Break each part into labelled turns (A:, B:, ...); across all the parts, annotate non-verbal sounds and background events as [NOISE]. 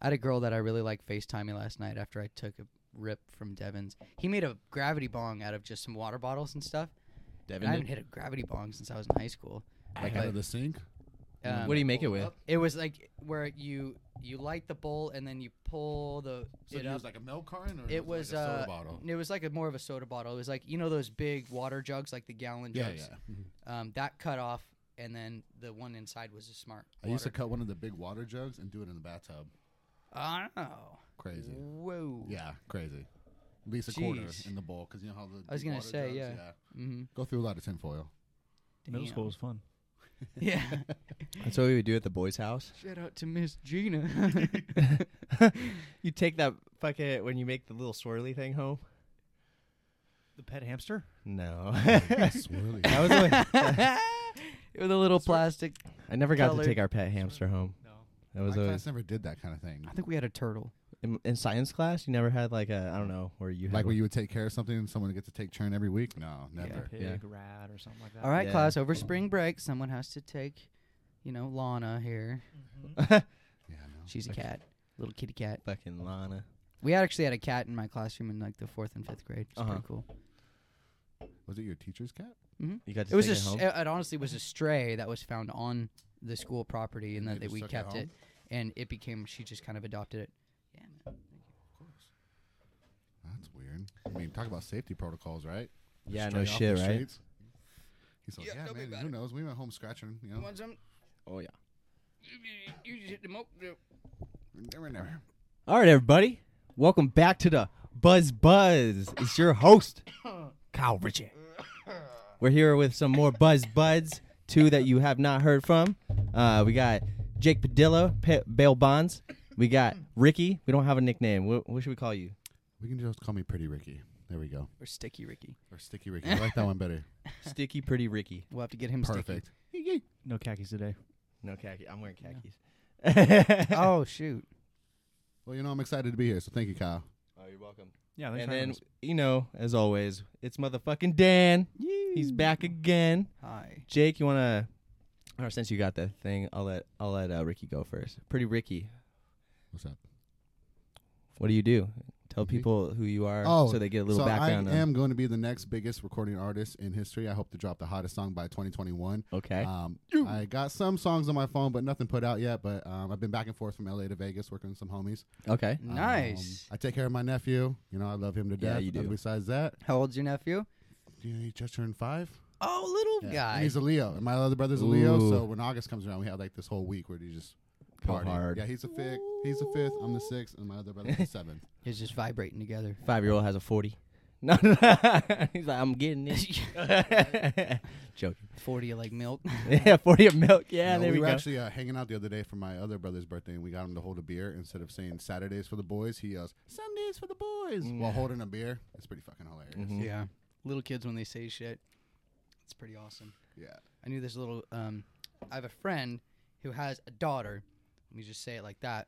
A: I had a girl that I really liked FaceTime me last night after I took a rip from Devin's. He made a gravity bong out of just some water bottles and stuff. And
B: Devin,
A: I
B: did
A: haven't hit a gravity bong since I was in high school.
B: like
A: like
B: out
A: a-
B: of the sink.
A: Um,
C: Mm. What do you make it with?
A: It was like where you you light the bowl and then you pull the
B: So
A: it
B: it was
A: up.
B: like a milk carton, or
A: It
B: was
A: was
B: like a soda
A: uh,
B: bottle.
A: it was like a more of a soda bottle. It was like you know those big water jugs, like the gallon
B: Yeah,
A: jugs.
B: yeah. Mhm.
A: Um, that cut off, and then the one inside was a smart.
B: I used to
A: water.
B: cut one of the big water jugs and do it in the bathtub.
A: Oh,
B: Crazy.
A: whoa.
B: Yeah, crazy. At least a quarter
A: Jeez.
B: in the bowl because you know how the
A: I was
B: the
A: gonna
B: water
A: say,
B: jugs,
A: yeah. Mm-hmm.
B: Go through a lot of tinfoil.
D: Middle school was fun.
A: [LAUGHS] Yeah.
C: That's what we would do at the boys' house.
A: Shout out to Miss [LAUGHS] Gina.
C: you take that fucking when you make the little swirly thing home.
D: The pet hamster?
C: [LAUGHS] No,
B: [LAUGHS]
C: [LAUGHS]
B: Swirly.
C: I was only,
A: With a little plastic.
C: I never got
A: Colored.
C: to take our pet hamster home.
D: No.
C: That
B: My
C: was always
B: class never did that kind of thing.
A: I think we had a turtle.
C: in, in science class. You never had like a I don't know where you had
B: Like
C: one.
B: when you would take care of something and someone would get to take turn every week? No, never.
D: Pig,
C: Yeah.
D: rat, or something like that.
A: All right,
C: Yeah.
A: class. Over spring break, someone has to take, you know, Lana here.
B: Yeah, no.
A: She's a cat, little kitty cat.
C: fucking Lana.
A: We had- actually had a cat in my classroom in like the fourth and fifth grade. It's
C: Uh-huh.
A: pretty cool.
B: Was it your teacher's cat?
A: hmm
C: You got to
A: It was
C: take
A: a.
C: it
A: s-
C: home.
A: It, it honestly was a stray that was found on the school property, and
B: And
A: that
B: they
A: that we
B: just took it
A: kept
B: home?
A: it, and it became. She just kind of adopted it. Yeah, man.
B: That's weird. I mean, talk about safety protocols, right? Just
C: yeah, no
B: straight off
C: shit,
B: the
C: right?
B: streets. He's like,
A: Yeah,
B: yeah,
A: tell me
B: man,
A: about
B: who
A: it."
B: knows? We went home scratching, you know.
A: Want some?
C: Oh yeah.
A: You just hit the mo- the-
B: Never, never.
C: All right, everybody, welcome back to the Buzz Buzz. It's your host, Kyle Richie. We're here with some more Buzz Buds, two that you have not heard from. Uh, we got Jake Padilla, P- Bail Bonds. We got Ricky. We don't have a nickname. What, what should we call you?
B: We can just call me Pretty Ricky. There we go.
A: Or sticky Ricky.
B: Or Sticky Ricky. I [LAUGHS] like that one better.
C: Sticky, pretty Ricky.
A: We'll have to get him sticky.
B: Perfect.
D: No khakis today.
C: No khaki. I'm wearing khakis.
A: [LAUGHS] oh shoot.
B: Well, you know, I'm excited to be here, so thank you, Kyle.
C: Oh, you're welcome.
D: Yeah,
C: [LAUGHS]
D: thanks
C: And
D: for having
C: then
D: us.
C: you know, as always, it's motherfucking Dan. He's back again.
A: Hi.
C: Jake, you wanna? Or since you got that thing, I'll let I'll let uh, Ricky go first. Pretty Ricky,
B: What's up?
C: what do you do? Tell
B: Me?
C: people who you are, so they get a little
B: Mm-hmm. Oh, so
C: background. uh,
B: I
C: on-
B: am going to be the next biggest recording artist in history. I hope to drop the hottest song by 2021.
C: okay.
B: Um, I got some songs on my phone, but nothing put out yet. But um, I've been back and forth from LA to Vegas working with some homies.
C: okay.
B: Um,
A: Nice.
B: I take care of my nephew. You know, I love him to
C: Yeah,
B: death.
C: you do.
B: And besides that,
A: How old's your nephew?
B: you know, he just turned five.
A: Oh, little
B: Yeah. And
A: guy.
B: he's a Leo, and my other brother's a Leo.
C: Ooh.
B: So when August comes around, we have like this whole week where you just
C: Go
B: party.
C: hard.
B: Yeah, he's a fifth. He's a fifth. I'm the sixth, and my other brother's
C: [LAUGHS]
B: the seventh.
A: He's just vibrating together.
C: Five year old has a forty. [LAUGHS] No, no, he's like, I'm getting it.
B: [LAUGHS]
C: Joking. [LAUGHS]
A: Forty like [LAUGHS] milk.
C: Yeah, forty of milk.
B: You
C: Yeah,
B: know,
C: there
B: we
C: we,
B: were
C: go.
B: actually uh, hanging out the other day for my other brother's birthday, and we got him to hold a beer instead of saying Saturdays for the boys. He yells Sundays for the boys
C: Mm.
B: while holding a beer. It's pretty fucking hilarious.
C: Mhm.
A: yeah. Little kids when they say shit. It's pretty awesome.
B: Yeah,
A: I knew this little. Um, I have a friend who has a daughter. Let me just say it like that.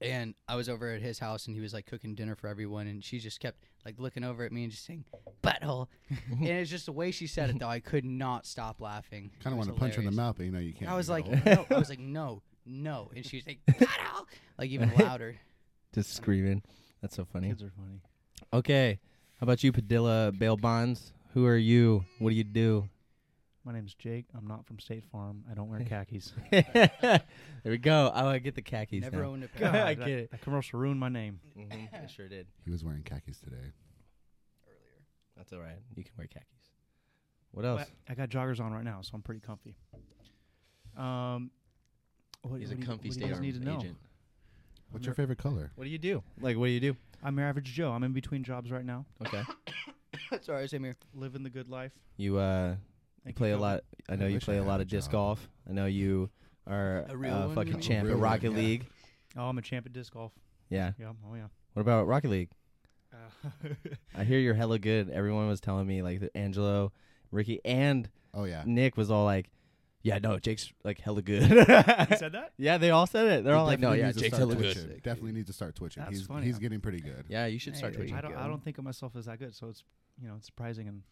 A: And I was over at his house, and he was like cooking dinner for everyone, and she just kept like looking over at me and just saying "butthole," [LAUGHS] and it's just the way she said it though. I could not stop laughing.
B: kind of
A: It was
B: want to punch her in the
A: hilarious.
B: mouth, but you know you can't.
A: I was
B: You
A: like, [LAUGHS]
B: gotta hold
A: no. I was like, no, no, and she was like, "butthole," like [LAUGHS] even louder.
C: Just screaming. That's so funny.
D: Kids are funny.
C: Okay. How about you, Padilla Bail Bonds? Who are you? What do you do? [LAUGHS]
D: My name's Jake. I'm not from State Farm. I don't wear khakis.
C: there we go. Oh, I want to get the khakis.
A: Never
C: now.
A: owned a
C: God,
A: pair.
C: [LAUGHS] I
D: that-
C: get it.
D: That commercial ruined my name.
C: Mhm, I sure did.
B: it. he was wearing khakis today.
C: That's all right. You can wear khakis. What else?
D: But I got joggers on right now, so I'm pretty comfy. Um, what,
C: He's a
D: what do you-
C: comfy
D: what do
C: state
D: you guys need
C: Arms
D: to know?
C: agent.
B: What's your favorite color?
C: What do you do? Like, what do you do?
D: I'm your average Joe. I'm in between jobs right now,
C: Okay.
A: [LAUGHS] Sorry, same here.
D: living the good life.
C: You uh, you
D: Thank
C: play a
D: Kobe.
C: lot. I know
B: I
C: you
B: wish I
C: play a
B: had
C: lot
B: a
C: of disc
B: job.
C: golf. I know you are
A: A real
C: uh,
A: one, you
C: fucking
A: mean?
C: champ
B: A
C: at
B: real
C: Rocket
B: one, yeah.
C: League.
D: Oh, I'm a champ at disc golf.
C: Yeah.
D: Yeah. Oh yeah.
C: What about Rocket League?
D: Uh, [LAUGHS]
C: I hear you're hella good. Everyone was telling me like that Angelo, Ricky, and
B: Oh yeah,
C: Nick was all like, "Yeah, no, Jake's like hella good."
D: he said that.
C: [LAUGHS] yeah, they all said it. They're
B: He
C: all like, "No,
B: definitely
C: yeah,
B: needs to
C: Jake's
B: start
C: hella good."
B: twitching. Definitely needs to start twitching.
D: That's
B: he's
D: funny.
B: he's getting pretty good.
C: Yeah, you should
A: Hey,
C: start
A: there you
C: twitching.
D: I don't. I
C: again.
D: don't think of myself as that good, so it's you know it's surprising and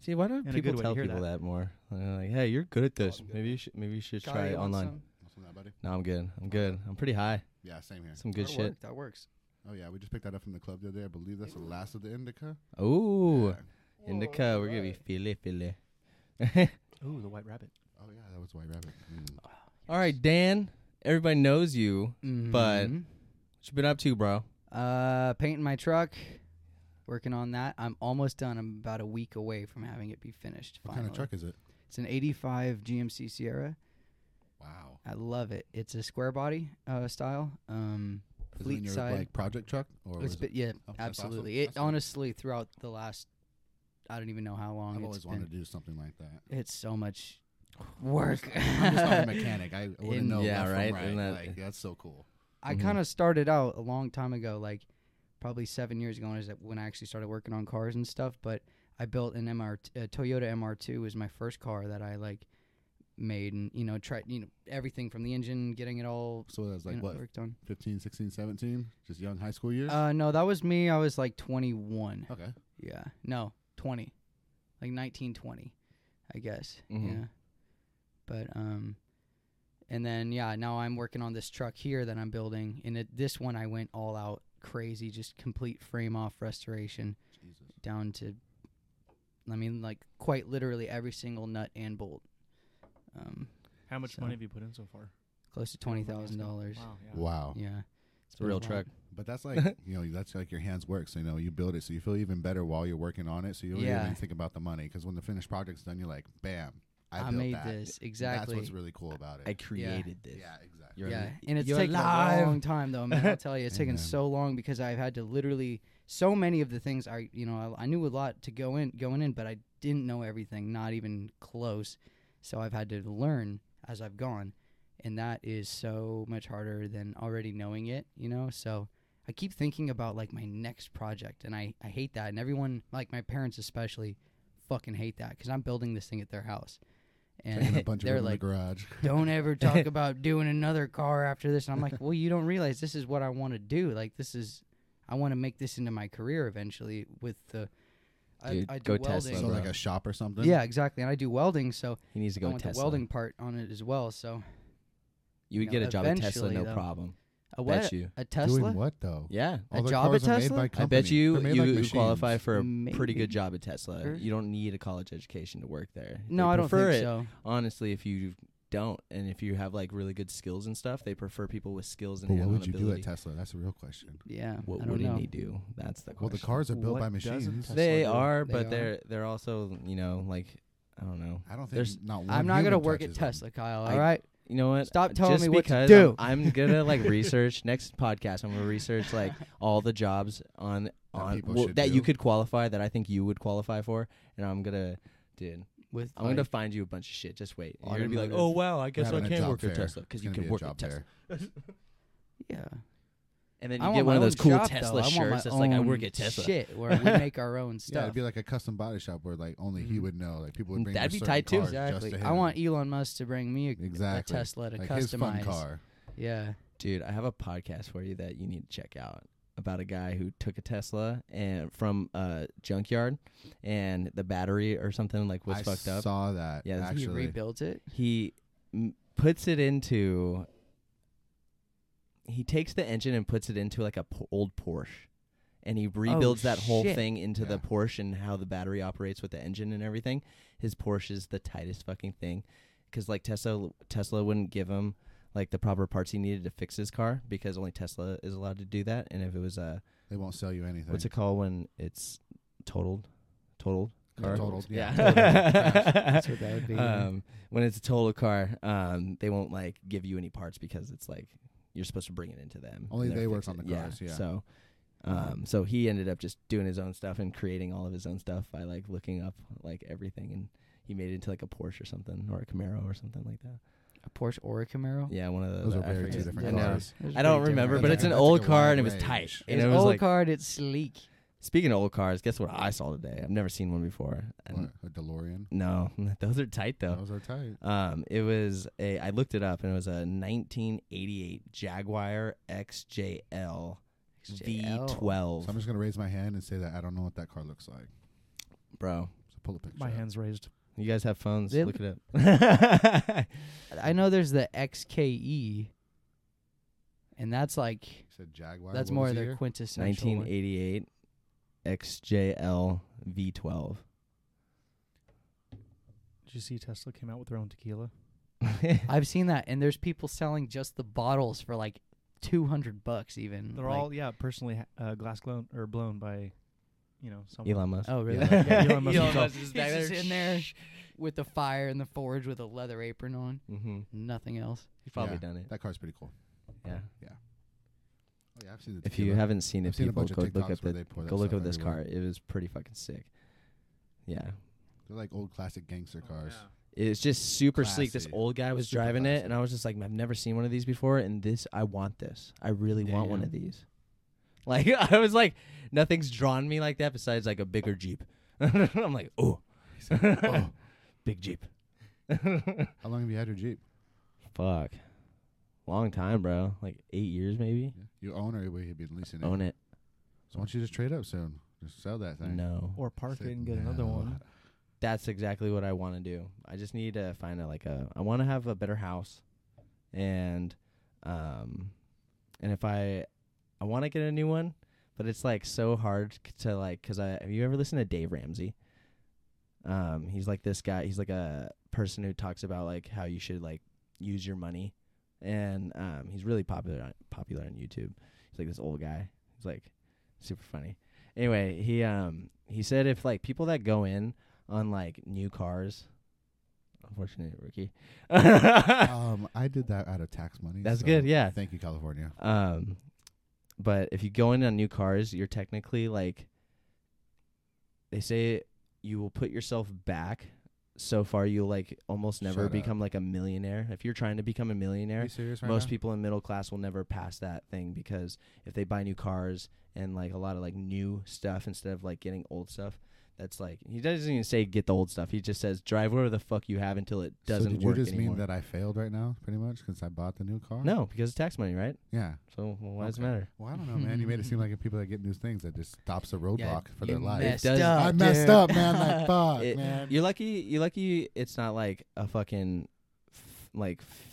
C: See, why don't
D: In a
C: people
D: good way to
C: tell
D: hear
C: people that,
D: that.
C: more? They're like, hey, you're good at this.
A: I'm good.
C: Maybe you should. Maybe you should
A: Kyle,
C: try
A: you
C: it
A: want
C: online.
A: some?
B: What's with that, buddy?
C: No, I'm good. I'm good. I'm pretty high.
B: Yeah, same here.
C: Some good
A: that
C: shit.
A: worked, that works.
B: Oh yeah, we just picked that up from the club the other day. I believe that's the last of the indica.
C: Ooh,
B: Yeah.
C: indica. We're gonna be filly filly.
D: Ooh, the white rabbit.
B: Oh yeah, that was White Rabbit. Mm.
C: [LAUGHS] All right, Dan. Everybody knows you. But-
A: Mhm.
C: What you been up to, bro?
A: uh, painting my truck, working on that. I'm almost done. I'm about a week away from having it be finished.
B: What
A: finally.
B: kind of truck is it?
A: It's an '85 GMC Sierra.
B: Wow.
A: I love it. It's a square body uh, style. Um,
B: Is it in
A: Fleet
B: your
A: side.
B: like project truck or
A: it's
B: was
A: been,
B: it? Oh,
A: yeah,
B: that's awesome.
A: absolutely. It
B: That's awesome.
A: honestly throughout the last, I don't even know how long.
B: I've
A: it's
B: always
A: been.
B: wanted to do something like
A: [LAUGHS]
B: that.
A: It's so much work. [LAUGHS]
B: I'm just not a mechanic. I wouldn't
A: In-
B: know.
C: yeah,
B: left from
C: right,
B: right.
C: isn't that-
B: Like, that's so cool.
A: I
B: Mm-hmm.
C: Mhm.
A: kind of started out a long time ago, like probably seven years ago, is that when I actually started working on cars and stuff. But I built an MR, a Toyota MR2 was my first car that I like made, and you know, tried, you know, everything from the engine, getting it all
B: So that's
A: you
B: like
A: know,
B: what,
A: worked on.
B: 15, 16, 17? Just young high school years?
A: Uh, no, that was me. I was like 21.
B: okay.
A: Yeah, no, 20, like 1920, I guess.
C: Mhm.
A: Yeah, but um, and then yeah, now I'm working on this truck here that I'm building, and it, this one I went all out crazy, just complete frame off restoration
B: Jesus.
A: down to, I mean, like quite literally every single nut and bolt. Um,
D: How much
A: So-
D: money have you put in so far?
A: close to twenty thousand dollars.
D: Wow. Yeah.
B: Wow.
A: Yeah,
C: It's a real
A: been wild.
C: truck.
B: But that's like,
A: [LAUGHS]
B: you know, that's like your hands work. So, you know, you build it. So you feel even better while you're working on it. So you don't
A: Yeah.
B: even think about the money. Because when the finished project's done, you're like, bam, I,
A: I,
B: built
A: made
B: that.
A: this exactly.
B: That's what's really cool about it.
C: this.
B: yeah, exactly.
C: You're
A: yeah,
C: li-
A: and it's
C: you're
A: taken
C: alive.
A: a long time though, man. I'll tell you, it's taken
B: Amen.
A: so long because I've had to literally so many of the things I, you know, I, I knew a lot to go in going in, but I didn't know everything, not even close. So I've had to learn as I've gone, and that is so much harder than already knowing it, you know. So I keep thinking about like my next project, and I I hate that, and everyone, like my parents especially, fucking hate that because I'm building this thing at their house,
B: Taking a
A: and
B: bunch of
A: they're
B: room in
A: like
B: the garage.
A: don't ever
C: [LAUGHS]
A: talk about doing another car after this. And I'm like, well, you don't realize this is what I want to do. Like, this is, I want to make this into my career eventually with the, I,
C: Dude,
A: I do
C: go
A: welding.
C: Tesla,
B: So,
C: bro.
B: like a shop or something?
A: yeah, exactly. And I do welding, so
C: He needs to
A: I
C: go
A: want
C: Tesla.
A: the welding part on it as well. So
C: You would
A: No,
C: get a job at Tesla,
A: eventually,
C: no
A: though.
C: problem.
A: a
C: Bet
A: what?
C: you.
A: A
B: Doing
A: Tesla?
B: what, though?
C: Yeah,
A: A job at
B: cars are made
A: Tesla?
B: by
A: I
C: I
B: companies.
C: bet you
B: They're made
C: you
B: like
C: would
B: machines.
C: qualify for a pretty
A: Maybe.
C: good job at Tesla.
A: Sure.
C: You don't need a college education to work there.
A: No,
C: They
A: I don't
C: prefer
A: think
C: it,
A: so.
C: Honestly, if you don't, and if you have like really good skills and stuff, they prefer people with skills and
B: But what
C: hands-on
B: would you do
C: ability.
B: at Tesla? That's a real question.
A: Yeah, I
C: What
A: don't
C: wouldn't
A: know.
C: he do? That's the question.
B: Well, the cars are built
D: What
B: by
D: does a
B: machines.
D: Tesla
C: They
D: do?
C: are,
A: They
C: but
A: are.
C: they're they're also you know like I don't know.
B: I don't think
C: There's-
B: not one
A: I'm not
B: going
A: gonna
B: to
A: work at
B: touch
A: Tesla,
B: them.
A: Kyle.
C: I-
A: All right,
C: You know what?
A: Stop telling
C: Just
A: me what to
C: because
A: do.
C: I'm, I'm gonna like research [LAUGHS] next podcast. I'm gonna research like all the jobs on
B: That
C: on
B: people
C: well,
B: should
C: that you
B: do.
C: could qualify that I think you would qualify for, and I'm gonna, dude,
A: with
C: I'm gonna
A: like,
C: find you a bunch of shit. Just wait. And You're gonna be
A: Automotive.
C: like, oh wow, I
B: We're
C: guess I
B: having a
C: can
B: job
C: work at
B: fair.
C: Tesla because
B: It's
C: you
B: gonna
C: can
B: be a
C: work
B: job
C: at Tesla.
B: fair.
A: yeah.
C: And then
A: I
C: you
A: want
C: get
A: my
C: one of
A: own
C: those cool
A: shop, though.
C: Tesla
A: I want my
C: shirts. That's like I
A: own
C: work at Tesla.
A: Shit, where
C: [LAUGHS]
A: we make our own
B: Yeah,
A: stuff.
B: it'd be like a custom body shop where like only he
A: Mhm.
B: would know. Like people would
C: Mm,
B: bring
C: that'd
B: their
C: be
B: certain
C: tight, too.
B: cars just to
A: Exactly.
B: him.
A: I want Elon Musk to bring me a, a
B: Exactly.
A: Tesla to
B: like his
A: customize.
B: fun car.
A: Yeah.
C: Dude, I have a podcast for you that you need to check out about a guy who took a Tesla and from a junkyard, and the battery or something like was
B: I
C: fucked up.
B: Saw that.
C: Yeah,
B: Yeah,
C: that's-
A: He
B: actually.
A: rebuilt it.
C: He m- puts it into. He takes the engine and puts it into like a p- old Porsche, and he rebuilds that whole
A: shit.
C: thing into the
B: Yeah.
C: Porsche and how the battery operates with the engine and everything. His Porsche is the tightest fucking thing, because like Tesla, Tesla wouldn't give him like the proper parts he needed to fix his car because only Tesla is allowed to do that. And if it was a
B: They won't sell you anything.
C: what's it called when it's totaled, totaled,
B: Car totaled,
A: [LAUGHS]
B: yeah. [LAUGHS] Totaled.
A: That's what that would be. yeah.
C: um, when it's a total car, um, they won't like give you any parts because it's like you're supposed to bring it into them.
B: Only
C: and they'll
B: they
C: fix
B: work on
C: it.
B: the cars, yeah.
C: So, um, so he ended up just doing his own stuff and creating all of his own stuff by like looking up like everything, and he made it into like a Porsche or something or a Camaro or something like that.
A: a Porsche or a Camaro.
C: Yeah, one of those.
B: Those are
C: I
B: very two
C: forget.
B: different
C: I know.
B: cars.
A: It was
C: I don't
A: pretty
C: remember,
A: different.
C: but it's an
B: That's a
C: old
B: wide
C: car and it was
B: range.
C: tight.
B: It's
C: And
A: It's
C: it was
A: old
C: like,
A: car. and It's sleek.
C: speaking of old cars, guess what I saw today? I've never seen one before. And-
B: What, a DeLorean.
C: No, [LAUGHS] those are tight though.
B: Those are tight.
C: Um, it was a I looked it up and it was a 1988 Jaguar XJL
A: JL.
B: So I'm
C: V12.
B: just gonna raise my hand and say that I don't know what that car looks like.
C: Bro,
B: So pull a picture.
D: My
B: up.
D: hands raised.
C: you guys have phones?
A: They-
C: Look
B: [LAUGHS]
C: it up.
A: I know there's the XKE. E, and that's like
B: said Jaguar.
A: that's
B: what
A: more
B: was the
A: their
B: year?
A: quintessential. one.
C: 1988 XJL V12.
B: [LAUGHS]
D: Did you see Tesla came out with their own tequila?
A: I've seen that, and there's people selling just the bottles for like two hundred bucks even.
D: They're
A: Mm, like-
D: all yeah, personally ha- uh, glass blown or blown by, you know,
C: [LAUGHS]
D: someone.
C: Elon Musk.
A: Oh really?
B: Yeah, [LAUGHS]
D: yeah, Elon Musk
A: Elon
D: himself.
A: Musk is
D: He's
A: back there
D: just
A: in there with the fire and the forge with a leather apron on.
C: Mm-hmm.
A: Nothing else.
C: You've probably
B: Yeah.
C: done it.
B: That car's pretty cool.
C: Yeah.
B: Oh, yeah, I've seen the
C: If you
B: tequila.
C: haven't seen it,
B: I've seen a
C: people
B: bunch of
C: go look
B: TikToks
C: up
B: where
C: the
B: they pour that
C: go look
B: stuff
C: up this
B: everywhere.
C: car. It was pretty fucking sick. Yeah.
B: They're like old classic gangster
C: [LAUGHS]
B: cars.
C: It's just super sleek. This
B: Classy.
C: old guy was
B: Super
C: driving it,
B: classy.
C: and I was just like, I've never seen one of these before. And this, I want this. I really want one of these. [LAUGHS] Like [LAUGHS] I was like, nothing's drawn me like that besides like a bigger Jeep. [LAUGHS] I'm like, oh,
B: oh,
C: [LAUGHS] big Jeep.
B: how long have you had
C: [LAUGHS]
B: your Jeep?
C: Fuck, long time, bro. Like eight years maybe.
B: You own or we have been leasing it?
C: Own it.
B: So why don't you just trade up soon? Just sell that thing.
C: No,
D: Or park
B: Said
D: it and get another
B: no.
D: one.
C: that's exactly what I want to do. I just need to find a like a I want to have a better house and um and if I I want to get a new one, but it's like so hard c- to like cuz I have you ever listened to Dave Ramsey? Um he's like this guy, he's like a person who talks about like how you should like use your money and um he's really popular on, popular on YouTube. He's like this old guy. He's like super funny. Anyway, he um he said if like people that go in on like new cars. Unfortunate rookie.
B: [LAUGHS]
C: [LAUGHS]
B: um, I did that out of tax money.
C: That's
B: so
C: good, yeah.
B: Thank you, California.
C: um, but if you go in on new cars, you're technically like. They say you will put yourself back so far you'll like almost never
B: Shut up.
C: become like a millionaire. If you're trying to become a millionaire,
B: Are you serious right
C: most
B: now?
C: people in middle class will never pass that thing because if they buy new cars and like a lot of like new stuff instead of like getting old stuff that's like he doesn't even say get the old stuff he just says drive whatever the fuck you have until it doesn't
B: so did
C: work
B: you just
C: anymore
B: mean that I failed right now, pretty much, since I bought the new car?
C: no because it's tax money right
B: Yeah.
C: so well, why does it
B: Okay.
C: matter
B: Well, I don't know, man. You made it seem like people that get new things that just stops a roadblock for
A: you
B: their life.
A: messed
C: It does-
A: up,
B: I messed
A: dude.
B: up, man.
C: [LAUGHS]
B: Like fuck,
C: It-
B: man.
C: you're lucky you're lucky it's not like a fucking f- like f-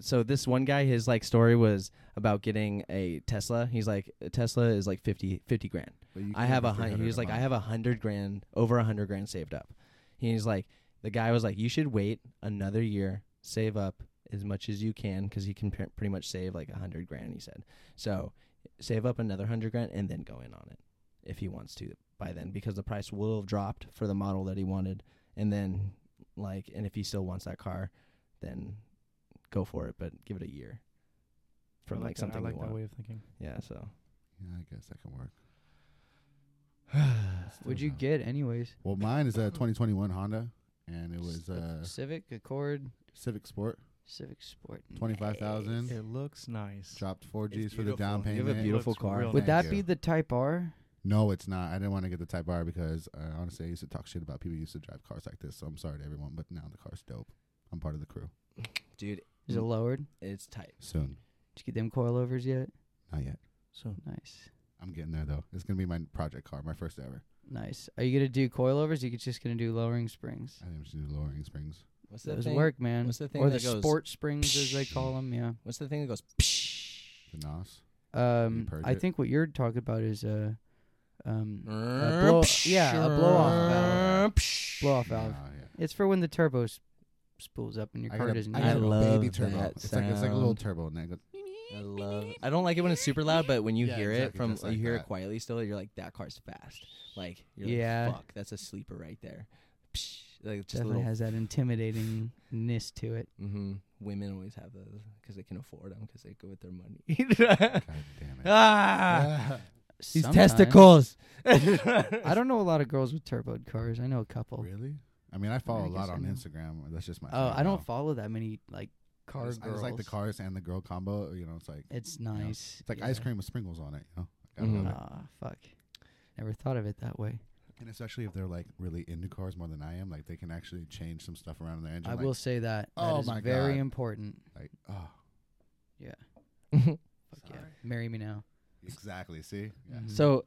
C: so this one guy his like story was about getting a tesla he's like a tesla is like 50 50 grand
B: But you
C: I
B: can't
C: have
B: get
C: a hundred.
B: 300
C: He was like, I
B: month.
C: have a hundred grand, over a hundred grand saved up. He's like, the guy was like, you should wait another year, save up as much as you can, because he can pr- pretty much save like a hundred grand. He said, so save up another hundred grand and then go in on it if he wants to by then, because the price will have dropped for the model that he wanted, and then like, and if he still wants that car, then go for it, but give it a year
D: I
C: from like,
D: like that-
C: something
D: I like
C: you
D: that
C: want.
D: way of thinking.
C: Yeah, so
B: Yeah, I guess that can
C: [SIGHS]
B: work.
A: Would
B: Still
A: you
B: no.
A: get anyways?
B: Well, mine is a 2021 Honda, and it was
A: S-
B: uh,
A: Civic Accord,
B: Civic Sport,
A: Civic Sport.
B: 25,000.
A: nice.
D: It looks nice.
B: dropped four
C: It's
B: Gs for the
C: beautiful.
B: down
C: You
B: payment.
C: have a beautiful
D: Looks
C: car.
D: real
A: Would that
D: Thank
B: you.
A: be the Type R?
B: No, it's not. I didn't want to get the Type R because uh, honestly, I used to talk shit about people who used to drive cars like this. So I'm sorry to everyone, but now the car's dope. I'm part of the crew.
C: dude,
A: Is
B: Mm.
A: it lowered?
C: it's tight.
B: Soon,
A: Did you get them coilovers yet?
B: not yet.
D: So
A: Nice,
B: I'm getting there though. It's gonna be my project car, my first ever.
A: nice. Are you gonna do coilovers? Or you just gonna do lowering springs?
B: I think I'm just doing lowering springs.
C: What's
A: Those work, man.
C: what's the thing
A: or
C: that
A: the
C: goes
A: sport springs, as they call them. Yeah.
C: What's the thing that goes?
B: The NOS.
A: Um,
B: purge
A: I
B: it?
A: think what you're talking about is uh, um, a blow, yeah, a blow off valve. Blow off valve.
B: Nah, yeah.
A: It's for when the turbo s- spools up and your
B: I
A: car
B: got
A: doesn't.
B: a, I
A: use
B: got
A: it.
B: a
C: I
B: baby
C: love
B: turbo.
C: that
B: It's like it's like a little
C: sound.
B: turbo, and then it goes.
C: I love. It. I don't like it when it's super loud, but when you
B: Yeah,
C: hear
B: exactly,
C: it from
B: just like
C: you hear
B: that.
C: it quietly still, you're like that car's fast. Like you're
A: Yeah.
C: like fuck, that's a sleeper right there. Psh, like just a
A: Definitely
C: little.
A: has that intimidatingness to it.
C: hmm Women always have those because they can afford them because they go with
A: [LAUGHS]
C: their money.
B: God damn it.
C: ah, these
A: Sometimes.
C: testicles.
A: I don't know a lot of girls with turboed cars. I know a couple.
B: [LAUGHS] Really? I mean, I follow
A: I
B: a lot
A: guess I
B: on
A: know.
B: Instagram. That's just my.
A: Oh,
B: thing
A: I don't
B: now.
A: follow that many like
B: I
A: car
B: just, I
A: girls.
B: just like the cars and the girl combo. You know, it's like
A: It's nice.
B: it's like
A: yeah.
B: ice cream with sprinkles on it. You know, Like, I
C: Mhm.
B: love it.
A: Ah, fuck. Never thought of it that way.
B: and especially if they're like really into cars more than I am, like they can actually change some stuff around in their engine.
A: I
B: like,
A: will say that. That
B: Oh
A: is
B: my
A: very
B: God.
A: important.
B: Like, oh,
A: Yeah.
C: [LAUGHS]
A: Fuck yeah.
B: Sorry.
A: Marry me now.
B: exactly. See, yeah.
A: Mhm.
C: so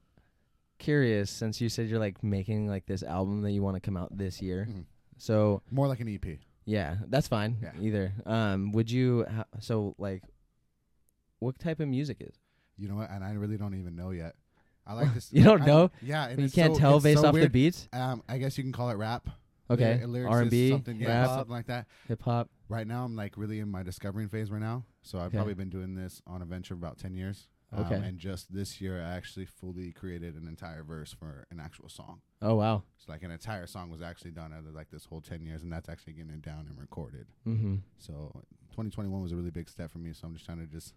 C: curious, since you said you're like making like this album that you want to come out this year,
B: Mhm.
C: so.
B: more like an E EP.
C: Yeah, that's fine.
B: Yeah.
C: Either. Um, would you? ho- So like, what type of music is?
B: You know what? And I really don't even know yet. I
C: [LAUGHS]
B: like this.
C: You don't
B: I-
C: know?
B: Yeah, and
C: you
B: it's
C: can't
B: so-
C: tell
B: it's
C: based
B: so
C: off the
B: weird.
C: beats.
B: Um, I guess you can call it rap.
C: Okay,
B: Lyri- lyrics is
C: R&B,
B: something, yeah,
C: rap.
B: something like that.
C: Hip hop.
B: Right now, I'm like really in my discovering phase right now. So I've
C: Okay.
B: probably been doing this on a venture about ten years. Um,
C: Okay.
B: And just this year, I actually fully created an entire verse for an actual song.
C: Oh wow.
B: So like an entire song was actually done out of like this whole ten years, and that's actually getting it down and recorded.
C: Mm-hmm.
B: So 2021 was a really big step for me. So I'm just trying to just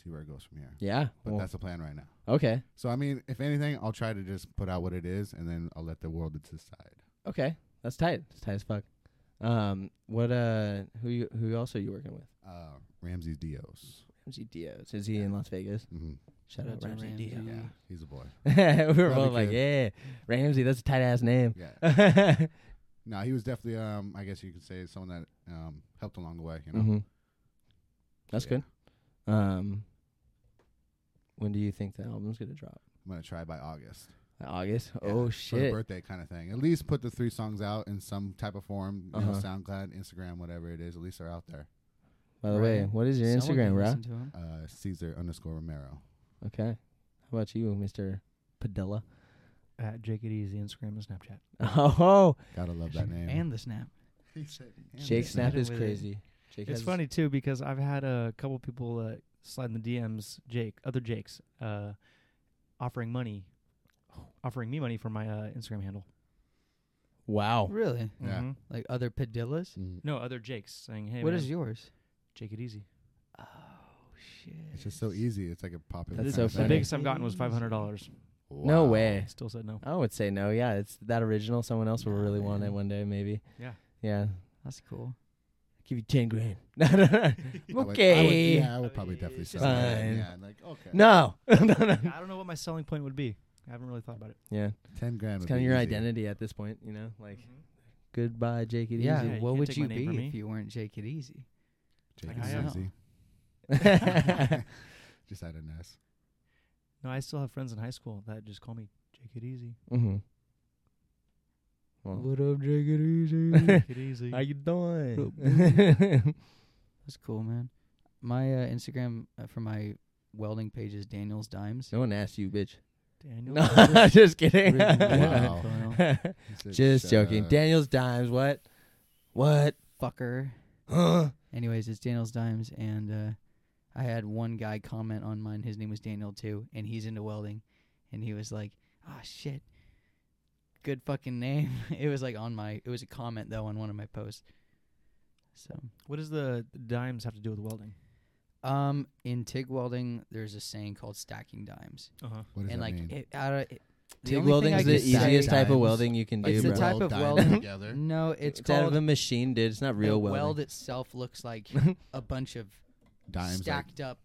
B: see where it goes from here.
C: Yeah.
B: But
C: well,
B: that's the plan right now.
C: okay.
B: So I mean, if anything, I'll try to just put out what it is, and then I'll let the world decide.
C: Okay. That's tight. It's tight as fuck. Um. What? Uh. Who? You, who else are you working with?
B: Uh, Ramsey's Dios.
C: Ramsey Diaz. Is he in Las Vegas?
B: hmm
C: Shout out
D: Shout out to
C: Ramsey
D: Ramsey.
C: Diaz.
B: Yeah, he's a boy.
C: we [LAUGHS] were
B: That'd be
C: both like, yeah, Ramsey. That's a tight ass name. [LAUGHS]
B: Yeah.
C: Mhm.
B: No, he was definitely. Um, I guess you could say someone that um helped along the way. You know.
C: Mm-hmm. That's
B: Yeah.
C: good. Um. When do you think the album's gonna drop?
B: I'm gonna try by August.
C: Like August.
B: Yeah,
C: oh
B: For the
C: shit.
B: birthday kind of thing. At least put the three songs out in some type of form. You know,
C: Uh-huh.
B: SoundCloud, Instagram, whatever it is. At least they're out there.
C: By the way,
A: Right.
C: what is your
A: Someone
C: Instagram,
A: can
C: bro?
A: listen to 'em.
B: Uh, Caesar underscore Romero.
C: Okay. How about you, Mister Padilla? [LAUGHS]
D: At Jake It Easy, Instagram and Snapchat.
C: Oh,
B: Gotta
A: [LAUGHS]
B: love that name.
A: And the snap.
B: He said, and
C: Jake
B: the
C: Snap
D: better
C: is
D: with it.
C: crazy. Jake
D: It's
C: has-
D: funny too because I've had a couple people uh, slide in the DMs, Jake, other Jakes, uh, offering money, offering me money for my uh, Instagram handle.
C: Wow.
A: Really?
B: Yeah.
D: Mhm.
A: Like other Padillas?
B: Mm.
D: No, other Jakes saying, "Hey,
A: what
D: man,
A: is yours?
D: Jake it easy?"
A: Oh shit.
B: It's just so easy. It's like a pop.
C: That's so
D: The
C: funny.
D: biggest I've gotten was five hundred dollars.
C: No way.
D: I still said no.
C: I would say no. Yeah, it's that original. Someone else will
A: Nah,
C: really want it
A: man.
C: one day, maybe.
D: Yeah.
C: Yeah.
A: That's cool.
C: Give you ten grand. [LAUGHS] No, no, no.
B: I would- I would,
C: okay.
B: yeah, I would probably definitely
D: It's
B: sell
D: just
B: that.
C: fine.
B: Yeah, like okay.
C: No. no, no.
D: [LAUGHS] I don't know what my selling point would be. I haven't really thought about it.
C: Yeah.
B: ten grand.
C: It's
B: would
C: kind of
B: be
C: your
B: easy.
C: identity at this point, you know. Like
D: Mm-hmm.
C: goodbye, Jake. It
A: Yeah, [LAUGHS]
C: [LAUGHS]
D: Yeah, you
A: what
D: can't
A: would
D: take my
A: you
D: name from
A: be if
D: me.
A: you weren't Jake It Easy?
B: Jake
D: Like,
B: is
D: I am.
B: easy.
C: Easy.
B: Just add an S.
D: No, I still have friends in high school that just call me Jake it easy.
C: mm-hmm. Well,
A: up, Jake It
D: [LAUGHS] Jake it easy.
C: how you doing? [LAUGHS]
A: That's cool, man. My uh, Instagram uh, for my welding page is Daniel's
C: [LAUGHS]
A: Dimes.
C: no one asked you, bitch.
D: Daniel.
C: No, [LAUGHS] just kidding. [LAUGHS]
B: Wow. He said, uh,
C: just
B: "Shut
C: joking.
B: up."
C: Daniel's dimes. What? What? [GASPS]
A: Fucker.
C: Huh?
A: Anyways, it's Daniel's Dimes, and uh, I had one guy comment on mine. His name was Daniel too, and he's into welding, and he was like, "Ah, shit, good fucking name." [LAUGHS] it was like on my. It was a comment though on one of my posts. So,
D: [LAUGHS] What does the dimes have to do with welding?
A: um, in TIG welding, there's a saying called stacking dimes,
D: Uh huh.
B: What does
A: and
B: that
A: like
B: mean?
A: it, out of it, the
C: TIG
A: only thing
C: welding
A: I
C: is the
A: could say-
C: easiest type of
B: Dimes.
C: welding you can
B: Like,
C: do,
A: it's the
C: bro.
A: type
B: weld
A: of
B: dimes
A: welding-
B: together.
A: No,
C: It's,
A: it's
C: out
A: called
C: of a machine, dude. It's not real
A: the
C: welding.
A: weld itself looks
C: [LAUGHS]
A: like a bunch of
B: Dimes. like,
A: stacked up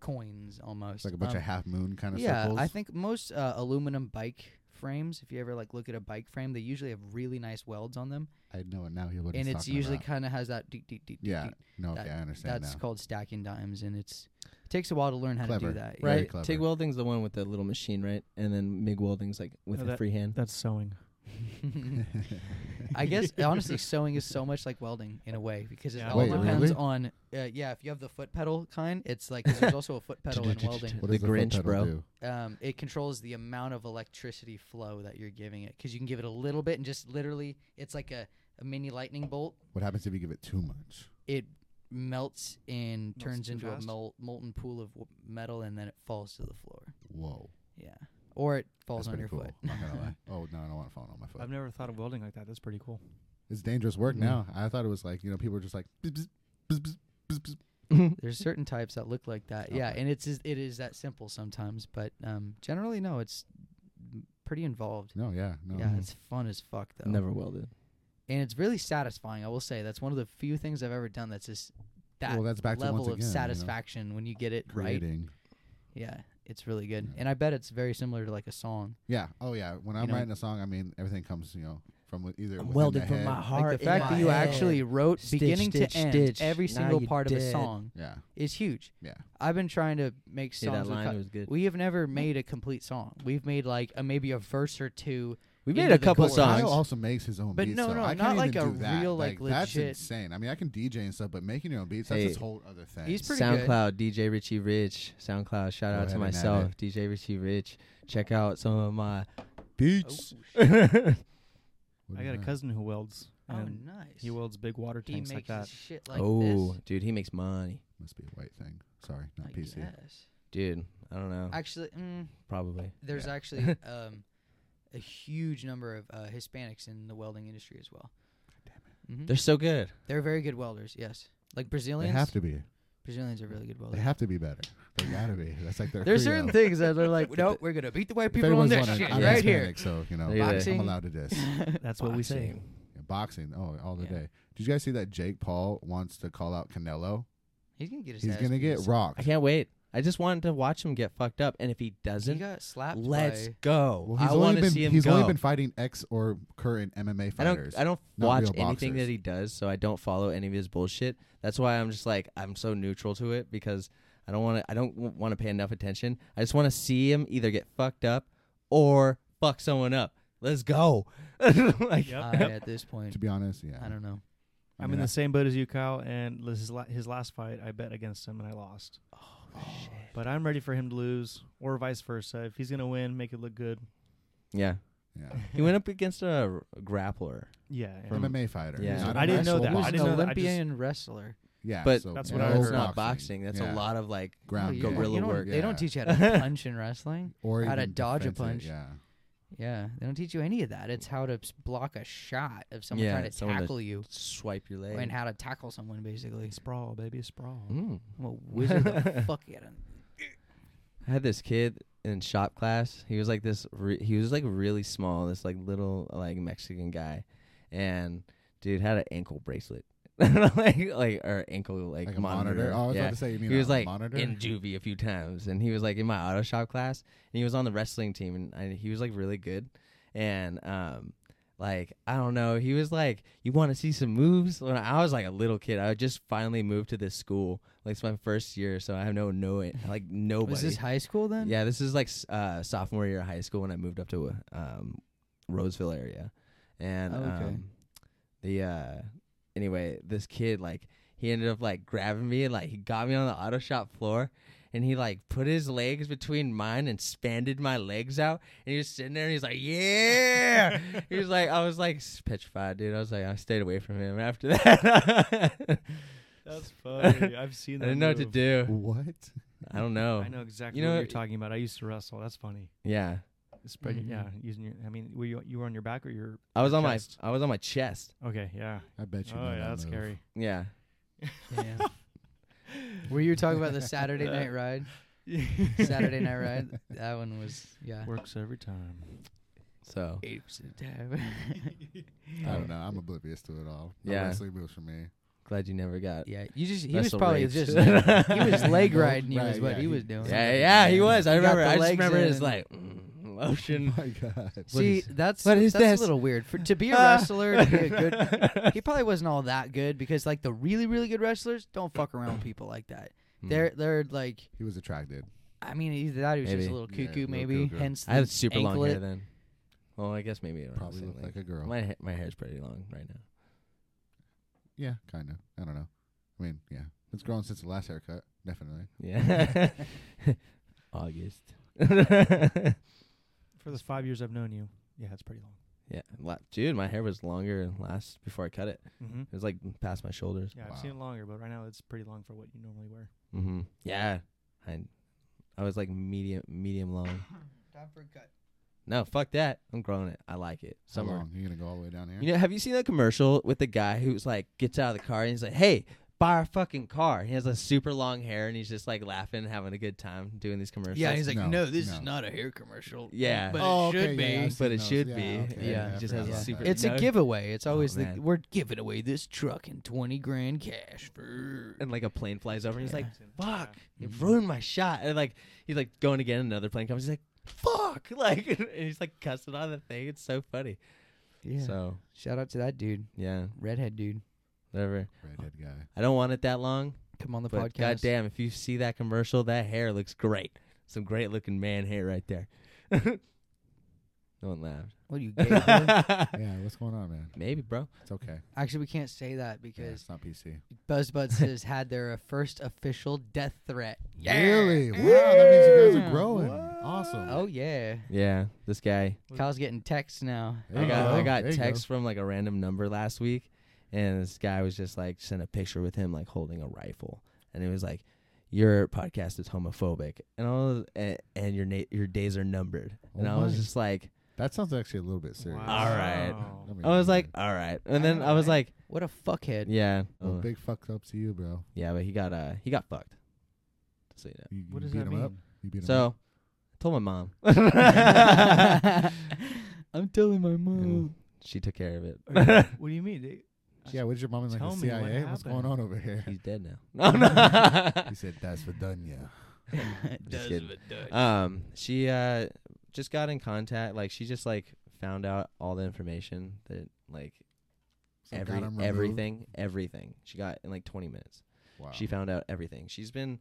A: coins almost.
B: it's like a bunch
A: Um,
B: of half moon kind of
A: yeah,
B: circles.
A: I think most uh, aluminum bike frames, if you ever like look at a bike frame, they usually have really nice welds on them,
B: I know it now. Hear what
A: and
B: he's
A: it's
B: talking
A: usually
B: about.
A: kind of has that deep, deep, deep, deep,
B: yeah.
A: deep.
B: No,
A: that-
B: okay, I understand
A: That's
B: now.
A: called stacking dimes, and it's it takes a while to learn how
B: Clever,
A: to do that. yeah.
B: Very
C: right?
B: clever.
C: TIG welding's the one with the little machine, right? And then MIG welding's like with
D: No,
C: a
A: [LAUGHS]
C: free hand.
D: That's sewing.
A: I guess honestly, sewing is so much like welding in a way because it
D: Yeah.
A: all
B: Wait,
A: depends
B: really?
A: on uh, yeah. If you have the foot pedal kind, it's like 'cause there's also a
B: [LAUGHS]
A: foot pedal in welding.
B: What
C: The
B: does foot
C: Grinch,
B: pedal
C: bro.
B: do?
A: um, it controls the amount of electricity flow that you're giving it because you can give it a little bit and just literally it's like a, a mini lightning bolt
B: What happens if you give it too much?
A: it melts and
D: Melts
A: turns
D: too
A: into
D: fast?
A: a mol- molten pool of w- metal and then it falls to the floor
B: Whoa.
A: yeah or it falls
B: That's
A: on
B: pretty
A: your
B: cool.
A: foot Um,
B: I'm not gonna
A: [LAUGHS]
B: lie. Oh no, I don't want to fall on my
D: I've
B: foot.
D: never thought of welding like that. That's pretty cool.
B: It's dangerous work
C: Mm.
B: now. I thought it was like you know people were just like. "Bzz, bzz, bzz, bzz, bzz, bzz."
A: there's certain types that look like that yeah
B: Okay.
A: and it's it is that simple sometimes but um, generally no it's m- pretty involved
B: No, yeah, no.
A: yeah
C: Mhm.
A: it's fun as fuck though
C: Never welded.
A: and it's really satisfying. I will say that's one of the few things I've ever done that's just that
B: Well, that's back to once
A: level
B: again, you
A: of
B: know,
A: satisfaction when you get it right.
B: Creating.
A: Yeah, it's really good,
B: Yeah.
A: and I bet it's very similar to like a song.
B: Yeah. Oh yeah. When I'm
A: know-
B: writing a song, I mean everything comes you know from wi- either within
C: welded
B: the
C: from
B: head.
C: my heart.
A: Like the fact that you actually wrote
C: Stitch,
A: beginning
C: stitch,
A: to end
C: stitch.
A: every
C: Now
A: single
C: you
A: part of a
C: dead.
A: song
B: Yeah.
A: is huge.
B: Yeah.
A: I've been trying to make songs.
C: Yeah, that
A: with
C: line
A: co-
C: was good.
A: we have never made a complete song. We've made like a, maybe a verse or two
C: We
A: into
C: made a
A: the
C: couple
A: chorus.
C: songs.
B: Kyle also makes his own
A: But
B: beats.
A: no,
B: though.
A: no,
B: I
A: not
B: can't
A: like
B: even
A: a
B: do that.
A: real, like,
B: that's
A: legit-
B: insane. I mean, I can DJ and stuff, but making your own beats
C: Hey.
B: that's its whole other thing.
A: He's pretty good.
C: SoundCloud, DJ Richie Rich. SoundCloud, shout
B: Go
C: out
B: ahead
C: to
B: and add
C: myself, DJ Richie Rich. Check out some of my
A: Oh,
C: [LAUGHS] beats.
A: shit.
B: What
D: I
B: is
D: got a
B: that?
D: cousin who welds.
A: oh,
D: And
A: nice.
D: He welds big water
A: He
D: tanks
A: makes
D: like
A: his
D: that.
A: shit like
C: oh,
A: this.
C: dude, he makes money.
B: Must be a white thing. Sorry, not
A: I
B: PC.
A: guess.
C: Dude, I Mm-hmm. don't know.
A: Actually, mm,
C: Probably.
A: there's
B: Yeah. [LAUGHS]
A: actually um, a huge number of uh, Hispanics in the welding industry as well. Mhm.
C: They're so good.
A: They're very good welders. Yes, like
B: They
A: Brazilians.
B: have to be.
A: Brazilians are really good
B: They
A: welders.
B: have to be better. They gotta be. That's like their.
A: There's
B: credo.
A: certain things
B: [LAUGHS]
A: that are like, no, we're gonna beat the white
B: If
A: people on
B: anyone's
A: this
B: wondering,
A: shit
B: I'm
A: right here.
B: Hispanic, So you know,
C: There you go.
B: I'm
A: Boxing.
B: allowed to diss.
D: That's what we say.
C: Boxing.
B: Yeah, boxing, oh, all the
A: Yeah.
B: day. Did you guys see that Jake Paul wants to call out Canelo?
A: [LAUGHS] He's gonna get his.
B: He's
A: ass
B: gonna
A: beat.
B: get rocked.
C: I can't wait. I just wanted to watch him get fucked up. And if he
A: He
C: doesn't,
A: got slapped.
C: let's
A: by-
C: go.
B: Well, he's
C: I
B: only
C: want to
B: been
C: see him
B: he's
C: go.
B: only been fighting ex or current MMA
C: I
B: fighters.
C: don't. I don't
B: not
C: watch
B: real
C: anything
B: boxers.
C: that he does, so I don't follow any of his bullshit. That's why I'm just like I'm so neutral to it because I don't want to. I don't want to pay enough attention. I just want to see him either get fucked up or fuck someone up. Let's go. like,
A: I, at this point,
B: to be honest, yeah.
A: I don't know.
B: I
D: I'm
B: mean,
D: in
B: I-
D: the same boat as you, Kyle. And this is la- his last fight, I bet against him and I lost.
C: Oh,
D: Oh, But I'm ready for him to lose, or vice versa. If he's gonna win, make it look good.
C: yeah,
B: Yeah.
C: he went up against a grappler.
D: Yeah. and-
C: From-
B: MMA fighter.
C: Yeah.
B: not
D: I
B: a
D: didn't know
B: wrestler.
D: that.
A: Who's
D: I
A: an
D: didn't know that. I just-
A: Olympian wrestler?
B: Yeah,
C: But
B: so
D: That's
B: yeah,
D: what I
B: no
C: That's
D: heard.
C: not boxing. That's a
B: Yeah.
C: lot of like.
B: ground
A: you
C: yeah.
A: don't-
C: gorilla
A: you don't-
C: work.
A: They don't
B: Yeah.
A: teach you how [LAUGHS] to punch in wrestling.
B: or
A: how to
B: even
A: dodge a
B: defensive,
A: punch.
B: Yeah,
A: Yeah, they don't teach you any of that. It's how to s- block a shot of someone
C: Yeah,
A: trying to
C: someone to-
A: tackle you
C: Swipe your leg.
A: and how to tackle someone basically.
D: sprawl, baby, sprawl.
C: Mm.
A: I'm a wizard [LAUGHS] the fuck at him.
C: I had this kid in shop class. He was like this. Re- he was like really small. This like little like Mexican guy, and dude had an ankle bracelet, [LAUGHS] like like or ankle like,
B: like a monitor. Oh, I was
C: yeah.
B: about to say you mean
C: he was
B: a
C: like
B: monitor.
C: in juvie a few times, and he was like in my auto shop class, and he was on the wrestling team, and I, he was like really good, and um. Like I don't know, he was like, "You want to see some moves?" When I was like a little kid, I just finally moved to this school. Like it's my first year, so I have no know it, like nobody.
A: Was this high school then?
C: Yeah, this is like s- uh, sophomore year of high school when I moved up to um, Roseville area, and
A: Oh, okay.
C: um, the uh, anyway, this kid like he ended up like grabbing me and like he got me on the auto shop floor. And he like put his legs between mine and spanded my legs out. And he was sitting there and he's like,
D: [LAUGHS]
C: "Yeah." he was like, I was like petrified, dude. I was like, I stayed away from him after [LAUGHS] that.
D: That's
C: [LAUGHS]
D: funny. I've seen.
C: I
D: That
C: didn't know what to
D: move.
C: do.
B: [LAUGHS] what?
C: I don't know.
D: I know exactly
C: You know-
D: what you're talking about. I used to wrestle. That's funny.
C: Yeah,
D: Spread. your
A: Mhm.
D: Yeah, using your. I mean, were you you were on your back or your?
C: Mm-hmm. I was on
D: Chest.
C: my I was on my chest.
D: Okay. Yeah.
B: I bet you.
D: oh
B: know
D: yeah,
B: that
D: that's
B: move.
D: scary.
C: Yeah.
A: Yeah.
C: [LAUGHS]
A: Were you talking about the Saturday [LAUGHS] night ride?
D: [LAUGHS]
A: Saturday night ride. That one was yeah.
D: Works every time.
C: So
A: Eight percent time. [LAUGHS]
B: I don't know. I'm oblivious to
C: [LAUGHS]
B: it all. No
C: Yeah.
B: wrestling moves for me.
C: glad you never got.
A: yeah, you just he was
C: Wrestle
A: probably
C: rapes.
A: just he
C: [LAUGHS]
A: was leg
B: Nope,
A: riding. He was
B: right,
A: what
B: yeah,
A: he
B: he-
A: was doing.
C: Yeah, yeah, he was. I
A: You got
C: remember.
A: the
C: I just
A: legs
C: remember his
A: in.
C: like mm,
A: [LAUGHS]
C: lotion.
B: [LAUGHS] my god.
C: What
A: See,
C: is-
A: that's
C: what is
A: that's
C: this?
A: a little weird. For, to be
C: [LAUGHS]
A: a wrestler, to be a good, [LAUGHS] he probably wasn't all that good because like the really really good wrestlers don't fuck around with people like that.
C: Hmm.
A: They're they're like,
B: He was attracted.
A: I mean, either that or he was just
C: Maybe.
A: a little
B: Yeah,
A: cuckoo,
B: little
A: maybe.
B: cuckoo.
A: Hence,
C: I had
A: the
C: super long hair
A: anklet.
C: then. Well, I guess maybe around the
B: Probably
C: same
B: looked like
C: length.
B: a girl.
C: my ha- my hair's pretty long right now.
B: Yeah, kind of. I don't know. I mean, yeah, it's grown since the last haircut. Definitely.
A: [LAUGHS]
C: Yeah. August.
D: For the five years I've known you, yeah, it's pretty long.
C: [LAUGHS] yeah, la- dude, my hair was longer last before I cut it.
D: Mm-hmm.
C: It was like past my shoulders.
D: Yeah, I've seen it
B: Wow.
D: longer, but right now it's pretty long for what you normally wear.
C: Mm-hmm. Yeah, I I was like medium medium long.
A: Time for a cut.
C: No, fuck that. I'm growing it. I like it.
B: How
C: Somewhere.
B: long? You gonna go all the way down here?
C: You know, have you seen that commercial with the guy who's like gets out of the car and he's like, "Hey, buy our fucking car." He has like super long hair and he's just like laughing, having a good time doing these commercials.
A: Yeah, he's like,
B: No,
A: no, this is
B: no.
A: not a hair commercial.
C: Yeah.
A: but
B: Oh,
A: it should
B: okay,
A: be.
B: yeah, yeah, I've
C: but
B: seen
C: it
B: those.
C: should
B: Yeah,
C: be.
B: okay,
C: yeah,
B: yeah,
C: he
B: I
C: just has a
B: forgot about
C: super.
B: that.
A: It's
C: no. Oh,
A: a giveaway. It's always the
C: man.
A: we're giving away this truck and twenty grand cash for.
C: And like a plane flies over and he's
A: Yeah.
C: like, "Fuck,
A: Yeah.
C: it ruined my shot." And like he's like going again, another plane comes. He's like, "Fuck!" [LAUGHS] Like and he's like cussing on the thing. It's so funny.
A: Yeah.
C: So
A: Shout out to that dude,
C: yeah,
A: redhead dude.
C: whatever.
B: Redhead guy.
C: [LAUGHS] I don't want it that long.
A: Come on the
C: But
A: podcast.
C: goddamn, if you see that commercial, that
A: [LAUGHS]
C: hair looks great. Some great looking man hair right there. [LAUGHS] no one laughed. [LAUGHS]
A: What are you gay? bro?
B: yeah, what's going on, man?
C: Maybe, bro.
B: It's okay.
A: Actually, we can't say that
B: Yeah,
A: because
B: it's not PC.
A: BuzzBuds has had their uh, first official death threat.
B: Really? Wow, that means you guys are growing.
C: What?
B: Awesome.
A: Oh yeah.
C: Yeah, this guy.
A: Kyle's getting texts now.
B: There
C: I
B: you
C: got I
B: go.
C: got
B: Oh, There you
C: text from like a random number last week, and this guy was just like sent a picture with him like holding a rifle, and it was like, "Your podcast is homophobic," and I was, and, and your na- your days are numbered, and
B: Oh
C: I was
B: my.
C: just like,
B: That sounds actually a little bit serious.
C: All right.
D: Wow.
B: Let me-
C: I was like, "All right," and then I was like,
A: What a fuckhead.
C: "Yeah,
B: Well,
C: uh,
B: big fucks up to you, bro.
C: yeah," but he got uh he got fucked. So you know.
B: You,
D: What
B: you
D: does
B: beat
D: that
B: 'em
D: mean?
B: Up. You beat 'em up.
C: So, I told my mom.
A: [LAUGHS] I'm telling my mom.
C: And she took care
B: [LAUGHS]
C: of it.
D: [LAUGHS] what do you mean? They-
B: yeah, what did your mom in like
D: Tell
B: the
D: me what
B: CIA? What's going on
D: happened.
B: over here?
C: He's dead now. No, no.
B: [LAUGHS]
C: [LAUGHS]
B: he said, "That's for Dunya."
C: Just kidding. Um, she uh just got in contact. Like she just like found out all the information that like
B: So got
C: every
B: 'em removed.
C: everything everything she got in like 20 minutes.
B: Wow.
C: She found out everything. She's been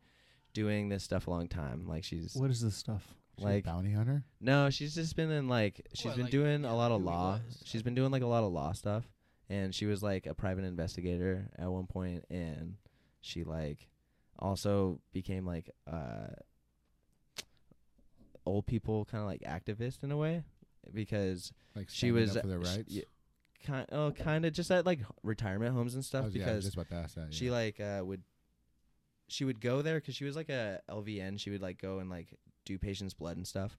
C: doing this stuff a long time. Like she's
D: What is this stuff?
B: She a
C: like
B: bounty hunter.
C: no, she's just been in like she's
A: Well,
C: been
A: like,
C: doing
A: yeah,
C: a lot of
A: who he
C: law.
A: was.
C: She's been doing like a lot of law stuff, and she was like a private investigator at one point, and she like also became like uh old people kind of like activist in a way because
B: Like
C: she
B: standing
C: was
B: up for their
C: sh-
B: rights.
C: y- kind oh kind of just at like h- retirement homes and
B: I
C: stuff
B: was- Oh, yeah, I was
C: because
B: just about to ask that.
C: she
B: yeah.
C: like uh would she would go there because she was like a lvn she would like go and like do patients blood and stuff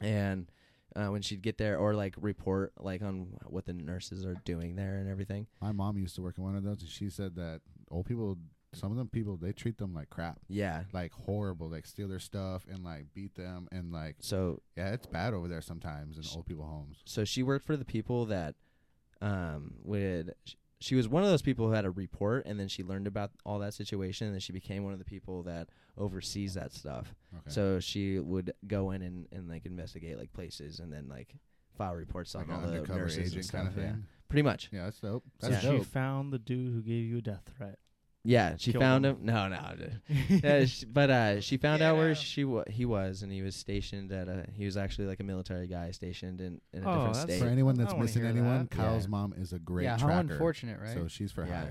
C: and uh, when she'd get there or like report like on what the nurses are doing there and everything
B: my mom used to work in one of those, and she said that old people, some of them people, they treat them like crap,
C: yeah
B: like horrible, like steal their stuff and like beat them, and like
C: so
B: yeah, it's bad over there sometimes in old people homes.
C: so she worked for the people that um would sh- she was one of those people who had a report and then she learned about all that situation and then she became one of the people that oversees that stuff
B: Okay.
C: So she would go in and, and like investigate like places and then like file reports
B: like
C: on
B: an
C: all the
B: undercover
C: nurses and
B: agent
C: stuff.
B: kind of
C: yeah.
B: thing.
C: Pretty much.
B: Yeah, that's dope.
D: So
B: That's
D: she
B: dope.
D: found the dude who gave you a death threat.
C: Yeah, she
D: Killed
C: found
D: him.
C: him. No, no. Ah,
D: [LAUGHS]
C: dude. Yeah, she- [LAUGHS] but uh, she found out where she wa- he was, and he was stationed at a. He was actually like a military guy stationed in, in a
D: Oh,
C: different
D: that's
C: state.
B: For anyone
D: I
B: that's
D: wanna
B: missing
D: hear
B: anyone,
D: that.
B: Kyle's
C: Yeah.
B: mom is a great
A: yeah,
B: tracker.
A: how unfortunate, right?
B: So she's for
C: Yeah.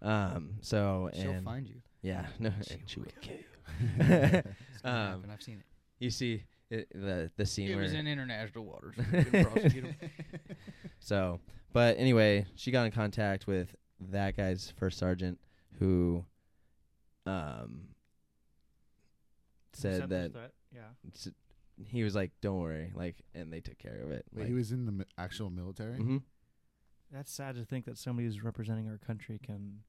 B: hire.
C: Um. So
A: She'll
C: and
A: find you.
C: yeah, [LAUGHS] no,
A: She
C: she
A: will
C: will kill you.
A: It's gonna
C: Um,
A: happen. I've seen it.
C: You see it, the the scene
A: It
C: where
A: was in international
C: [LAUGHS]
A: waters. We didn't prosecute him.
C: So, but anyway, she got in contact with that guy's first sergeant who um said that
D: Yeah.
C: s- he was like, "Don't worry," like, and they took care of it.
B: [LAUGHS] Wait,
C: like-
B: he was in the mi- actual military.
C: Mhm.
D: That's sad to think that somebody who's representing our country can,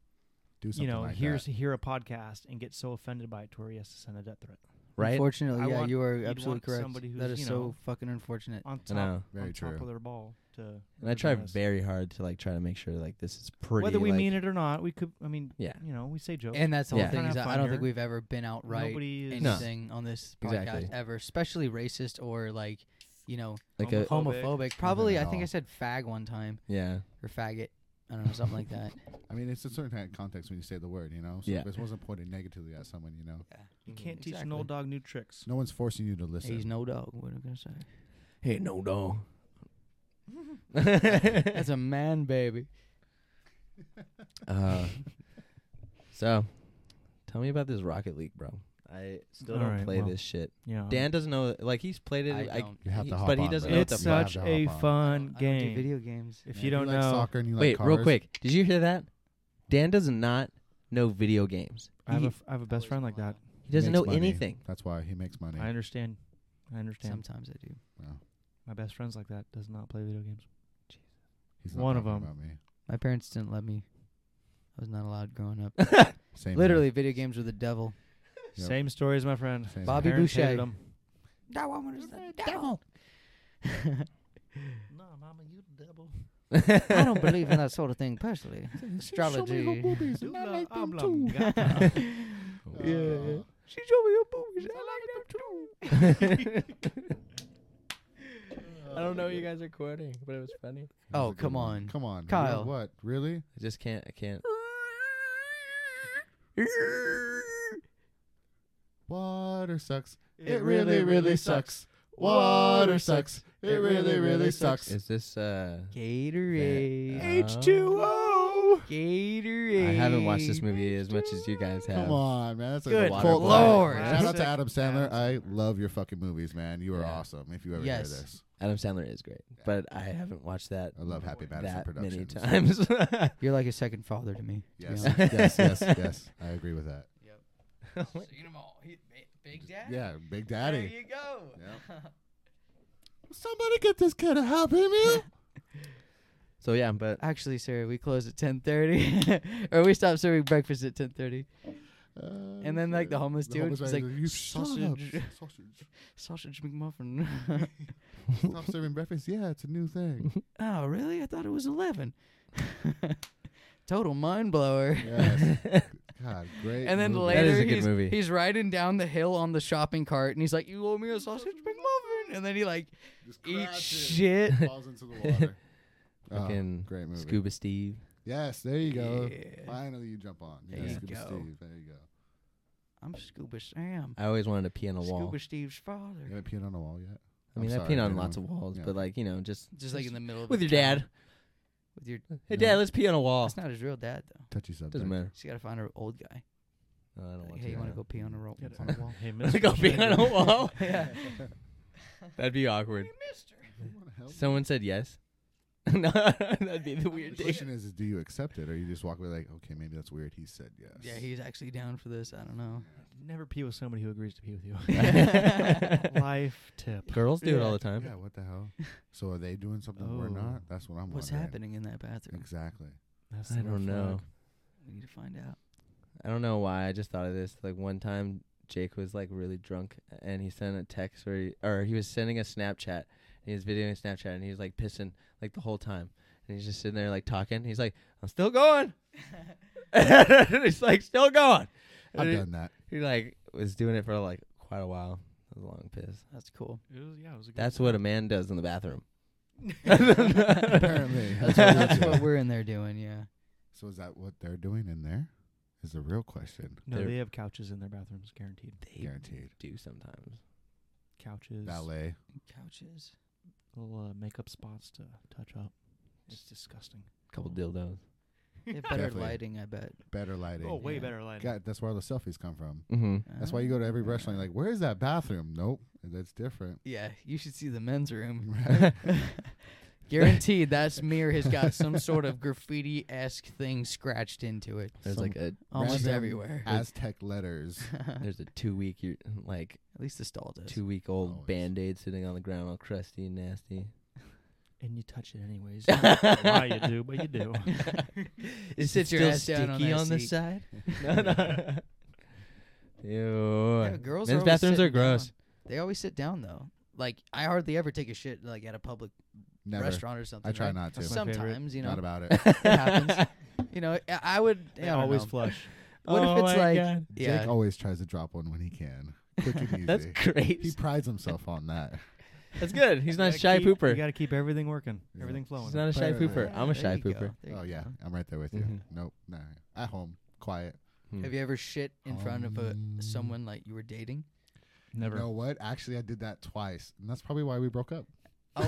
B: Do something
D: you know,
B: like
D: hears
B: that.
D: hear a podcast and get so offended by it to where he has to send a death threat.
C: right?
A: Unfortunately,
D: I
A: yeah,
D: want-
A: you are
D: you'd
A: absolutely
D: want
A: correct.
D: somebody
A: That is
D: who's, you
A: so
D: know,
A: fucking unfortunate.
D: On
C: I
D: top,
C: know.
B: Very
D: on top
B: true.
D: of their ball. To
C: And I try
D: represent us.
C: very hard to like try to make sure like this is pretty.
D: Whether we
C: like-
D: mean it or not, we could. I mean,
C: Yeah.
D: you know, we say jokes.
A: And that's the
C: Yeah.
A: whole thing
D: Trying
A: is
D: to
A: that I
D: find
A: don't
D: her.
A: think we've ever been outright
D: Nobody is
C: No.
A: anything on this podcast
C: Exactly.
A: ever, especially racist or like, you know,
C: like a
D: Homophobic.
A: homophobic. Probably, I
B: at
A: think I
B: all.
A: said fag one time
C: yeah.
A: or faggot. I don't know, something like [LAUGHS] that.
B: I mean, it's a certain kind of context when you say the word, you know. So
C: Yeah.
B: this wasn't pointed negatively at someone, you know.
D: You can't teach an old
A: Exactly.
D: dog new tricks.
B: No one's forcing you to listen.
A: He's no dog. What am I gonna say?
C: Hey, no, no.
A: [LAUGHS] That's a man, baby.
C: [LAUGHS] Uh, so, tell me about this Rocket League, bro. I still don't
D: Alright,
C: play
D: well.
C: this shit.
D: Yeah.
C: Dan doesn't know. Like he's played it.
A: I
C: like,
A: don't.
B: you have to
C: he-
B: hop
C: but he
B: on,
C: doesn't
B: bro.
C: know what the
D: it's
B: You have
C: fuck-
D: such
B: to
D: a
B: hop on.
D: fun
A: I don't do
D: game.
A: video games.
D: If
B: Man,
D: you don't
B: like
D: know,
B: soccer and you
C: Wait,
B: like
C: real
B: cars,
C: quick. Did you hear that? Dan does not know video games.
D: I have a
C: He-
D: f- I have a best friend like that.
C: He doesn't
B: makes
C: know
B: money.
C: anything.
B: That's why he makes money.
D: I understand. I understand.
A: Sometimes I do.
B: Well,
D: My best friend's like that. Does not play video games.
B: he's not
D: One of
B: talking
D: them.
B: About me.
A: My parents didn't let me. I was not allowed growing [LAUGHS] up.
B: Same here.
A: Literally, video games were the devil.
B: Yep.
D: Same story as my friend.
B: Same
A: Bobby
D: Parents
A: Boucher.
D: hated him.
A: That woman is the devil.
D: No, mama, you the devil.
A: I [LAUGHS] don't believe in that sort of thing [LAUGHS] personally. Astrology.
D: You
B: I
D: love
B: like them
D: oblong.
B: too.
D: God.
B: Oh, Yeah.
A: She showed me her boobies. I like them too.
D: [LAUGHS]
C: I don't know. What you guys are quoting, but it was funny.
B: That was
A: Oh,
B: a good
A: come
B: one.
A: on.
B: Come on.
A: Kyle.
B: Kyle. What? Really?
C: I just can't. I can't.
B: Water sucks.
D: It
B: It really, really sucks. Water sucks. It really, really sucks.
C: Is this uh
A: Gatorade.
B: H2O.
A: Gatorade.
C: I haven't watched this movie as much as you guys have.
B: Come on, man. That's a
A: Good
B: cult
A: Lord.
B: classic. Shout out to
D: Classic
B: Adam Sandler. I
D: Adam
B: love your fucking movies, man. You are
C: Yeah.
B: awesome. If you ever
A: Yes.
B: hear this,
C: Adam Sandler is great, but I haven't watched that
B: I love Happy Madison
C: that
B: Productions.
C: many times. [LAUGHS]
A: You're like a second father to me. to be
B: Yes,
A: honest.
B: yes, yes, yes. I agree with that.
A: Seen 'em all. He- Ba- Big Dad.
B: Yeah, Big Daddy.
A: There you go.
B: Somebody get this kid a Happy Meal.
C: so yeah, but
A: Actually, sir, we close at 10:30, [LAUGHS] or we stop serving breakfast at 10:30.
B: Uh,
A: [LAUGHS] And then, like, the
B: shit.
A: homeless dude,
B: homeless
A: he's
B: guy,
A: like,
B: you shut up,
A: "Sausage."
B: [LAUGHS] sausage.
A: Sausage McMuffin. [LAUGHS]
B: Stop serving breakfast. Yeah, it's a new thing.
A: oh, really? I thought it was 11. [LAUGHS] Total mind blower.
B: Yes. God, great.
A: And then
B: movie.
A: later
C: That is a good
A: he's,
C: movie.
A: he's riding down the hill on the shopping cart and he's like, You owe me a sausage McMuffin and then he like
B: Just
A: eats
C: [LAUGHS]
B: crashes,
A: shit.
B: Falls into the
A: [LAUGHS]
B: water. Oh,
C: Fucking
B: great movie.
C: Scuba Steve.
B: Yes, there you go.
A: Yeah.
B: Finally, you jump on.
A: There
B: Yes,
A: you
B: Scuba
A: go.
B: Steve. There you go.
A: I'm Scuba Sam.
C: I always wanted to pee on a wall.
A: Scuba Steve's
B: You
A: father.
B: haven't peed on a wall yet.
C: I
B: I'm
C: mean, I
B: sorry,
C: peed on
B: man.
C: lots of walls,
B: Yeah.
C: but like you know, just
A: Just like in the middle of
C: with
A: the
C: your dad. Oh.
A: town. With your
C: Hey,
B: Yeah.
C: Dad, let's pee on a wall.
A: that's not his real dad though.
B: Touchy subject.
C: Doesn't matter.
A: She's gotta find her old guy.
C: No, I
B: Oh,
C: don't
A: Like,
C: want
A: hey,
C: to.
A: you wanna
C: no.
A: go pee on a roll?
D: Get it on the wall. Hey,
C: Let's [LAUGHS]
D: Mr.
C: go pee
D: [LAUGHS]
C: on a
D: Schneider.
C: wall. That'd be awkward.
B: You wanna help?
C: Someone said yes. [LAUGHS] no, that'd be the weird
B: The [LAUGHS]
C: thing. [LAUGHS]
B: question is, is, do you accept it, or you just walk away like, okay, maybe that's weird. He said yes.
A: Yeah, he's actually down for this. I don't know.
D: Never pee with somebody who agrees to pee with you.
C: Girls
D: Life tip.
C: do it all the time.
B: Yeah, what the hell? So are they doing something we're
D: Oh.
B: not? That's what I'm
A: What's
B: wondering.
A: happening in that bathroom?
B: Exactly.
D: That's
C: I
D: the
C: don't
D: red
C: know.
D: flag.
A: We need to find out.
C: I don't know why. I just thought of this. Like one time, Jake was like really drunk, and he sent a text or he, or he was sending a Snapchat. And he was videoing Snapchat, and he was like pissing like the whole time. And he's just sitting there like talking. He's like, "I'm still going." [LAUGHS] and he's like, "Still going."
B: I've
C: And he,
B: done that.
C: he like was doing it for like quite a while. That was a long piss.
A: That's
B: [LAUGHS]
A: cool. [LAUGHS]
D: It was, yeah, it was a good
C: That's what a man does in the bathroom.
B: Apparently,
A: That's what, that's
B: [LAUGHS]
A: what we're in there doing, yeah.
B: So is that what they're doing in there? Is the real question.
D: No,
C: They're-
D: they have couches in their bathrooms, guaranteed.
C: They
B: Guaranteed.
C: do sometimes.
D: Couches,
B: Valet.
A: Couches.
D: little uh, makeup spots to touch up. It's disgusting.
C: couple dildos.
A: They have better
B: Definitely.
A: lighting, I bet.
B: Better lighting.
D: Oh, way
A: yeah.
D: better lighting.
B: God, that's where all the selfies come from.
C: Mm-hmm.
B: That's why you go to every
A: Ah.
B: restaurant. You're like, where's that bathroom? Nope,
A: [LAUGHS]
B: that's different.
A: Yeah, you should see the men's room.
B: Right?
A: [LAUGHS] Guaranteed, that
B: [LAUGHS]
A: mirror has got some sort of graffiti esque thing scratched into it,
C: There's
B: Some
C: like a
A: almost
B: Random
A: everywhere.
B: Aztec
A: [LAUGHS]
B: letters.
A: At
C: there's a two week year like
A: least the stall does.
C: two week old
B: Always.
C: band aid sitting on the ground all crusty and nasty.
D: And you touch it anyways. I don't know why you do, but you [LAUGHS] do.
C: [LAUGHS]
A: [LAUGHS]
C: Is
A: Sit
C: it
A: your
C: still
A: ass down on
C: sticky
A: that
C: on the
A: seat.
C: side? no, no. Ew.
A: Yeah, girls
C: Men's
A: always
C: bathrooms are
A: sitting down.
C: gross.
A: They always sit down though. Like I hardly ever take a shit like at a public
B: Never.
A: restaurant or something.
B: I try
A: right?
B: not to.
D: That's my favorite.
A: Sometimes, you know, [LAUGHS]
B: Not about it.
A: it
B: [LAUGHS]
A: happens. You know, I- I would.
D: They
A: I
D: always
A: always.
D: flush.
A: What
C: Oh
A: if it's
C: my
A: like?
C: God.
A: Yeah.
B: Jake always tries to drop one when he can. Quick and
A: [LAUGHS]
B: easy.
C: That's
B: he
C: great.
B: prides himself on that.
C: That's good. He's
D: You
C: not a
D: gotta
C: shy
D: keep- You
C: pooper.
D: got to keep everything working,
B: Yeah.
D: everything
C: He's
D: flowing.
C: not a shy
B: Right, right,
C: pooper.
B: right.
C: I'm a
A: There
C: shy
A: you go.
C: pooper.
A: [LAUGHS] There you
B: oh
A: go. Mm-hmm.
B: yeah, I'm right there with you.
C: Mhm.
B: Nope, nah. At home, quiet.
C: Hmm.
A: Have you ever shit in front of
B: Um,
A: a someone like you were dating?
D: Never.
B: You know what? Actually, I did that twice, and that's probably why we broke up. [LAUGHS]
A: Oh,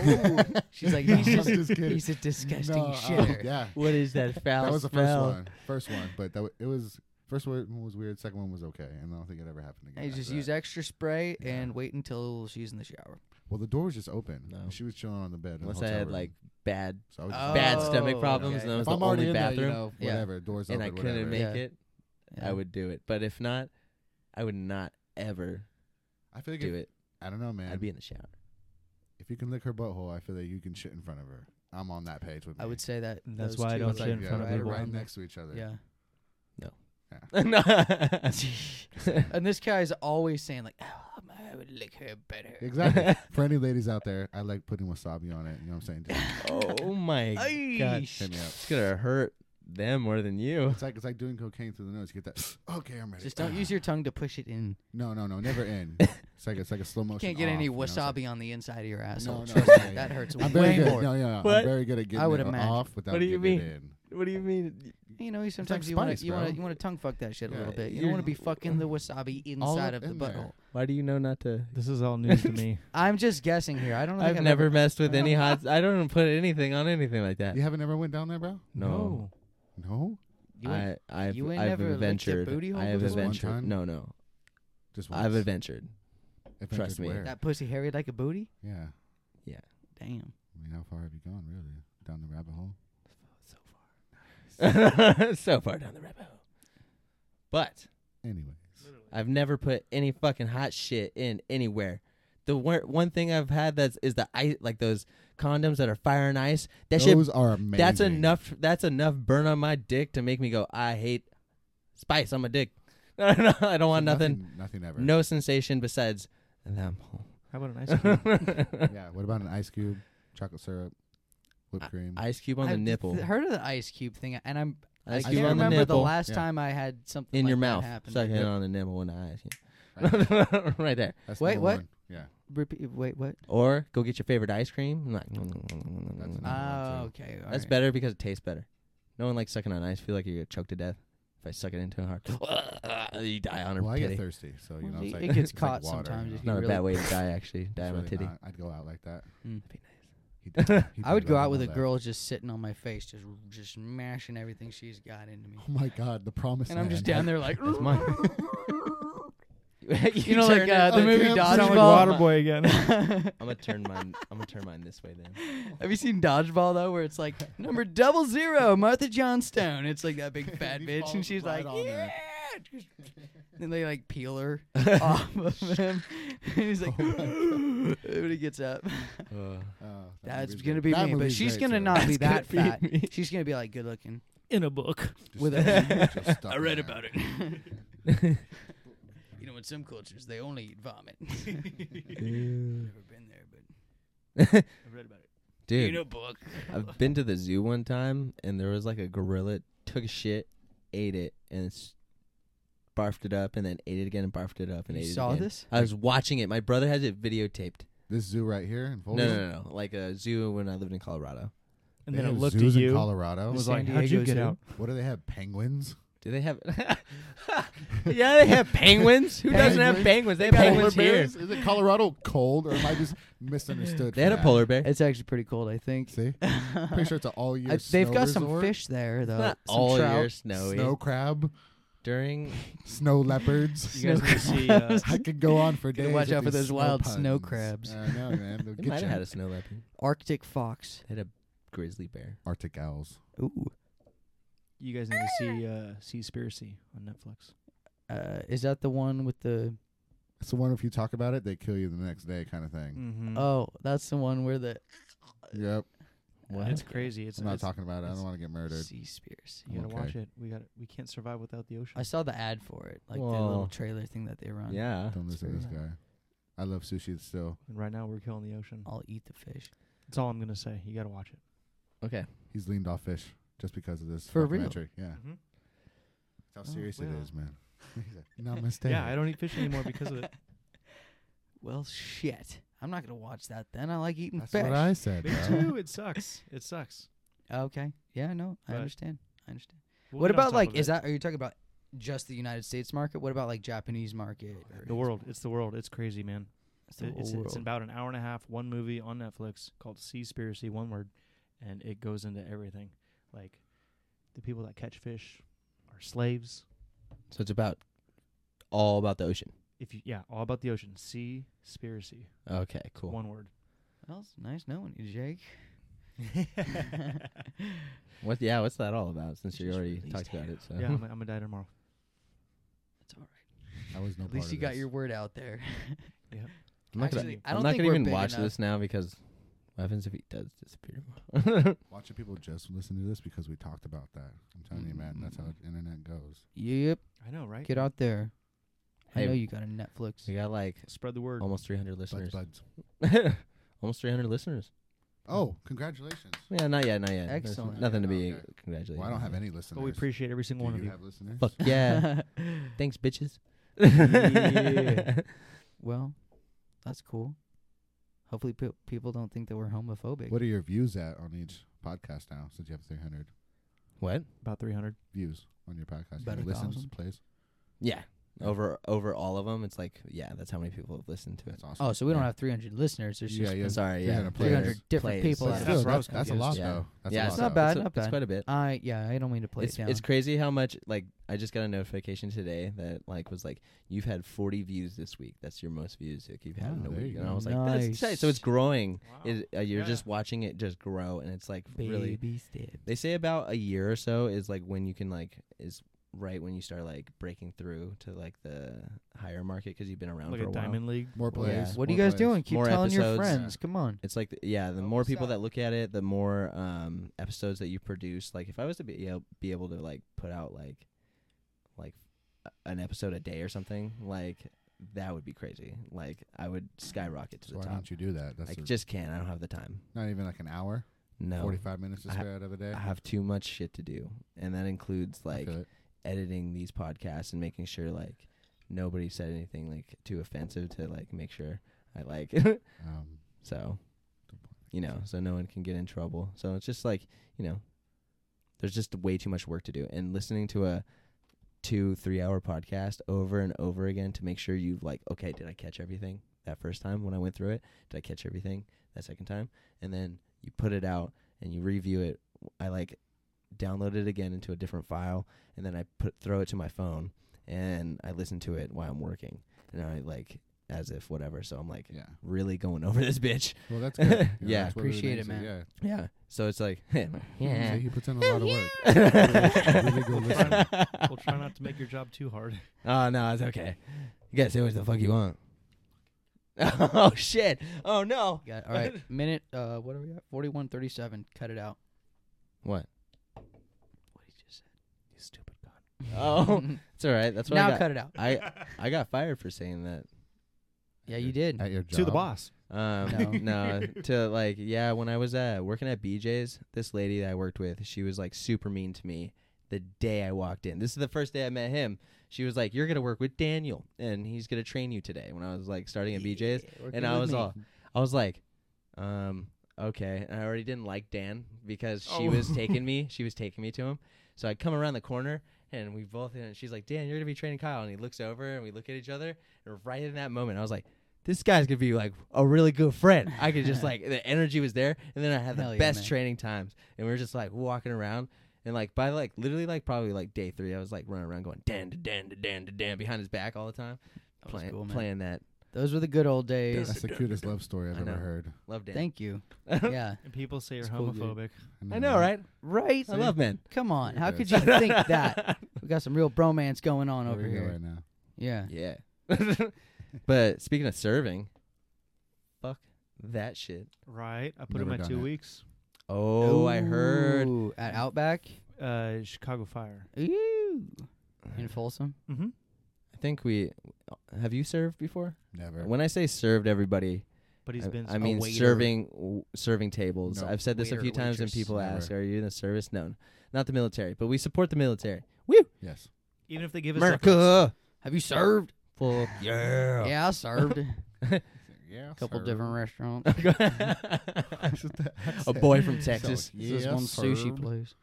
A: she's like, he's,
B: No, I'm
A: just,
B: just kidding.
A: he's a disgusting
B: No, uh,
A: shitter.
B: yeah,
C: What is that foul
B: that was the first
C: smell?
B: one. First one, but that w- it was first one was weird. Second one was okay, and I don't think it ever happened again.
A: And you
B: after
A: just
B: that.
A: use extra spray
B: Yeah.
A: and wait until she's in the shower.
B: Well, the door was just open.
C: No.
B: She was chilling on the bed. in the
C: Unless I
B: hotel
C: had
B: room,
C: like bad
B: so I was just-
C: bad
A: Oh,
C: stomach problems,
A: okay.
C: and that was
B: If
C: the
B: I'm already
C: only
B: in there, you
C: bathroom,
B: know,
A: Yeah.
B: whatever. Doors
C: and I
B: open.
C: couldn't
B: whatever.
C: make
A: Yeah.
C: it,
A: Yeah.
C: I would do it. But if not, I would not ever
B: I feel like
C: do
B: if,
C: it.
B: I don't know, man.
C: I'd be in
A: [LAUGHS]
C: the shower. [LAUGHS]
B: if you can lick her butthole, I feel like you can shit in front of her. I'm on that page with.
A: I
B: me.
A: would say that.
D: And that's
A: those
D: why I
A: two
D: don't
A: are,
B: It's
D: shit
A: like,
D: in front of
A: right
B: right,
D: people.
B: right
A: around
B: next to each other.
A: the- Yeah.
C: no.
A: And this guy is always saying like, oh, I would lick her better.
B: Exactly. For any ladies out there, I like putting wasabi on it. You know what I'm saying? Just
A: [LAUGHS]
C: oh my god,
A: Aish.
B: hit me up.
C: it's gonna hurt them more than you.
B: It's like it's like doing cocaine through the nose. You get that. [GASPS] Okay, I'm ready.
A: Just don't use your tongue to push it in.
B: [SIGHS] No, no, no,
A: [LAUGHS]
B: never in. It's like it's like a slow
A: You
B: motion.
A: can't get
B: off,
A: any
B: you know, Oh, it's like-
A: wasabi on the inside of your asshole.
B: no,
A: Trust
B: yeah,
A: me,
B: yeah.
A: that hurts
B: I'm very
A: way
B: good.
A: more.
B: No, yeah, I'm
C: What?
B: very good at getting
A: I would
B: it
A: imagine.
B: off without
C: What do you
B: getting it
C: mean?
B: in.
C: What do you mean?
B: You
A: You know, you
B: like
A: sometimes you want
B: spice,
A: to you want
B: bro.
A: to you want to tongue fuck that shit a
B: Yeah,
A: little bit. You
B: you're-
A: don't want to be fucking the wasabi
B: [LAUGHS] All
A: inside
B: up
A: of the
B: in there.
A: butthole.
C: Why do you know not to?
D: This is all news to me.
A: I'm just guessing here. I don't. Think
C: I've never messed
A: [LAUGHS]
C: with any hot. I don't put anything on anything like that.
B: You haven't ever went down there, bro?
C: No,
B: No,
A: You ain't-
C: I, I've,
A: you ain't
C: I've
A: never licked your
C: adventured.
A: booty hole
C: I have
B: just one
C: adventured.
B: time?
C: No, no,
B: just once.
C: I've adventured. [LAUGHS]
B: Adventures
C: trust me.
B: where?
A: that pussy hairy like a booty.
B: Yeah. I
A: Damn.
B: mean, how far have you gone, really? Down the rabbit hole?
C: so far down the rabbit hole. But
B: Anyways,
C: I've never put any fucking hot shit in anywhere. The wor- one thing I've had that's is the ice, like those condoms that are fire and ice. That shit
B: those are amazing.
C: That's enough. That's enough burn on my dick to make me go. I hate spice on my dick. [LAUGHS] No, no, no, I don't want
B: So
C: nothing.
B: Nothing ever.
C: No sensation besides them.
D: How about
C: [LAUGHS]
D: an ice cream?
B: yeah. What about an ice cube, chocolate syrup, whipped cream?
C: Ice cube on the
A: I've
C: nipple.
A: th- heard of the ice cube thing, and I'm. I
C: Ice
A: can't
C: cube on the
A: remember the
C: nipple.
A: last
B: Yeah.
A: time I had something
C: in
A: like
C: your
A: that
C: mouth.
A: happen.
C: Sucking it
B: Yep.
C: on the nipple in the eyes.
B: Right
C: [LAUGHS]
B: there.
C: Yeah. right there.
B: That's
A: Wait,
B: number
A: what?
B: one. Yeah.
A: Repeat, wait, what?
C: Or go get your favorite ice cream. and Like, "Mm,
B: That's
A: Oh,
B: another one, too.
A: okay.
C: that's
A: alright.
C: better because it tastes better. No one likes sucking on ice. Feel like you get choked to death. If I suck it into a heart, [LAUGHS] you die on her
B: Well, I
C: pity.
B: get thirsty, so you
A: Well,
B: know it's
A: it-
B: like,
A: it gets
B: [LAUGHS] it's
A: caught
B: like water, you
A: sometimes
B: know?
A: if you
C: Not
A: really-
C: a bad way to die,
B: [LAUGHS]
C: actually. Die
B: It's
C: on a
B: really
C: titty.
B: not. I'd go out like that.
A: Mm.
C: That'd be nice.
B: He did-
A: [LAUGHS]
B: he
A: I would
B: did
A: go
B: that
A: out with a
B: and all
A: girl just sitting on my face, just just mashing everything she's got into
B: [LAUGHS]
A: me,
B: that. Oh my god, the promise.
A: and I'm just down
B: land.
A: there like, [LAUGHS]
C: That's mine. you,
A: know, like,
C: turn
A: uh,
C: it-
A: the
C: I
A: movie
C: can't
A: Dodgeball.
C: believe it.
D: Sound like Waterboy again.
C: I'm gonna turn mine. I'm gonna turn mine this way then.
A: Have you seen Dodgeball though, where it's like number double zero, Martha Johnstone? It's like that big fat
B: He
A: bitch, and
B: falls
A: she's
B: right
A: like,
B: on
A: yeah.
B: there.
A: And they like peel her off of him, [LAUGHS] and he's like, [LAUGHS] when he gets up,
B: [LAUGHS] Oh, that
A: that's
B: movie's
A: gonna
B: great.
A: be
B: That
A: me. But
B: movie's
A: she's
B: great,
A: gonna
B: too.
A: not be that
C: That's gonna
A: fat.
C: be me.
A: She's gonna be like good looking.
D: In a book.
B: Just
A: with [LAUGHS]
B: stuck- just stuck
A: I read
B: there.
A: about it.
B: [LAUGHS]
A: you know, in some cultures, they only eat vomit. Never been there, but
D: I read about it.
C: [LAUGHS] Dude,
A: in a book.
C: I've been to the zoo one time and there was like a gorilla took a shit, ate it, and s- barfed it up, and then ate it again and barfed it up and
A: You
C: ate
A: saw
C: it again.
A: this?
C: I was watching it. My brother has it videotaped.
B: This zoo right here in
C: No,
B: Folsom.
C: no, no, no. Like a zoo when I lived in Colorado.
D: And
B: They
D: then it
B: have
D: looked at
B: zoos in
D: you.
B: Colorado.
D: It was
A: San
D: like, how'd you
A: Diego
D: get
A: Zoo.
D: out?
B: What do they have? Penguins.
C: Do they
B: [LAUGHS]
C: have? [LAUGHS] yeah, they have penguins. Who doesn't have penguins? They have penguins
B: Polar
C: here.
B: bears? Is it Colorado cold, or
A: [LAUGHS]
B: am I just misunderstood?
C: They
B: for
C: had a
B: that?
C: polar bear.
A: It's actually pretty cold, I think.
B: [LAUGHS] See, pretty sure it's an all year.
A: I- they've got some fish there though.
C: Not
A: some
C: all
A: trout.
C: year snowy.
B: snow crab,
C: During
B: snow leopards. [LAUGHS]
D: You guys need to see. Uh,
B: I could go on
A: [LAUGHS]
B: for
A: Gotta
B: days.
A: watch
B: with
A: out for
B: these
A: those wild snow
B: puns.
A: crabs.
B: I know, man. They'll
C: they
B: get
C: might
B: you.
C: have had a snow leopard.
A: Arctic fox.
C: They had a grizzly bear.
B: Arctic owls.
A: Ooh.
D: you guys need to see uh, Seaspiracy on Netflix.
A: Uh, is that the one with the?
B: It's the one if you talk about it, they kill you the next day, kind of thing.
D: Mm-hmm.
A: Oh, that's the one where the. uh,
B: Yep.
C: What?
D: It's crazy. It's
B: I'm not
D: Mm. it's,
B: talking about it. I
D: it's-
B: don't want to get murdered.
A: Sea spears.
D: You gotta
B: Okay.
D: watch it. We got. to We can't survive without the ocean.
A: I saw the ad for it, like the
C: Whoa.
A: little trailer thing that they run.
C: Yeah.
B: Don't listen to this
A: It's
B: guy. I love sushi still.
D: and right now, we're killing the ocean.
A: I'll eat the fish.
D: That's all I'm gonna say. You gotta watch it.
C: Okay.
B: He's leaned off fish just because of this.
A: For real?
B: documentary. Yeah. That's how
D: Oh,
B: serious it
D: well.
B: is, man. [LAUGHS] He's
D: [LAUGHS]
B: like, Namaste.
D: Yeah, I don't eat fish anymore
A: [LAUGHS]
D: because of it.
A: Well, shit. I'm not gonna watch that then. I like eating
B: That's
A: fish.
B: what I said.
D: Me
B: bro.
D: too. It sucks. It sucks.
A: okay. Yeah. No. I
D: But-
A: understand. I understand.
D: We'll
A: what
D: get on
A: about
D: top
A: like?
D: of
A: Is
D: it.
A: that? Are you talking about just the United States market? What about like Japanese market? or-
D: the world? It's the world. It's crazy, man.
A: It's the
D: It- it's,
A: whole
D: it's
A: world.
D: about an hour and a half, one movie on Netflix called Seaspiracy, one word, and it goes into everything. Like the people that catch fish are slaves.
C: So it's about all about the ocean.
D: If you yeah, all about the ocean. Seaspiracy,
C: Okay, cool.
D: one word.
A: Well, it's nice knowing you,
D: [LAUGHS]
A: Jake.
C: What? Yeah, what's that all about? Since
A: It's
C: you
A: just
C: already
A: released
C: talked about
A: hair.
C: it, so [LAUGHS]
D: yeah, I'm, I'm gonna die tomorrow.
A: It's all right.
B: I was no
A: At least
B: part
A: you
B: of
A: got
B: this.
A: your word out there.
C: I'm not
A: Actually,
C: gonna,
A: I don't
C: I'm not
A: think
C: gonna
A: we're
C: even
A: big
C: watch
A: enough.
C: this now because what happens if he does disappear tomorrow?
B: Watching people just listen to this because we talked about that. I'm telling you, man, that's how
D: Mm-hmm.
B: the internet goes.
A: Yep.
D: I know, right?
A: Get out there. I
C: Hey.
A: know you got a Netflix.
C: we got like
D: Spread the word.
C: almost 300
B: Buds,
C: listeners.
B: buds.
C: [LAUGHS] almost 300 listeners.
B: Oh, congratulations.
C: Yeah, not yet, not yet. There's
A: Excellent.
C: nothing to
B: Yeah,
C: be
B: okay.
C: congratulated.
B: Well, I don't have any listeners.
D: But we appreciate every
B: Do
D: single one of
B: you
D: you.
B: have listeners?
C: Fuck yeah!
A: [LAUGHS]
C: Thanks, bitches.
D: Yeah.
A: Well, that's cool. Hopefully, pe- people don't think that we're homophobic.
B: What are your views at on each podcast now since you have 300?
C: [LAUGHS] What?
D: about 300.
B: views on your podcast.
A: About
B: About
A: a
B: listens,
A: thousand.
B: plays.
C: Yeah. Over over all of them, it's like yeah, that's how many people have listened to it.
B: That's awesome.
A: Oh, so we don't
C: Yeah.
A: have 300 listeners. There's just
B: yeah, yeah.
C: Sorry,
B: Yeah,
C: yeah,
B: the
C: players.
A: 300 different
C: Plays.
A: people.
C: Plays.
A: That's
B: Still,
A: where I
B: that's,
A: was
B: that's a
A: confused.
B: lot
C: Yeah.
B: though. That's
C: yeah,
B: a lot.
A: It's not
B: though.
A: bad,
C: It's, a-
A: not
C: it's
A: bad.
C: quite a bit.
A: I yeah, I don't mean to play
C: it's
A: it down.
C: it's crazy how much like I just got a notification today that like was like you've had 40 views this week. That's your most views like, you've had in a
B: Wow, there
C: week,
B: you
C: and I
B: go.
C: was like, that's
A: Nice.
C: exciting. So it's growing. It, uh, you're
D: Yeah.
C: just watching it just grow, and it's like really.
A: steps.
C: They say about a year or so is like when you can like is right when you start like breaking through to like the higher market because you've been around
D: like
C: for
D: a
C: a while.
D: diamond league.
B: More
C: Well, yeah.
B: plays.
A: What are you
B: more
A: guys
B: plays.
A: doing? Keep
C: More
A: telling your
C: episodes.
A: friends. Come on.
C: It's like yeah, the
A: Help
C: more
A: us
C: people
A: out.
C: that look at it, the more um, episodes that you produce. Like if I was to be you know, be able to like put out like like a- an episode a day or something, like that would be crazy. Like I would skyrocket to
B: So
C: the
B: why
C: top.
B: don't you do that? That's
C: I
B: a-
C: just can't. I don't have the time.
B: not even like an hour,
C: No,
B: forty-five minutes to
C: I ha-
B: spare out of a day.
C: I have too much shit to do, and that includes
B: I
C: like
B: feel it.
C: editing these podcasts and making sure like nobody said anything like too offensive to like make sure I like [LAUGHS]
B: um,
C: so
B: good point.
C: you know, so no one can get in trouble. So it's just like, you know, there's just way too much work to do. And listening to a two, three hour podcast over and over again to make sure you've like, okay, did I catch everything that first time when I went through it? Did I catch everything that second time? And then you put it out and you review it. I like download it again into a different file and then I put throw it to my phone and I listen to it while I'm working. And I like as if whatever. So I'm like
B: Yeah.
C: really going over this bitch.
B: Well, that's good. You know,
C: Yeah.
B: that's what really
A: Appreciate it,
B: makes
A: man.
B: Yeah.
C: Yeah. So it's like, [LAUGHS]
B: See,
C: yeah.
B: he puts in a lot of work.
C: [LAUGHS]
B: Really go listen.
C: oh
D: We'll try not
C: [LAUGHS]
D: to make your job too hard.
C: no, it's okay. You gotta say what the fuck you want. [LAUGHS] oh shit. Oh no.
A: Yeah, all right. Minute. Uh, what are we at? Forty-one thirty-seven. Cut it out.
C: [LAUGHS] What?
A: What he just said.
D: You stupid cunt.
C: [LAUGHS]
A: [LAUGHS]
C: Oh, it's all right. That's what
A: now
C: I got.
A: cut it out.
C: I I got fired for saying that.
A: Yeah, you did.
B: At your job.
D: To the boss.
C: Um, [LAUGHS] no, to like, yeah, when I was uh, working at BJ's, this lady that I worked with, she was like super mean to me the day I walked in. This is the first day I met him. She was like, "You're gonna work with Daniel, and he's gonna train you today." When I was like starting at BJ's,
A: Yeah, working
C: and I
A: with
C: was
A: me.
C: all, I was like, um, okay. And I already didn't like Dan because she
D: Oh.
C: was taking
A: [LAUGHS]
C: me. She was taking me to him. So I come around the corner and we both and she's like, Dan, you're gonna be training Kyle. And he looks over and we look at each other. And right in that moment, I was like. This guy's gonna be like a really good friend. I could just like the energy was there, and then I had the
A: Hell yeah,
C: best
A: man.
C: training times. And we were just like walking around, and like by like literally like probably like day three, I was like running around going Dan to Dan to Dan to Dan behind his back all the time,
A: That was
C: playing
A: cool, man.
C: playing that.
A: Those were the good old days.
B: That's the cutest love story I've
C: I
B: ever
C: know.
B: heard.
C: Love
A: [LAUGHS]
C: Dan.
A: Thank
C: [LAUGHS]
A: you. Yeah.
D: And people say you're
B: It's cool, dude.
D: homophobic.
C: I know, right?
A: Right.
C: I love men.
A: Come on.
B: You're
A: How
B: the
A: could you
C: [LAUGHS]
A: think that? We got some real bromance going on
B: Where
A: over
B: we go
A: here.
B: right now.
A: Yeah.
C: Yeah. [LAUGHS] but speaking of serving, fuck that shit.
D: Right. I put in
B: Never
D: my
B: done
D: two
B: it.
D: weeks.
C: Oh, I heard.
A: Ooh, at Outback.
D: Uh, Chicago Fire.
A: Ooh. In Folsom.
D: Mm-hmm.
C: I think we have you served before?
B: Never.
C: When I say served everybody,
D: But he's
C: I,
D: been.
C: I mean
A: waiter.
C: serving w- serving tables.
B: No.
C: I've said this a
A: Waiter,
C: few times and
A: waitress,
C: people
B: never.
C: ask, "Are you in the service?" No. Not the military, but we support
A: [LAUGHS]
C: the military. [LAUGHS] Woo!
B: Yes.
D: even if they give us efforts.
C: America.
A: Have you served?
C: Full yeah.
A: Yeah, I served. A
B: Yeah.
A: couple
B: sir. [LAUGHS]
A: different
C: [LAUGHS]
A: restaurants.
C: a boy from
B: [LAUGHS] So,
C: Texas.
A: This is one sushi
B: served.
A: place.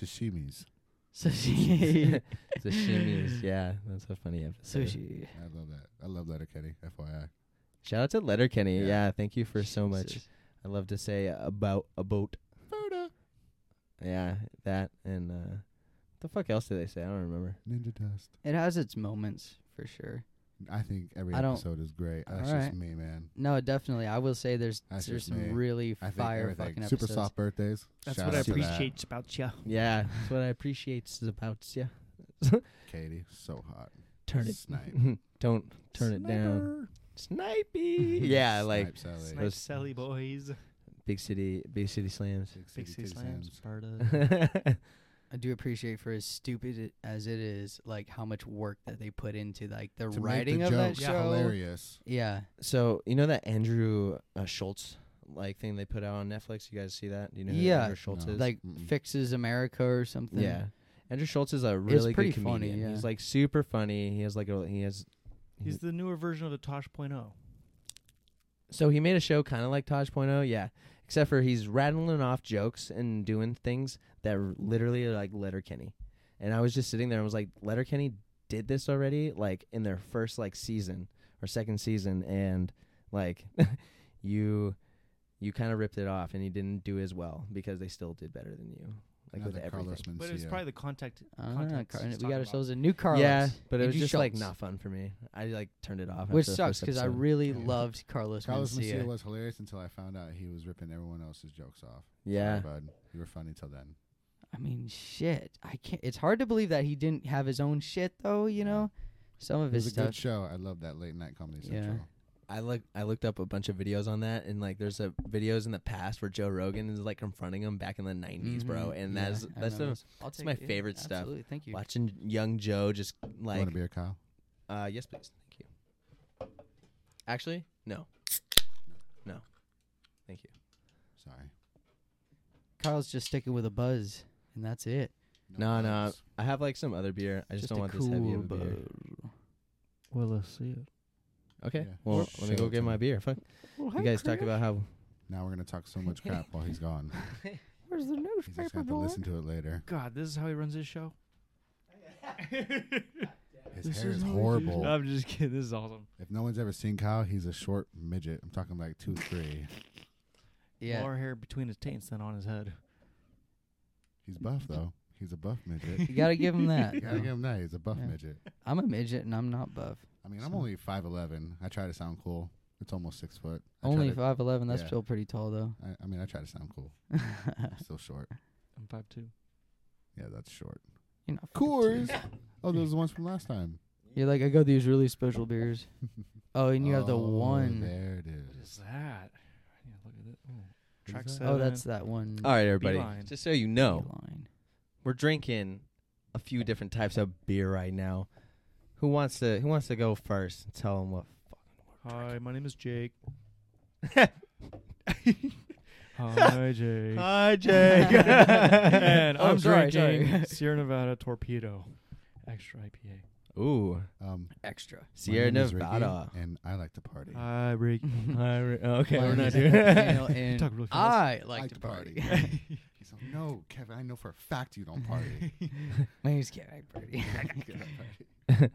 B: Sashimis.
C: [LAUGHS]
A: Sushi.
C: Sashimis. Yeah, that's a funny episode.
A: Sushi.
B: I love that. I love that, Kenny. FYI.
C: Shout out to Letterkenny.
B: Yeah.
C: Yeah, thank you for so much.
A: Jesus.
C: I love to say about a boat. Yeah, that and uh the fuck else did they say? I don't remember.
B: Ninja Dust.
A: It has its moments for sure.
B: I think every
A: I don't-
B: episode is great. That's
A: Alright.
B: just me, man.
A: No, definitely. I will say there's
B: That's
A: there's
B: just
A: some
B: me.
A: really
B: I think
A: fire
B: everything.
A: fucking
B: Super
A: episodes.
B: soft birthdays.
D: That's
B: Shout
D: what I
B: out to that.
D: appreciate about you.
C: Yeah, that's what I appreciate about you.
B: Katie, so hot.
C: Turn it.
D: [LAUGHS]
B: Snipe.
C: [LAUGHS] don't turn it down.
A: [LAUGHS]
C: Snipey. yeah, like
B: Snipe Sally.
D: Snipe Sally boys.
C: big city, big city slams.
B: Big
D: Big
B: City
D: City Slams.
B: Slams.
A: [LAUGHS]
D: Sparta.
A: I do appreciate for as stupid it- as it is, like how much work that they put into like the
B: To make
A: writing
B: the
A: of that
B: jokes
A: show.
B: hilarious.
A: Yeah,
C: so you know that Andrew uh, Schultz like thing they put out on Netflix. You guys see that? Do you know who
A: Yeah.
C: Andrew Schultz
B: No.
C: is?
A: like
B: Mm-mm.
A: fixes America or something.
C: Yeah. Andrew Schultz is a really
A: pretty
C: good
A: funny,
C: comedian.
A: yeah.
C: He's like super funny. He has like a he has
D: he's oh. the newer version of the Tosh.0.
C: so he made a show kind of like Taj.0, Oh, yeah. except for he's rattling off jokes and doing things that r- literally are like Letterkenny. And I was just sitting there and was like, Letterkenny did this already, like in their first like season or second season, and like [LAUGHS] you you kind of ripped it off, and you didn't do as well because they still did better than you, like with
B: Another
C: everything.
B: Carlos Mencia.
D: But it's probably the contact.
A: Ah,
D: context
A: Car-
D: he's
A: we
D: talking
A: got
D: about.
A: ourselves a new Carlos.
C: Yeah, but it
A: and
C: was
A: you
C: just like
A: Schultz,
C: not fun for me. I like turned it off.
A: Which
C: after the
A: sucks
C: first
A: because I
C: episode.
A: really
B: Yeah.
A: loved Carlos,
B: Carlos
A: Mencia.
B: Mencia was hilarious until I found out he was ripping everyone else's jokes off.
C: yeah.
B: Sorry, bud. You were funny till then.
A: I mean, shit. I can't. It's hard to believe that he didn't have his own shit though. You
B: Yeah.
A: know, some of
B: It was
A: his
B: a
A: stuff.
B: good show. I love that late night comedy
A: Yeah.
B: central.
C: I look I looked up a bunch of videos on that and like there's a videos in the past where Joe Rogan is like confronting him back in the 90s bro
A: Mhm.
C: and
A: Yeah,
C: that's
A: I
C: that's
A: remember
C: the,
A: this. I'll
C: that's my
A: take it.
C: favorite stuff.
A: Absolutely, thank you.
C: watching young Joe just
B: you
C: like
B: want a beer, Kyle?
C: uh yes please thank you actually no no thank you
B: Sorry.
A: Carl's just sticking with a buzz, and that's it.
C: no no
B: thanks.
C: I have like some other beer I just,
A: a
C: don't want this heavy of a
A: cool
C: beer
A: buzz.
D: Well, let's see it.
C: okay
B: Yeah.
C: well
B: Sure.
C: let me go get my beer fuck you guys talk about how
B: Now we're gonna talk so much crap while he's gone.
A: [LAUGHS] Where's the
B: He's just gonna have to listen to it later.
D: God, this is how he runs his show.
B: His
D: This
B: hair
D: is
B: is
D: how he-
B: horrible.
D: I'm just kidding. This is awesome.
B: If no one's ever seen Kyle, he's a short midget. I'm talking like two three.
A: Yeah.
D: More hair between his taints than on his head.
B: He's buff though. He's a buff
A: [LAUGHS]
B: midget.
A: You gotta
B: [LAUGHS]
A: give him that.
B: You gotta
A: though.
B: give him that. He's a buff
A: Yeah.
B: midget.
A: I'm a midget and I'm not buff.
B: I mean, I'm
A: So-
B: only five eleven. I try to sound cool. It's almost six foot. I try
A: Only
B: to-
A: five eleven. That's
B: yeah.
A: still pretty tall though. [LAUGHS]
B: I, I mean, I try to sound cool. Still short.
D: I'm five two.
B: Yeah, that's short.
A: You're not 15.
B: Coors. Oh, those are the ones from last time.
A: You're like I got these really special
C: [LAUGHS]
A: beers. Oh, and you have the
B: Oh,
A: one.
B: There it
D: What
B: is.
D: is that? Yeah, look at it. Oh, track
B: that?
D: seven.
A: Oh, that's that one.
C: all right everybody
D: Beeline.
C: just so you know
A: Line.
C: we're drinking a few different types of beer right now. Who wants to Who wants to go first? and Tell them what.
D: Hi, my name is [LAUGHS] Jake. [LAUGHS] Hi, Jake.
C: Hi, [LAUGHS]
D: and
A: Oh,
D: [LAUGHS] I'm
A: sorry,
D: drinking
A: sorry.
D: Sierra Nevada Torpedo Extra IPA.
C: Ooh,
B: Um, my
A: Extra.
C: Sierra
B: name is Ricky,
C: Nevada.
B: and I like to party.
D: [LAUGHS] Hi, Rick.
C: Hi, Ri- oh, okay,
A: My
C: we're
A: name
C: not
A: is
C: doing. [LAUGHS]
A: Daniel, and
D: Talk really
A: [LAUGHS]
D: fast.
A: I like to party.
B: he's like, no, Kevin. I know for a fact you don't party.
A: My name's Kevin. I
C: [LAUGHS]
B: [LAUGHS]
A: party.
B: You don't party.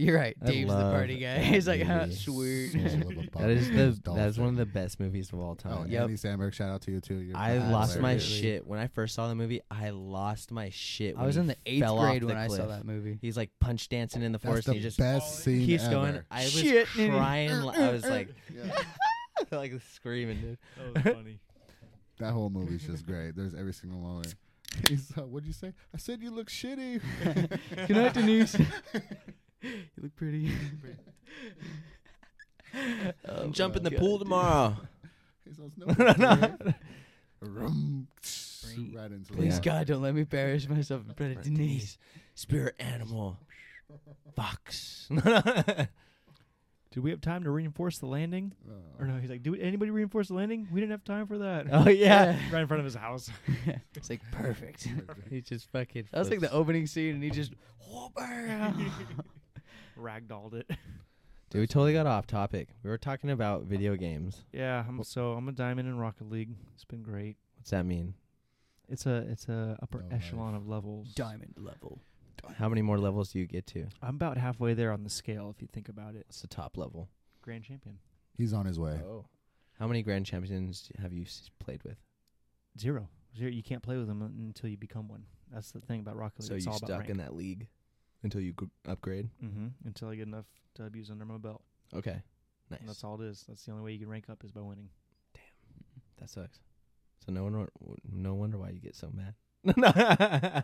A: You're right.
C: I
A: Dave's the
C: love
A: party guy. [LAUGHS] He's [LAUGHS] like, huh,
C: that
A: sweet. [LAUGHS]
B: Soul of a
C: That is
B: bumpkin
C: the that is one of
B: dolphin.
C: the best movies of all
B: Oh,
C: time.
B: and
A: Yep.
B: Andy Sandberg, shout out to you too. You're
C: I
B: fucking
C: lost my
A: Absolutely.
C: shit when I first saw the movie. I lost my shit.
A: I
C: when
A: was
C: he
A: in the eighth
C: fell off
A: grade
C: the
A: when I saw
C: cliff.
A: that
C: [LAUGHS]
A: movie. [LAUGHS]
C: He's like punch dancing in the
B: That's
C: forest.
B: the
C: and he just
B: best scene
C: keeps
B: ever.
C: going. I was
A: Shit.
C: crying. li- I
A: [LAUGHS]
C: was like, [LAUGHS]
B: Yeah.
C: like screaming, dude.
D: That was funny.
B: That whole movie's just great. There's every single moment. [LAUGHS] He's uh, what'd you say? I said you look shitty. [LAUGHS]
A: Good night,
C: [LAUGHS]
A: Denise. you look pretty. [LAUGHS]
C: I'm jumping the
A: God,
C: pool
A: dude.
C: tomorrow.
B: He says, no,
C: No, no.
B: dear." Rum, right into
A: Please,
B: the-
A: God, don't let me embarrass myself in front of Denise.
C: Spirit animal. Fox.
D: [LAUGHS]
C: [LAUGHS]
D: Do we have time to reinforce the landing?
B: Uh,
D: Or no, he's like, did anybody reinforce the landing? We didn't have time for that. [LAUGHS]
C: oh yeah.
D: right in front of his house. [LAUGHS]
A: It's like [LAUGHS] perfect.
C: [LAUGHS] he just fucking.
A: That was like the
C: flips.
A: opening scene, and he just. [LAUGHS] Whoa, bam.
C: [LAUGHS]
D: Ragdolled it. [LAUGHS]
C: Dude, we totally got off topic. We were talking about video games.
D: Yeah, I'm, so I'm a diamond in Rocket League. It's been great.
C: What's that mean?
D: It's a it's a upper
B: No
D: echelon of levels.
A: Diamond level.
C: How many more levels do you get to?
D: I'm about halfway there on the scale if you think about it.
C: What's the top level?
D: Grand champion.
B: He's on his way.
C: Oh. How many grand champions have you s- played with?
D: Zero. Zero. You can't play with them until you become one. That's the thing about Rocket League.
C: so
D: it's
C: you
D: all about
C: stuck in that league until you gr- upgrade.
D: mm-hmm. until I get enough W's under my belt.
C: Okay. Nice.
D: And that's all it is. That's the only way you can rank up is by winning.
C: That sucks. So no wonder, no wonder why you get so [LAUGHS] mad.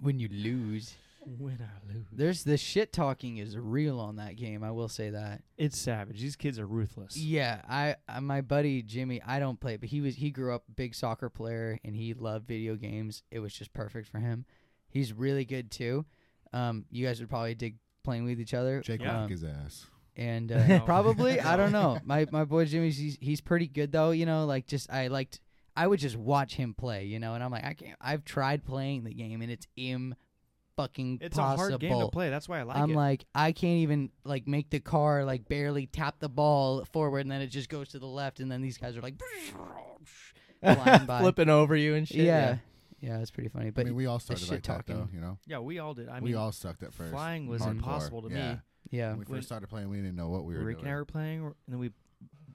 A: When you lose,
D: When I lose,
A: there's the shit talking is real on that game. I will say that.
D: it's savage. These kids are ruthless.
A: Yeah, I, I my buddy Jimmy, I don't play, but he was he grew up big soccer player and he loved video games. It was just perfect for him. He's really good too. Um, you guys would probably dig playing with each other. Um,
B: Jake
D: Yeah.
B: rock his ass. [LAUGHS]
A: and
D: No.
A: uh, probably I don't
D: [LAUGHS]
A: know. My my boy Jimmy's he's, he's pretty good though. You know, like just I liked I would just watch him play. You know, and I'm like I can't. I've tried playing the game and it's fucking
D: It's
A: possible.
D: a hard game to play. That's why I like
A: I'm
D: it.
A: like, I can't even like make the car like barely tap the ball forward, and then it just goes to the left, and then these guys are like, [LAUGHS]
D: [LAUGHS]
A: flying by.
C: flipping over you and shit.
A: yeah, yeah, it's pretty funny.
B: I
A: But
B: mean, we all started
A: shit
B: like that, though.
A: talking.
B: You know,
D: yeah, we all did. I
B: we
D: mean,
B: all sucked at first.
D: flying was
B: Hardcore.
D: impossible to
B: Yeah.
D: me.
A: yeah,
B: When we
D: When-
B: first started playing, we didn't know what we were
D: Rick and
B: doing.
D: I were playing, and then we,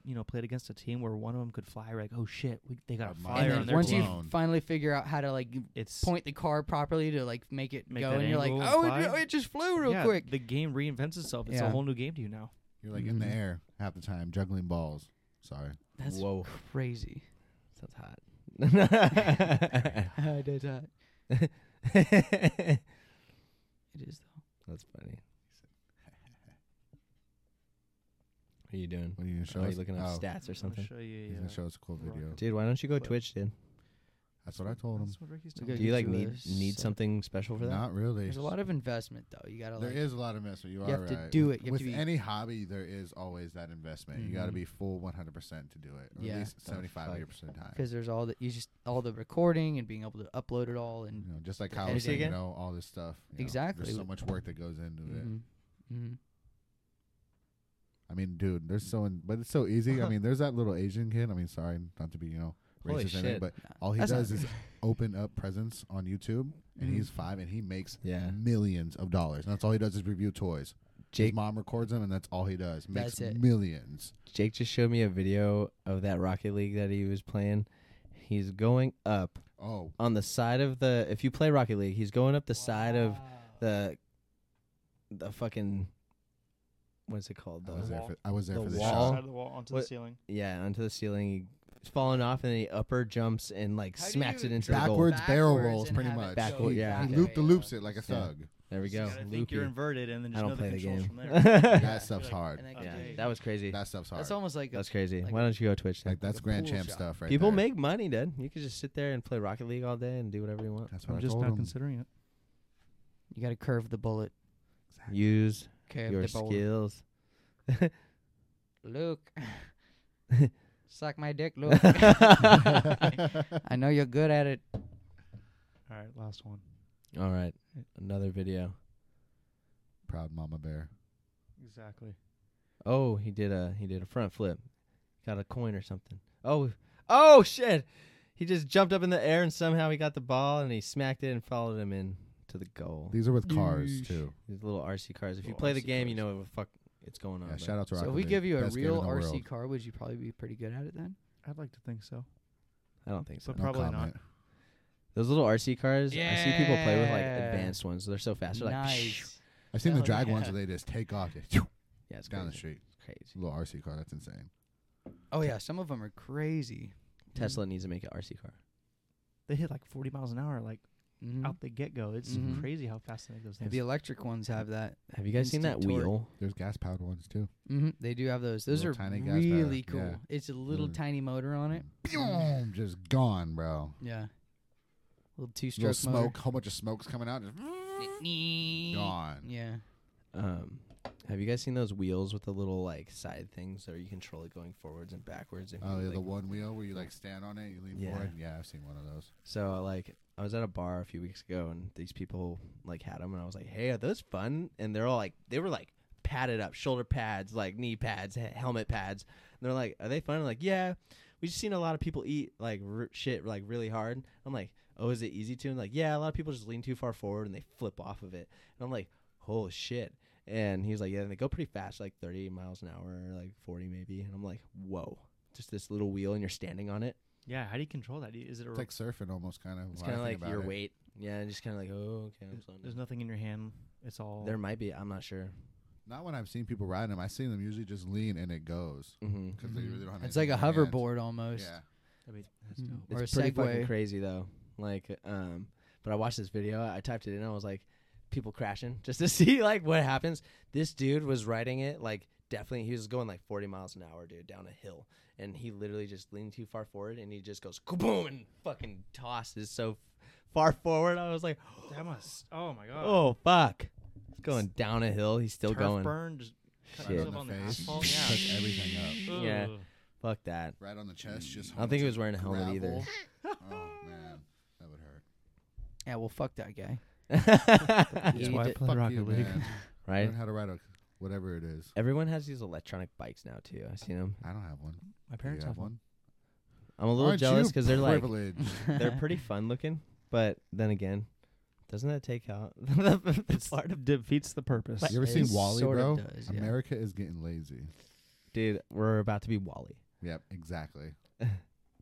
D: you know, played against a team where one of them could fly. We're like, oh shit, we, they got
B: A
D: a
B: mile.
A: and
D: fire on
A: then
D: their
A: once
D: team.
A: you
B: blown.
A: finally figure out how to like
D: it's
A: point the car properly to like make it
D: Make
A: go,
D: that
A: and you're like,
D: angle and
A: oh,
D: fly."
A: it, it just flew real
D: yeah,
A: quick.
D: The game reinvents itself. It's
A: Yeah.
D: a whole new game to you now.
B: You're like in the
A: Mhm.
B: air half the time, juggling balls. Sorry.
A: That's
C: Whoa.
A: crazy. [LAUGHS]
C: Sounds [LAUGHS] hot.
A: I did that.
C: That's
A: It is though.
C: funny. What are you doing?
B: What are you gonna show
C: Are
B: us?
C: you looking up
B: Oh,
C: stats or
D: I'm gonna
C: something?
D: show you,
B: He's
D: uh,
B: gonna show us a cool
D: Rocket.
B: video.
C: Dude, why don't you go
D: Clip.
C: Twitch, dude?
B: That's what I told him.
D: That's what Ricky's
A: We
D: telling
A: gotta
C: Do you
A: get
C: like
A: you a
C: need need
A: sub.
C: something special for that?
B: Not really.
A: There's a lot of investment though. You gotta
B: There
A: like
B: is a lot of investment. You, are
A: you have to
B: right.
A: do
B: With-
A: it. You have
B: With
A: to be-
B: any hobby, there is always that investment. You got to
A: Mhm.
B: be full 100 percent to do it. Or
A: Yeah.
B: At least
C: The
B: 75
C: fuck?
B: percent of the time.
A: because there's all the you just all the recording and being able to upload it all and
B: You know, just like
A: the
B: how
A: editing.
B: you know all this stuff. you know,
A: Exactly.
B: there's so much work that goes into it.
A: Mhm. Mhm.
B: I mean, dude, there's so in, but it's so easy. I mean, there's that little Asian kid. I mean, sorry not to be you know
C: Holy
B: racist, or anything,
C: shit.
B: but
A: Nah,
B: all he
A: that's not- [LAUGHS]
B: does is open up presents on YouTube, and
A: Mhm.
B: he's five, and he makes
C: Yeah.
B: millions of dollars. And that's all he does is review toys.
C: Jake
B: His mom records him, and that's all he does. Makes
A: That's it.
B: millions.
C: Jake just showed me a video of that Rocket League that he was playing. He's going up
B: Oh,
C: on the side of the if you play Rocket League, he's going up the side of the the fucking what's it called?
B: I
C: The
B: was there
D: wall.
B: for I was there
C: The
B: for
D: you.
B: this
C: wall.
B: shot.
D: of the wall onto
C: What-
D: the ceiling.
C: yeah, onto the ceiling. He's falling off and then he upper jumps and like
A: How do
C: smacks
A: you
C: it into the goal.
B: Backwards barrel
A: Backwards
B: rolls,
A: and
B: pretty
A: have it
B: much.
C: Back- go yeah.
B: He
A: back
B: loop the
A: way
B: loops
A: up.
B: it like a
C: Yeah.
B: thug.
C: There we
D: You
C: go.
D: gotta think
C: Loopy.
D: you're inverted, and then
C: I
D: just know
C: don't
D: the
C: play the
D: controls
C: game. [LAUGHS]
D: from there.
C: yeah,
B: That stuff's
D: like,
B: hard.
A: And that,
D: Yeah,
A: dude,
C: that was crazy.
B: That stuff's hard.
A: that's almost like a,
C: That's crazy.
A: like
C: Why don't you go Twitch? Then?
B: like that's
A: a
B: grand
A: pool
B: champ
A: shot.
B: stuff, right?
C: People
B: there.
C: make money, dude. You could just sit there and play Rocket League all day and do whatever you want.
B: That's what
D: I'm
B: I
D: just
B: told
D: not
B: him.
D: considering it.
A: you gotta curve the bullet.
C: Use
A: Curve
C: your
A: the bullet.
C: skills. [LAUGHS]
A: Luke. Suck my dick, Luke. I know you're good at it.
D: All right, last one.
C: All right, another video.
B: Proud mama bear.
D: Exactly.
C: Oh, he did a he did a front flip, got a coin or something. Oh, oh shit! He just jumped up in the air and somehow he got the ball and he smacked it and followed him in to the goal.
B: These are with cars
A: Yeesh.
B: too.
C: These little RC cars. If you
D: Little
C: play the
D: RC
C: game, you
D: cars.
C: know what the fuck it's going on.
B: Yeah,
C: but-
B: shout out to Rocket
A: so if we
B: League.
A: give you a
B: Best game in
A: real
B: the
A: RC
B: world.
A: car, would you probably be pretty good at it then?
D: I'd like to think so.
C: I don't think so.
D: But probably not.
B: comment.
C: Those little RC cars, I see people play with like
A: Yeah.
C: advanced ones. They're so fast. They're like,
A: nice.
B: I've seen the
A: Hell
B: drag ones
A: yeah.
B: where they just take off
C: yeah, it's
B: [LAUGHS] down the
C: crazy.
B: street.
C: Crazy.
B: Little RC car. That's insane.
A: Oh yeah, some of them are crazy.
C: Tesla needs to make an RC car.
D: They hit like 40 miles an hour, like
C: Mm-hmm.
A: Mhm.
D: out the get go. It's
A: Mhm.
D: crazy how fast they make those things.
A: The electric ones have that.
C: Have you guys seen that
A: Instant torque.
C: wheel?
B: There's gas powered ones too.
C: Mm-hmm.
A: hmm They do have those. Those
B: Little
A: are
B: tiny gas pedal,
A: really cool.
B: yeah.
A: It's a little
B: Mm.
A: tiny motor on it.
B: Boom, just gone, bro.
C: Mm.
A: Yeah. Little two
B: Little
A: stroke motor.
B: smoke, whole bunch of smoke's coming out. Just gone.
A: Yeah.
C: Um, have you guys seen those wheels with the little like side things that you control it going forwards and backwards? If
B: Oh,
C: you,
B: yeah, the
C: like-
B: one wheel where you like stand on it, you lean
C: Yeah.
B: forward. Yeah, I've seen one of those.
C: So like I was at a bar a few weeks ago and these people like had them and I was like, "Hey, are those fun?" And they're all like, they were like padded up, shoulder pads, like knee pads, he- helmet pads. And they're like, "Are they fun?" I'm like, "Yeah, we just seen a lot of people eat like r- shit like really hard." I'm like, "Oh, is it easy to?" And like, "Yeah, a lot of people just lean too far forward and they flip off of it." And I'm like, "Holy shit!" And he's like, "Yeah, and they go pretty fast, like 30 miles an hour, like 40 maybe." And I'm like, "Whoa." Just this little wheel, and you're standing on it.
D: yeah, how do you control that? Do you- Is it a,
B: It's like surfing almost kind of.
C: It's
B: when I
C: kind of
B: think
C: like
B: about
C: your
B: it.
C: weight. Yeah, and just kind of like, oh, okay, I'm
D: there's-
C: slowing
D: there's
C: down.
D: nothing in your hand? It's all
C: There might be. I'm not sure.
B: Not when I've seen people riding them. I've seen them usually just lean and it goes
C: Mm-hmm.
B: because they really don't have.
A: It's like a
B: anything in their hands.
A: hoverboard almost.
B: Yeah.
D: I mean, that's
A: Mm.
D: dope.
A: Or
C: It's
A: a
C: pretty fucking
A: Segway.
C: crazy though. Like, um, but I watched this video. I typed it in. I was like, people crashing [LAUGHS] just to see like what happens. This dude was riding it like definitely. He was going like 40 miles an hour, dude, down a hill, and he literally just leaned too far forward, and he just goes kaboom and fucking tosses so far forward. I was like,
D: That must. Oh my god.
C: oh fuck, He's going down a hill. He's still
D: Turf
C: going.
D: burn. Just cut
C: Shit.
B: Right
D: yourself
B: on
D: on
B: the
D: the
B: face.
D: asphalt.
B: Touch [LAUGHS]
D: Yeah.
B: everything up.
A: Mm.
C: Yeah.
D: Ugh.
C: Fuck that.
B: Right on the chest. Just.
C: I don't think he
B: it
C: was wearing a helmet either.
B: Oh man, that would hurt.
A: Yeah, well, fuck that guy.
D: [LAUGHS] That's
B: Yeah.
D: why I
B: Fuck
D: play Rocket
B: you, [LAUGHS]
D: League.
B: man.
C: [LAUGHS] right?
B: Learn how to ride a whatever it is.
C: Everyone has these electronic bikes now too. I've seen them.
B: I don't have one.
D: [LAUGHS]
B: Do you
D: My parents have one.
C: I'm a little
B: Aren't
C: jealous
B: you
C: because they're like
B: privileged?
C: [LAUGHS] they're pretty fun looking, but then again, doesn't that take out [LAUGHS] the,
D: It's
C: part of
D: defeats the purpose.
B: you ever
A: It
B: seen Wally,
A: sort
B: bro?
A: of does, yeah.
B: America is getting lazy.
C: dude? We're about to be Wally.
B: Yep, exactly.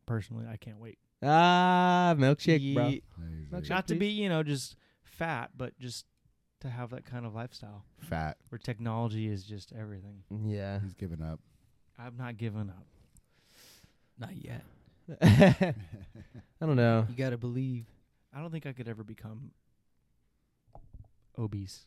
D: Personally, I can't wait.
C: Ah, milkshake, bro.
D: Ye-
B: Lazy.
C: Not
D: Not to
C: please.
D: be, you know, just fat, but just to have that kind of lifestyle
B: Fat.
D: where technology is just everything.
C: Yeah. [LAUGHS]
B: He's giving
D: [LAUGHS]
B: up.
D: I'm not giving up.
A: Not yet.
C: I don't know.
A: You gotta believe.
D: I don't think I could ever become obese.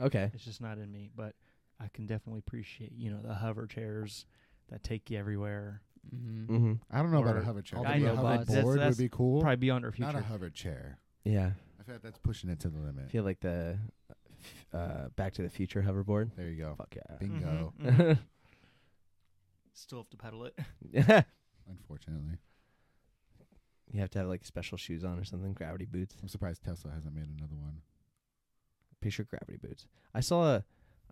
C: Okay.
D: It's just not in me, but I can definitely appreciate, you know, the hover chairs that take you everywhere.
A: Mm-hmm.
C: Mm-hmm.
B: I don't know about
D: Or
B: a hover chair.
D: all
A: the
B: Maybe a
A: robots. That's-
B: hoverboard
D: that's
B: would be cool.
D: Probably beyond our
B: Not a
D: future.
B: hover chair.
C: Yeah.
B: I feel like that's pushing it to the
C: I
B: limit.
C: feel like the uh, Back to the Future hoverboard.
B: There you go.
C: Fuck yeah.
B: Bingo.
C: Mm-hmm,
D: Mhm,
C: [LAUGHS]
B: [LAUGHS]
D: mhm. Still have to pedal it.
B: Unfortunately,
C: you have to have like special shoes on or something. Gravity boots.
B: I'm surprised Tesla hasn't made another one.
C: Picture gravity boots. I saw a,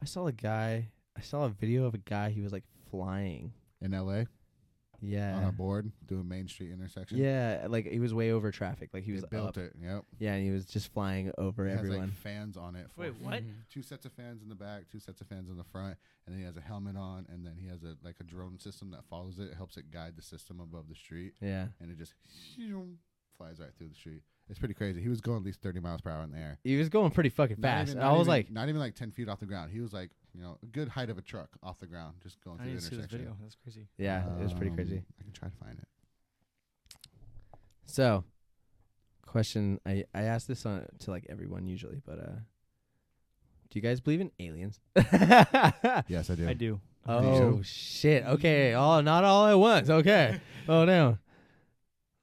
C: I saw a guy. I saw a video of a guy. He was like flying.
B: In L.A. on
C: Yeah.
B: a board doing Main Street intersection.
C: Uh. Yeah. Like he was way over traffic. Like he
B: he
C: was
B: built
C: up.
B: it. Yep,
C: Yeah, and he was just flying over
B: it has
C: everyone.
B: like mm-hmm. fans on it. For
D: Wait, what?
B: Two sets of fans in the back, two sets of fans in the front, and then he has a helmet on, and then he has a like a drone system that follows it, helps it guide the system above the street,
C: yeah.
B: and it just flies right through the street. It's pretty crazy. He was going at least 30 miles per hour in the air.
C: He was going pretty fucking
B: Not
C: fast.
B: even-
C: and I
B: not
C: was
B: even-
C: like,
B: not even like 10 feet off the ground. He was like, you know, a good height of a truck off the ground, just going
D: I
B: through
D: need
B: the
D: to see this
B: intersection.
D: video. That's crazy.
C: yeah, it was pretty
B: Um,
C: crazy.
B: I can try to find it.
C: So, question I I asked this on to like everyone usually, but uh do you guys believe in aliens? [LAUGHS]
B: Yes, I do.
D: I do.
C: oh shit. Okay. All not all at once. [LAUGHS] Okay. oh no.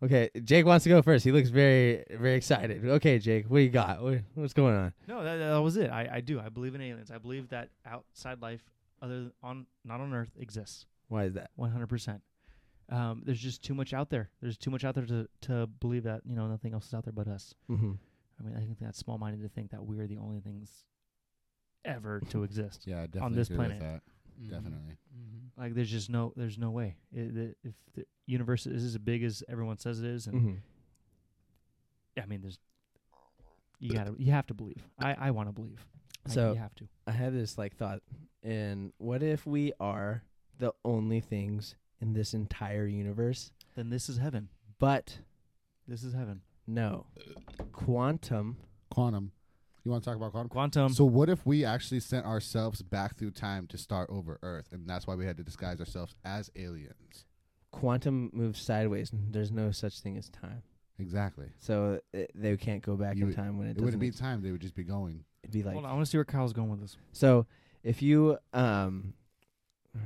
C: Okay, Jake wants to go first. He looks very very excited. Okay, Jake, what you got? What, what's going on?
D: No, that, that was it. I, I do. I believe in aliens. I believe that outside life, other than on not on Earth, exists.
C: Why is that?
D: One hundred percent. Um, there's just too much out there. There's too much out there to, to believe that you know nothing else is out there but us.
C: Mm-hmm.
D: I mean, I think that's small minded to think that we're the only things ever
B: [LAUGHS]
D: to exist.
B: Yeah, I definitely
D: this
B: agree with
D: planet. Mm-hmm.
B: that. Definitely.
A: Mm-hmm.
D: Like, there's just no, there's no way. It, the, if the universe is as big as everyone says it is, and
C: Mm-hmm.
D: I mean, there's you gotta, you have to believe. I, I want to believe. I-
C: So-
D: you have to.
C: I had this like thought, and what if we are the only things in this entire universe?
D: Then this is heaven.
C: But
D: This is heaven.
C: no, quantum.
B: Quantum. You want to talk about quantum?
C: Um,
D: Quantum.
B: so what if we actually sent ourselves back through time to start over Earth, and that's why we had to disguise ourselves as aliens?
C: Quantum moves sideways. and There's no such thing as time,
B: Exactly.
C: so uh they can't go back
B: You
C: in
B: would-
C: time when it,
B: It,
C: doesn't.
B: wouldn't be
C: ex-
B: time; they would just be going.
C: it'd be like
D: Hold on, I want to see where Kyle's going with this.
C: so. If you um, [LAUGHS]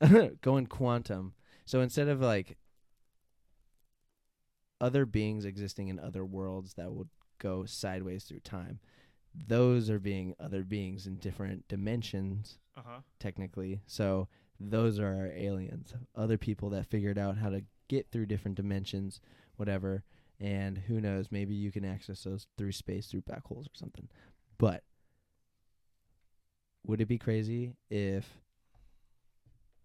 C: oh, shit. go in quantum, so instead of like other beings existing in other worlds that would go sideways through time, those are being other beings in different dimensions
D: Uh huh.
C: technically. So those are our aliens, other people that figured out how to get through different dimensions, whatever. And who knows, maybe you can access those through space, through black holes or something. But would it be crazy if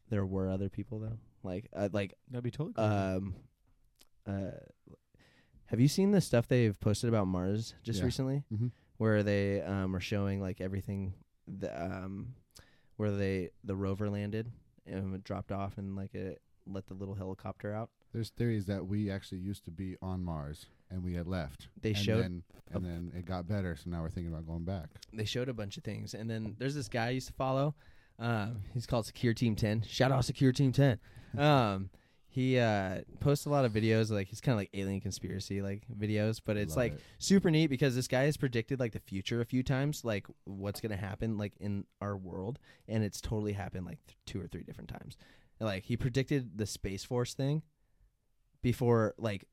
C: there were other people though? Like, uh, like,
D: That'd be totally. crazy.
B: Mm-hmm.
C: um, uh, have you seen the stuff they've posted about Mars just
B: Yeah.
C: recently?
B: Mm-hmm.
C: where they um, are showing like everything the um, where they the rover landed and it dropped off and like it let the little helicopter out.
B: There's theories that we actually used to be on Mars and we had left.
C: They
B: and
C: showed
B: then, and then it got better, so now we're thinking about going back.
C: they showed a bunch of things and then there's this guy I used to follow. Um, he's called Secure Team Ten. Shout out Secure Team Ten. Um, he uh, posts a lot of videos like he's kind of like alien conspiracy like videos, but it's
B: Love
C: like
B: it.
C: super neat because this guy has predicted like the future a few times, like what's gonna happen like in our world, and it's totally happened like th- two or three different times. Like he predicted the space force thing before, like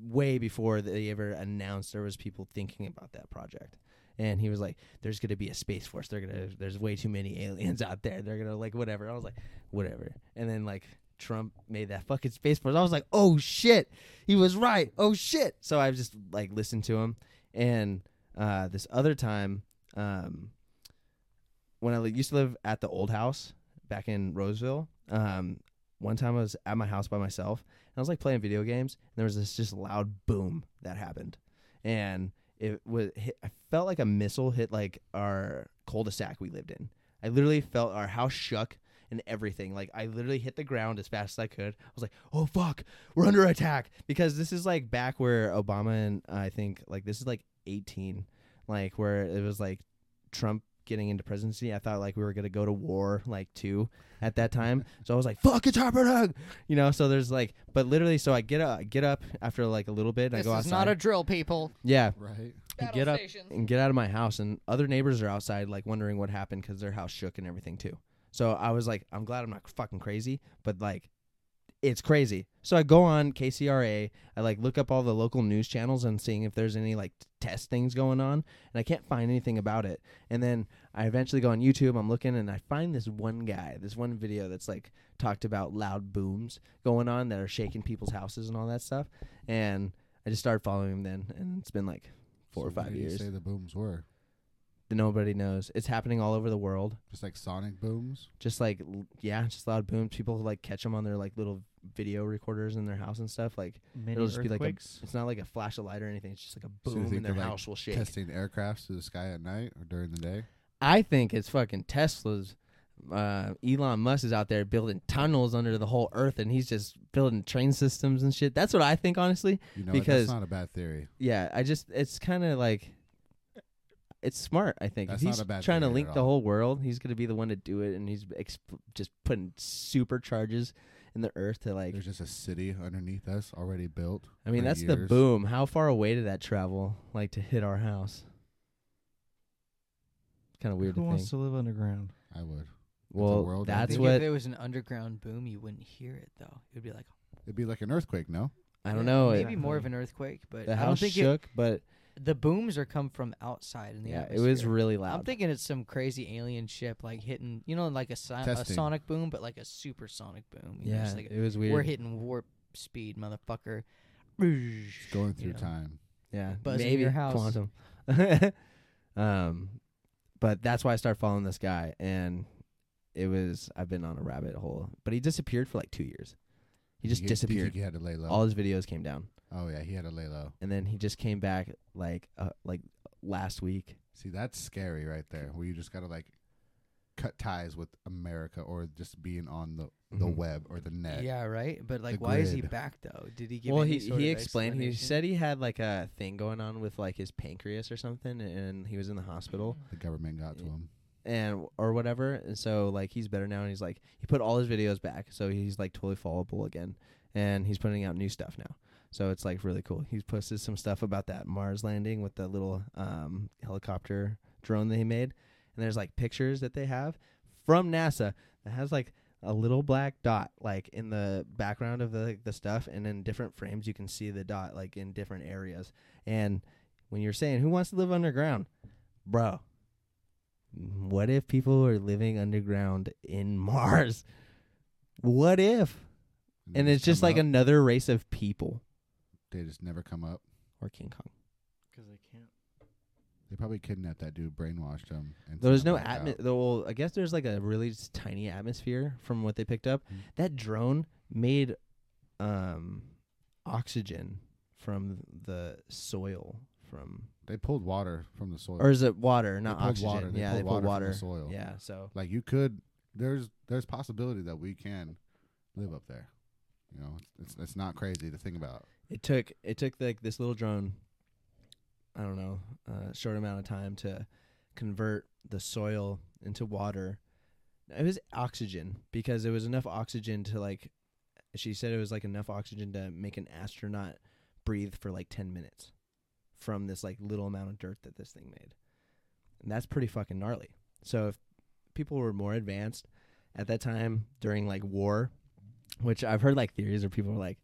C: way before they ever announced there was people thinking about that project. And he was like, "There's gonna be a space force. They're gonna. There's way too many aliens out there. They're gonna like whatever." I was like, "Whatever." And then like Trump made that fucking space force. I was like, "Oh shit." he was right. Oh shit! So I've just like listened to him, And uh, this other time, um, when I li- used to live at the old house back in Roseville, um, one time I was at my house by myself and I was like playing video games, and there was this just loud boom that happened, and it was hit, I felt like a missile hit like our cul-de-sac we lived in. I literally felt our house shook and everything. Like I literally hit the ground as fast as I could. I was like, "Oh fuck, we're under attack!" Because this is like back where Obama and I think like this is like 18, like where it was like Trump getting into presidency. I thought like we were gonna go to war like two at that
E: [LAUGHS]
C: time. So I was like, "Fuck, it's Harper Dog," you know. So there's like, but literally, so I get up, get up after like a little bit. And I
E: This
C: go
E: is
C: outside.
E: not a drill, people.
C: yeah.
B: Right?
C: And
E: Battle
C: get up
E: stations.
C: and get out of my house and other neighbors are outside like wondering what happened because their house shook and everything too so i was like i'm glad i'm not fucking crazy but like it's crazy so i go on kcra i like look up all the local news channels and seeing if there's any like test things going on and i can't find anything about it and then i eventually go on youtube i'm looking and i find this one guy this one video that's like talked about loud booms going on that are shaking people's houses and all that stuff and i just started following him then and it's been like four
B: So
C: or
B: what
C: five
B: do
C: years
B: You say the booms were
C: that nobody knows. It's happening all over the world.
B: just like sonic booms.
C: Just like l- yeah, just loud booms. People like catch them on their like little video recorders in their house and stuff. Like
D: Mini
C: it'll just be like a.
D: earthquakes.
C: It's not like a flash of light or anything. It's just like a
B: So you
C: boom
B: think
C: and their
B: they're, like,
C: house will shake.
B: Testing aircrafts to the sky at night or during the day.
C: I think it's fucking Tesla's. Uh, Elon Musk is out there building tunnels under the whole Earth, and he's just building train systems and shit. That's what I think, honestly.
B: You know, what?
C: Because-
B: that's not a bad theory.
C: Yeah, I just it's kind of like it's smart. I think If
B: That's not
C: he's
B: a bad
C: trying to
B: theory at
C: link the
B: all.
C: whole world. He's gonna be the one to do it, and he's exp- just putting supercharges in the earth to like.
B: There's just a city underneath us already built.
C: I mean,
B: for
C: that's the
B: years.
C: boom. How far away did that travel, like to hit our house? It's kind of weird to
D: Who
C: think.
D: wants to live underground?
B: I would.
C: well,
B: world
A: I
B: I
C: that's
A: think
C: what
A: If it was an underground boom, you wouldn't hear it though. It would be like
B: It'd be like an earthquake, no?
C: I don't
A: yeah,
C: know.
A: Maybe
C: it,
A: more of an earthquake, but
C: the
A: I don't
C: house
A: think
C: shook, but
A: it, the booms are come from outside in the
C: yeah, it
A: atmosphere.
C: was really
A: I'm
C: loud.
A: thinking it's some crazy alien ship like hitting, you know, like a, si- a
B: Testing.
A: sonic boom, but like a supersonic boom. You know,
C: yeah,
A: it's like
C: it was
A: we're
C: weird.
A: hitting warp speed, motherfucker.
B: It's going through
A: You know.
B: time.
C: Yeah,
A: Buzz in
C: maybe
A: your house.
C: quantum. [LAUGHS] um, but that's why I started following this guy, and it was I've been on a rabbit hole. But he disappeared for like two years. He
B: Did
C: just
B: you get- did you think
C: disappeared.
B: He had to lay low.
C: All his videos came down,
B: oh yeah, he had to lay low.
C: and then he just came back like uh, like last week.
B: See, that's scary right there. Where you just gotta like cut ties with America or just being on the the
C: Mhm.
B: web or the net.
A: Yeah, right. But like,
B: The
A: why is he
B: grid.
A: back though? Did he give?
C: Well,
A: any
C: he
A: sort
C: he
A: of
C: explained. He
A: explanation?
C: said he had like a thing going on with like his pancreas or something, and he was in the hospital.
B: The government got to
C: Yeah.
B: him.
C: and or whatever. And so like he's better now, and he's like he put all his videos back, so he's like totally followable again, and he's putting out new stuff now. So it's like really cool. He's posted some stuff about that Mars landing with the little um, helicopter drone that he made, and there's like pictures that they have from NASA that has like a little black dot like in the background of the the stuff, and in different frames you can see the dot like in different areas. And when you're saying who wants to live underground, bro, what if people are living underground in [LAUGHS] Mars? What if?
B: they
C: And it's just
B: come
C: like
B: up.
C: another race of people
B: they just never come up.
C: or King Kong.
D: Because they can't.
B: They probably kidnapped that dude, brainwashed him. And sent
C: There's
B: him
C: no
B: back out.
C: atmosphere. Well, I guess there's like a really s- tiny atmosphere from what they picked up.
B: Mm.
C: That drone made um, oxygen from the soil from
B: They pulled water from the soil.
C: or is it water,
B: They
C: not
B: pulled
C: oxygen?
B: Water. They
C: yeah,
B: pulled
C: they pulled
B: water.
C: water.
B: From the soil.
C: Yeah, so
B: Like you could. There's there's possibility that we can live up there. You know, it's it's, it's not crazy to think about.
C: it took it took like this little drone i don't know uh, short amount of time to convert the soil into water it was oxygen because there was enough oxygen to like she said it was like enough oxygen to make an astronaut breathe for like 10 minutes from this like little amount of dirt that this thing made and that's pretty fucking gnarly so if people were more advanced at that time during like war which i've heard like theories where people are like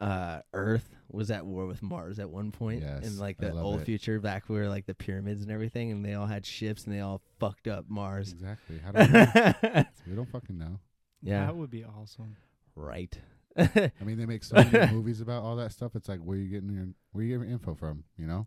C: uh, Earth was at war with Mars at one point,
B: Yes,
C: in like
B: I
C: the
B: love
C: old
B: it.
C: future, back where like the pyramids and everything, and they all had ships and they all fucked up
B: [LAUGHS]
C: Mars. [LAUGHS]
B: Exactly. How do we, know?
C: yeah,
B: we don't fucking know.
D: That would be awesome.
C: right. [LAUGHS]
B: I mean, they make so many movies about all that stuff. It's like where you getting your where you getting your info from? You know,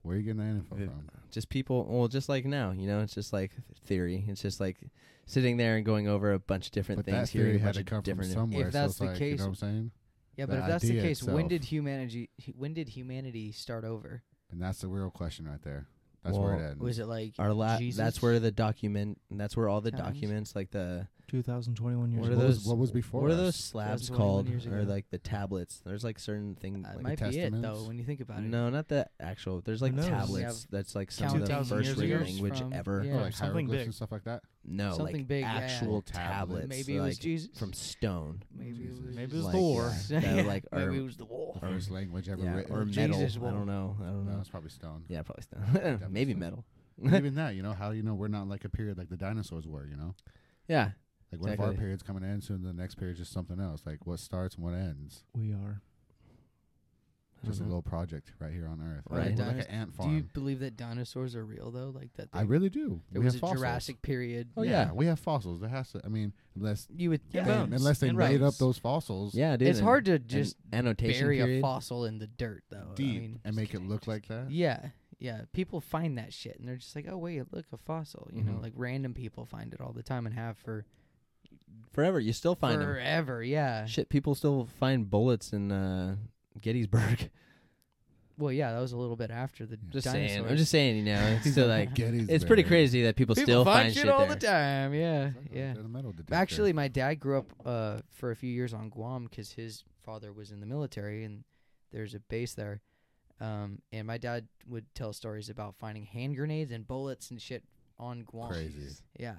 B: Where are you getting that info
C: Yeah.
B: from?
C: just people well just like now you know it's just like theory it's just just like sitting there and going over a bunch of different
B: But that
C: things here
B: theory
C: a
B: had
C: bunch
B: to
C: of
B: come from
C: different
B: somewhere.
A: If
B: so
A: that's
B: it's
A: the
B: like, you
A: case-
B: know what I'm saying?
A: Yeah,
B: The
A: but if that's the
B: idea
A: case, when
B: itself.
A: did humanity when did humanity start over?
B: And that's the real question right there. That's where it
C: Well,
B: ends.
A: Was it like
C: our la-
A: Jesus?
C: that's where the document and that's where all the
A: Times.
C: documents like the
D: 2021 years
C: what are
D: old.
B: What was-
C: those
B: what was before
C: what are
B: us?
C: those slabs
A: 2021
C: called
A: years
C: or
A: ago.
C: like the tablets there's like certain things
A: that
C: like
A: might be uh, it though
B: Testaments?
A: when you think about it.
C: no not the actual there's like
D: Who knows?
C: tablets that's like some of the
D: 2,000
C: first
D: years
C: written
D: ago?
C: language
A: From-
C: ever
B: Oh,
A: Yeah.
B: like
D: Something
B: hieroglyphs
D: big.
B: and stuff like that.
C: no
A: Something
C: like
A: big, yeah, yeah.
C: actual
B: Tablets.
C: tablets
A: maybe it was
C: like
A: Jesus.
C: from stone
A: maybe it
B: Jesus.
A: was
D: Maybe it was
C: like,
D: the war.
C: yeah, that, like
A: [LAUGHS]
C: or,
A: maybe it was the war.
B: The first language ever
C: yeah,
B: written.
C: or
A: Jesus
C: metal
A: will-
C: I don't know I don't
B: no,
C: know
B: it's probably stone.
C: Yeah, probably stone.
B: Definitely
C: [LAUGHS] Maybe
B: stone.
C: metal. [LAUGHS]
B: But Even that, you know, how you know we're not like a period like the dinosaurs were, you know?
C: Yeah.
B: Like what if our
C: Exactly.
B: period's coming in soon the next period's just something else? Like what starts and what ends?
D: we are.
B: Just a
C: Mhm.
B: little project right here on Earth.
C: Right.
B: We're like
A: Dinos-
B: an ant
A: Do you
B: farm.
A: believe that dinosaurs are real though? Like that they,
B: I really do.
A: there
B: we
A: was
B: have
A: a
B: fossils.
A: Jurassic period.
B: Oh yeah.
C: Yeah.
B: we have fossils. There has to I mean, unless
A: You would
D: Yeah,
B: they,
A: think
D: bones
B: unless they
D: and
B: made up
D: bones.
B: those fossils
C: Yeah, dude.
A: it's
C: and-
A: hard to
C: and
A: just
C: annotation
A: bury
C: period.
A: a fossil in the dirt though.
B: deep
A: I mean,
B: and make it look like that.
A: Yeah, yeah. People find that shit, and they're just like, "Oh wait, look, a fossil." You
B: Mm-hmm.
A: know,
C: Mhm.
A: like random people find it all the time and have for
C: Forever. You still find them.
A: forever. Yeah.
C: Shit, people still find bullets in uh,
A: [LAUGHS]
C: Gettysburg.
A: Well, yeah, that was a little bit after the
C: just
A: dinosaurs.
C: saying. I'm just saying, you know. It's
A: [LAUGHS]
C: still like
B: Gettysburg.
C: it's pretty crazy that people,
A: people
C: still
A: find shit, all
C: there.
A: the time. Yeah,
B: It's like
A: yeah.
B: they're the metal detector.
A: Actually, my dad grew up uh, for a few years on Guam because his father was in the military and there's a base there. Um, and my dad would tell stories about finding hand grenades and bullets and shit on Guam.
B: crazy.
A: Yeah.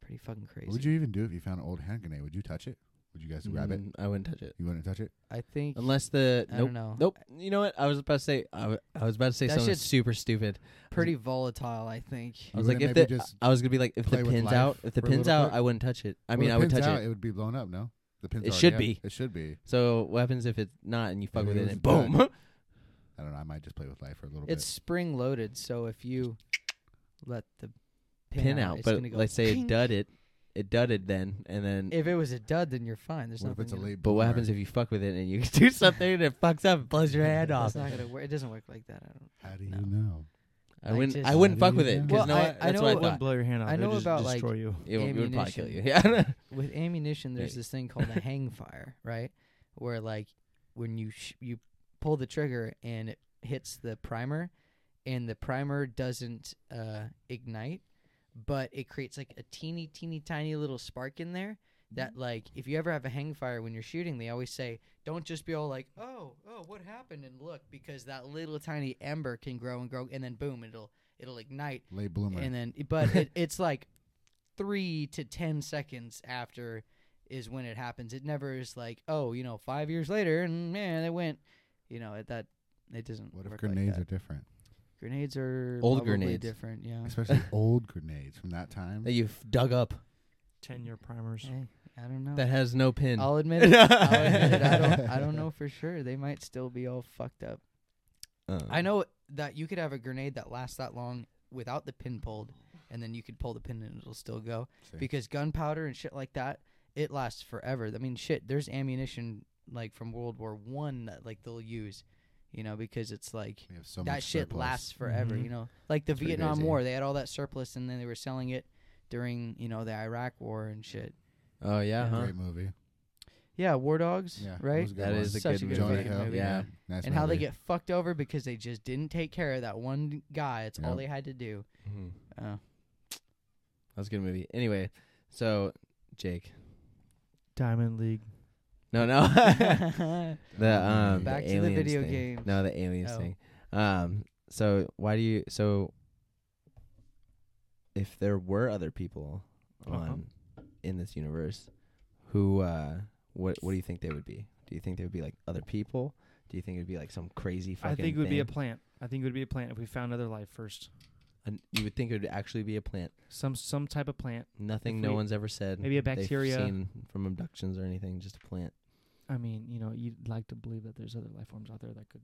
A: Pretty fucking crazy.
B: What would you even do if you found an old hand grenade? Would you touch it? Would you guys grab it?
C: Mm, I wouldn't touch it
B: You wouldn't touch it?
A: I think.
C: unless the
A: I
C: nope.
A: don't know.
C: Nope. You know what? I was about to say. I, w- I was about to say
A: That
C: something
A: shit's-
C: super stupid.
A: Pretty volatile, I think.
C: I was
B: You
C: like,
B: wouldn't
C: if
B: maybe
C: the,
B: just
C: I was gonna be like, if the
B: play with
C: pins
B: life
C: out, if the
B: for a
C: pins
B: little
C: out,
B: quick?
C: I wouldn't touch it. I
B: Well,
C: mean,
B: the
C: I would
B: pin's
C: touch
B: out,
C: it.
B: It would be blown up, no? The pins
C: It
B: already
C: should
B: out.
C: be.
B: It should be.
C: So what happens if it's not and you fuck
B: Maybe
C: with
B: it
C: it
B: was
C: and
B: done.
C: boom?
B: I don't know. I might just play with life for a little
A: It's spring loaded, so if you let the pin,
C: [LAUGHS] pin out,
A: it's
C: but
A: gonna go
C: let's say it
A: ping.
C: dudded, it dudded then, and then.
A: If it was a dud, then you're fine.
B: bit.
A: There's
B: What if
A: nothing.
B: it's a
A: gonna-
B: late
C: but what happens if you fuck with it and you [LAUGHS] do something and it fucks up and blows your hand off?
A: It's not gonna work. It doesn't work like that. I don't.
B: How do you
A: No.
B: know?
C: I
A: I
C: wouldn't.
A: just-
C: I wouldn't fuck with it. 'cause
A: Well,
C: you know
A: I-
C: what?
A: I
C: That's
A: know
C: what I
A: it
D: Wouldn't
C: thought.
D: blow your hand off.
A: I
D: It'd
A: know
D: just
A: about, like-
D: destroy you.
C: It would, it would probably kill you.
A: ammunition.
C: Yeah. [LAUGHS]
A: With ammunition, there's
C: Hey.
A: this thing called a hang fire, right? Where like when you sh- you pull the trigger and it hits the primer, and the primer doesn't uh, ignite, but it creates like a teeny, teeny, tiny little spark in there. That like if you ever have a hang fire when you're shooting, they always say don't just be all like oh oh what happened and look because that little tiny ember can grow and grow and then boom it'll it'll ignite
B: Late bloomer.
A: and then but it, it's like three to ten seconds after is when it happens it never is like oh you know five years later and man they went you know it, that it doesn't
B: what if
A: work
B: grenades
A: like
B: are different?
A: that. grenades are
C: Old
A: probably
C: grenades.
A: different yeah
B: Especially old grenades from that
C: [LAUGHS]
B: time.
C: that you've dug up
D: Ten year primers.
C: Eh.
A: Hey, i don't know
C: that has no pin.
A: i'll admit it, I'll admit it. I,
B: [LAUGHS]
A: don't, I don't know for sure they might still be all fucked up
C: Uh,
A: i know that you could have a grenade that lasts that long without the pin pulled and then you could pull the pin and it'll still go
B: See,
A: because gunpowder and shit like that it lasts forever i mean shit there's ammunition like from world war one that like they'll use you know because it's like
B: we have so
A: that
B: much
A: shit
B: surplus. Mm-hmm.
A: lasts forever
D: Mhm.
A: you know like the
B: It's pretty
A: vietnam
B: crazy.
A: war they had all that surplus and then they were selling it during you know the iraq war and shit
C: Oh yeah,
A: Yeah.
C: huh?
B: Great movie.
A: yeah war dogs
B: Yeah, that
A: right
B: was a good
C: That
B: one.
C: is a
A: Such
C: good
A: a good
B: Jonah
A: fucking
B: Hill,
A: movie,
C: Yeah.
A: man.
B: Nice
A: and how they
B: movie.
A: get fucked over because they just didn't take care of that one guy it's all
B: Yep.
A: they had to
B: [LAUGHS]
A: do
C: Mhm.
A: oh. [LAUGHS]
C: That was a good movie. Anyway, so Jake.
D: Diamond League.
C: No,
A: [LAUGHS]
C: no. The
B: Um,
C: um
A: Back
C: the
A: to the
C: aliens
A: video
C: thing.
A: games.
C: No, the aliens
A: Oh.
C: thing. Um so why do you so if there were other people
D: Uh-huh.
C: on in this universe who uh what what do you think they would be? Do you think they would be like other people? Do you think it would be like some crazy fucking
D: I think it would be a
C: thing?
D: plant. I think it would be a plant if we found other life first.
C: An- you would think it would actually be a plant.
D: Some some type of plant.
C: Nothing
D: If
C: no
D: we-
C: one's ever said.
D: maybe a
C: they've
D: bacteria.
C: seen from abductions or anything, just a plant.
D: I mean, you know, you'd like to believe that there's other life forms out there that could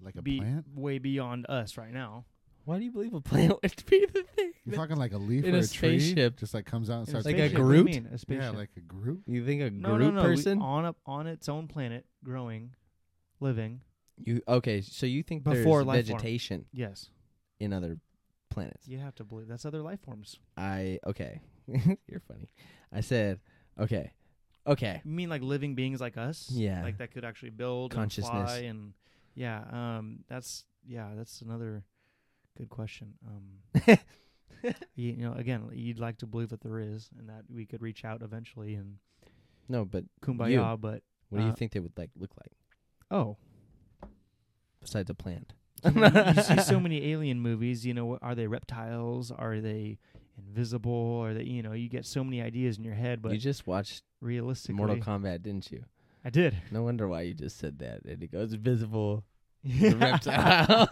B: like a
D: be
B: plant.
D: way beyond us right now.
C: Why do you believe a plant [LAUGHS] would be the thing?
B: You're talking like a leaf
C: in
B: or
C: a
B: a tree.
C: spaceship.
B: Just like comes out and
D: In
B: starts
C: Like a
B: growing.
D: spaceship, what do you
C: Groot?
D: mean? A spaceship.
B: Yeah, like a group.
C: You think a
D: no,
C: group
D: no, no, we-
C: person?
D: on a, on its own planet, growing, living.
C: You okay? So you think
D: Before
C: there's
D: life form.
C: vegetation
D: Yes,
C: in other planets?
D: you have to believe that's other life forms.
C: I okay. [LAUGHS] You're funny. I said okay, okay.
D: You mean like living beings like us?
C: Yeah.
D: like that could actually build and
C: Consciousness.
D: fly and yeah. Um, that's yeah, that's another good question. Um,
C: [LAUGHS]
D: you, you know, again, you'd like to believe that there is and that we could reach out eventually and
C: No, but
D: kumbaya,
C: You.
D: but
C: what do you
D: Uh,
C: think they would like look like
D: oh,
C: besides a
D: [LAUGHS]
C: plant?
D: you, know, you see
C: [LAUGHS]
D: so many alien movies. You know, are they reptiles? Are they invisible? Are they? You know, you get so many ideas in your head, but
C: you just watched
D: realistically,
C: Mortal Kombat, didn't you?
D: I did.
C: No wonder why you just said that. And it goes
D: [LAUGHS]
C: visible. [LAUGHS] The reptile.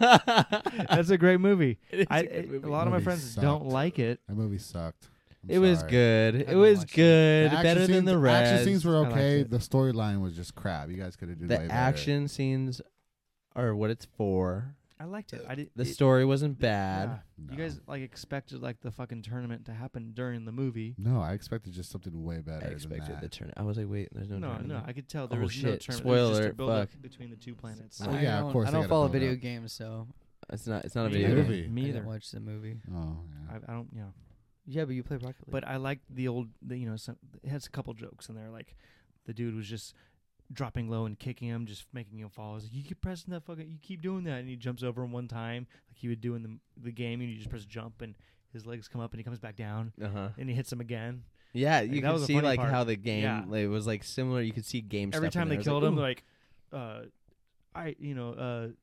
C: [LAUGHS]
D: That's a great movie.
C: It is
D: I,
C: a good
D: a
C: movie.
D: lot of my
B: Movie
D: friends
B: sucked.
D: don't like it.
B: That movie sucked. I'm
C: It was
B: sorry.
C: good. It
A: haven't
C: was
A: watched it.
B: The
C: good.
B: action
C: Better than
B: scenes-
C: the rest.
B: action scenes were
D: I liked
B: okay.
D: it.
B: The storyline was just crap. You guys could have done way
C: the
B: better.
C: action scenes are what it's for.
D: I liked it. I did.
C: The
D: it-
C: story wasn't Uh, bad.
D: yeah. You
B: No.
D: guys like expected like the fucking tournament to happen during the movie.
B: No, I expected just something way better.
C: I
B: than
C: expected
B: that.
C: the turn. I was like, wait, there's no.
D: No, no,
C: turn in it.
D: I could tell there
C: Oh,
D: was no
C: shit.
D: tournament. There
C: Spoiler,
D: was just a build-up between the two planets.
B: Well,
A: I
B: yeah, of
A: don't-
B: course
A: I
B: they
A: don't
B: gotta
A: follow
B: build it
A: video
B: up.
A: games, so
C: It's not. It's not a
D: Me
C: video.
D: either.
C: game.
B: Movie.
A: I
D: Me
A: didn't
D: either.
A: watch the movie.
B: Oh yeah.
D: I, I don't. Yeah.
A: Yeah, but you play Rocket League.
D: But I liked the old, the, you know, some, it has a couple jokes in there. Like the dude was just dropping low and kicking him, just making him fall. I was like, you keep pressing that fucking, you keep doing that, and he jumps over him one time, like he would do in the the game, and you just press jump, and his legs come up, and he comes back down,
C: Uh huh.
D: and he hits him again.
C: Yeah,
D: that
C: you
D: was
C: could
D: the
C: see
D: funny
C: like
D: part.
C: how the game
D: Yeah.
C: like, it was like similar. You could see game.
D: Every
C: stuff
D: time
C: in
D: they
C: there. I was
D: killed him,
C: like,
D: like, uh, I, you know, uh,
C: "Ooh."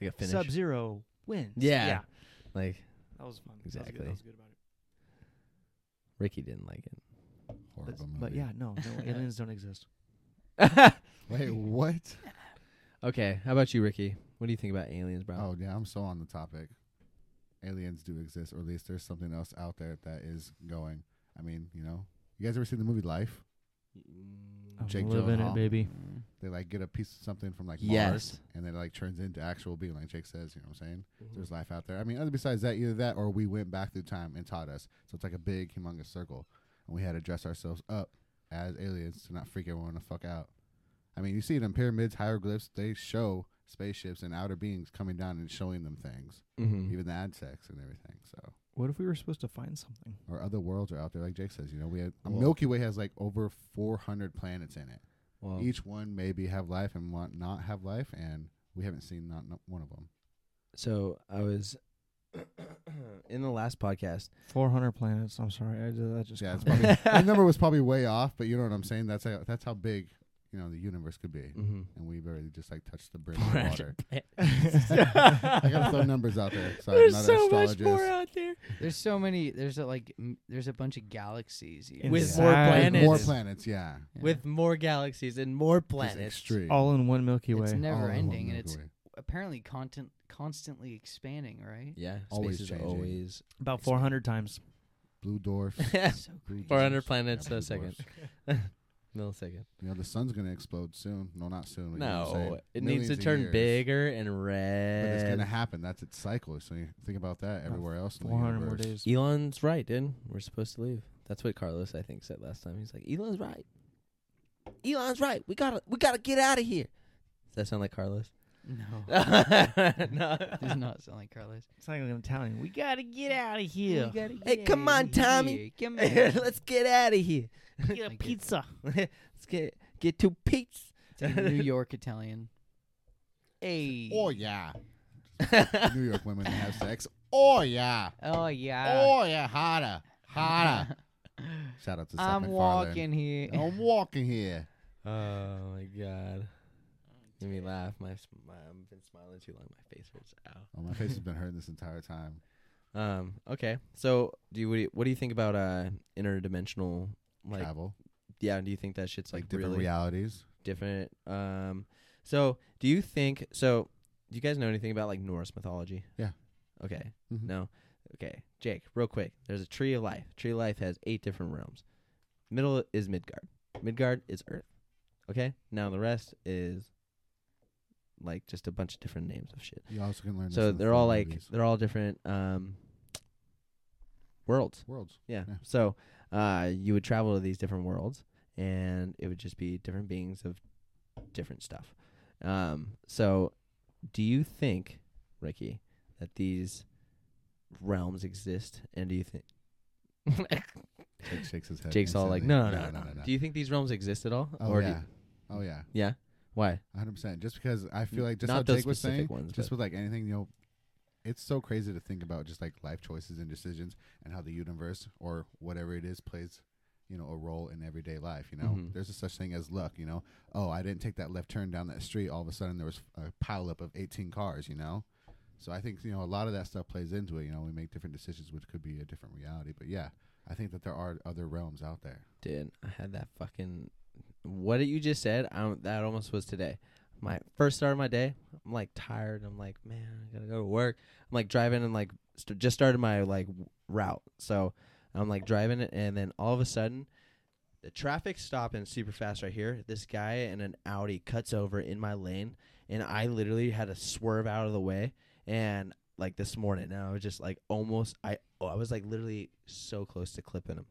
C: like a finish.
D: Sub Zero wins.
C: Yeah.
D: yeah,
C: like
D: that was fun. That was good,
C: Exactly.
D: that was good about it.
C: Ricky didn't like
D: But,
B: Horrible
D: but
B: movie.
D: yeah, no, no
C: [LAUGHS]
D: aliens don't exist.
C: it.
B: Wait, what?
C: okay, how about you, Ricky? What do you think about aliens, bro?
B: Oh yeah, I'm so on the topic. Aliens do exist, or at least there's something else out there that is going. I mean, you know, you guys ever seen the movie Life? Oh.
D: I'm
B: Jake
D: living
B: Gyllenhaal.
D: it, baby.
B: They like get a piece of something from like Mars,
C: yes.
B: and then it like turns into actual being, like Jake says. You know what I'm saying? There's life out there. I mean, other besides that, either that or we went back through time and taught us. So it's like a big, humongous circle, and we had to dress ourselves up as aliens to not freak everyone the fuck out. I mean, you see it in pyramids, hieroglyphs. They show spaceships and outer beings coming down and showing them things,
C: Mhm.
B: even the ad sex and everything. So,
D: What if we were supposed to find something?
B: or other worlds are out there, like Jake says. You know, we had
C: Well-
B: Milky Way has like over 400 planets in it.
C: Well,
B: Each one maybe have life and want not have life, and we haven't seen not, not one of them.
C: so I was [COUGHS] in the last podcast.
D: 400 planets. I'm sorry. I did that just.
B: Yeah, it's
D: caught me.
B: probably,
C: [LAUGHS]
B: that number was probably way off, but you know what I'm saying. That's how, that's how big you know the universe could be,
C: Mm-hmm.
B: and we barely just like touched the brim of the
C: [LAUGHS]
B: water. [LAUGHS] I
C: I
B: gotta throw numbers out there. Sorry,
C: There's
B: I'm not
C: so
B: an
C: much
B: astrologist.
C: more out there.
A: [LAUGHS] there's so many. There's a, like m- there's a bunch of galaxies. even.
C: With
D: Inside.
C: more
D: With
B: Like,
C: planets.
B: more planets, yeah.
A: Yeah.
C: With more galaxies and more
B: Just
C: planets.
B: extreme.
D: all in one Milky Way.
A: it's never
B: All in one
A: ending, and
B: Milky
A: it's
B: Way.
A: apparently content constantly expanding, right?
C: Yeah, space
B: Always
C: is
B: changing.
C: always
B: [LAUGHS]
C: [LAUGHS]
D: About 400 times.
B: blue dwarfs.
A: so
B: Blue
C: Four hundred
B: dwarfs.
C: planets a
B: Yeah, blue
C: second,
B: dwarfs.
C: millisecond.
B: You know the sun's gonna explode soon. No, not soon. but you know what
C: No,
B: I'm saying.
C: it
B: Millions
C: needs
B: of
C: to turn
B: years.
C: bigger and Oh,
B: But
C: red.
B: it's gonna happen. That's its cycle. So you think about that
D: About
B: everywhere else. in the
D: 400 more
B: universe.
D: days.
C: Elon's right, dude. We're supposed to leave. That's what Carlos, I think, said last time. He's like, Elon's right. Elon's right. We gotta, we gotta get out of here. Does that sound like [LAUGHS] Carlos?
A: no,
C: no.
A: [LAUGHS] does not sound like Carlos.
D: It's not even an Italian. We gotta get out of here.
C: Hey, come on, Tommy. [LAUGHS]
A: Come on.
C: [LAUGHS] Let's get out of here. [LAUGHS]
D: get
A: Like it.
D: a pizza.
C: Let's get get two peeps. [LAUGHS]
A: It's a New York Italian. Hey.
B: Oh yeah.
C: New
B: New York women have sex.
C: [LAUGHS]
B: Oh yeah.
A: Oh, yeah.
B: Oh yeah. Harder. Harder. Shout out to Seth
A: I'm
B: MacFarlane.
A: walking here.
B: I'm walking here.
C: Oh my god. Made me laugh. My, s- my I've been smiling too long. My face hurts. Ow.
B: Oh, my face has been hurting this entire time.
C: Um. Okay. So, do you what do you, what do you think about uh interdimensional [LAUGHS] like
B: Travel,
C: yeah? Do you think that shit's
B: like,
C: like,
B: different
C: really
B: realities.
C: different? Um. So, do you think so? Do you guys know anything about like Norse mythology?
B: Yeah.
C: Okay.
B: Mhm.
C: No. Okay. Jake, real quick. There's a tree of life. Tree of life has eight different realms. Middle is Midgard. Midgard is Earth. Okay. Now the rest is like just a bunch of different names of shit.
B: Mm-hmm. You also can learn. this
C: So
B: in the
C: they're all
B: film
C: like
B: movies.
C: they're all different um worlds.
B: worlds.
C: Yeah.
B: Yeah.
C: So uh, you would travel to these different worlds, and it would just be different beings of different stuff. Um, so, do you think, Ricky, that these realms exist? And do you think
B: Jake shakes his
C: [LAUGHS]
B: head.
C: Jake's all like, no, no, no, no,
B: no,
C: Do you think these realms exist at all?
B: Oh
C: or do-
B: yeah, oh yeah,
C: yeah. Why?
B: hundred percent. Just because I feel like just
C: Not
B: how
C: those
B: Jake was
C: specific
B: saying,
C: ones,
B: just
C: but-
B: with like anything, you know, it's so crazy to think about just like life choices and decisions and how the universe or whatever it is plays, you know, a role in everyday life. You know,
C: Mhm.
B: there's a such thing as luck. You know, oh, I didn't take that left turn down that street. All of a sudden, there was a pileup of 18 cars. You know. So I think you know a lot of that stuff plays into it. You know, we make different decisions, which could be a different reality. But yeah, I think that there are other realms out there.
C: Dude, I had that fucking. What did you just said? I, don't- that almost was today. My first start of my day, I'm like tired. I'm like, man, I gotta go to work. I'm like driving and like st- just started my like w- route, so I'm like driving it, and then all of a sudden, the traffic stopping super fast right here. This guy in an Audi cuts over in my lane, and I literally had to swerve out of the way. And like this morning, and I was just like almost, I oh, I was like literally so close to clipping him,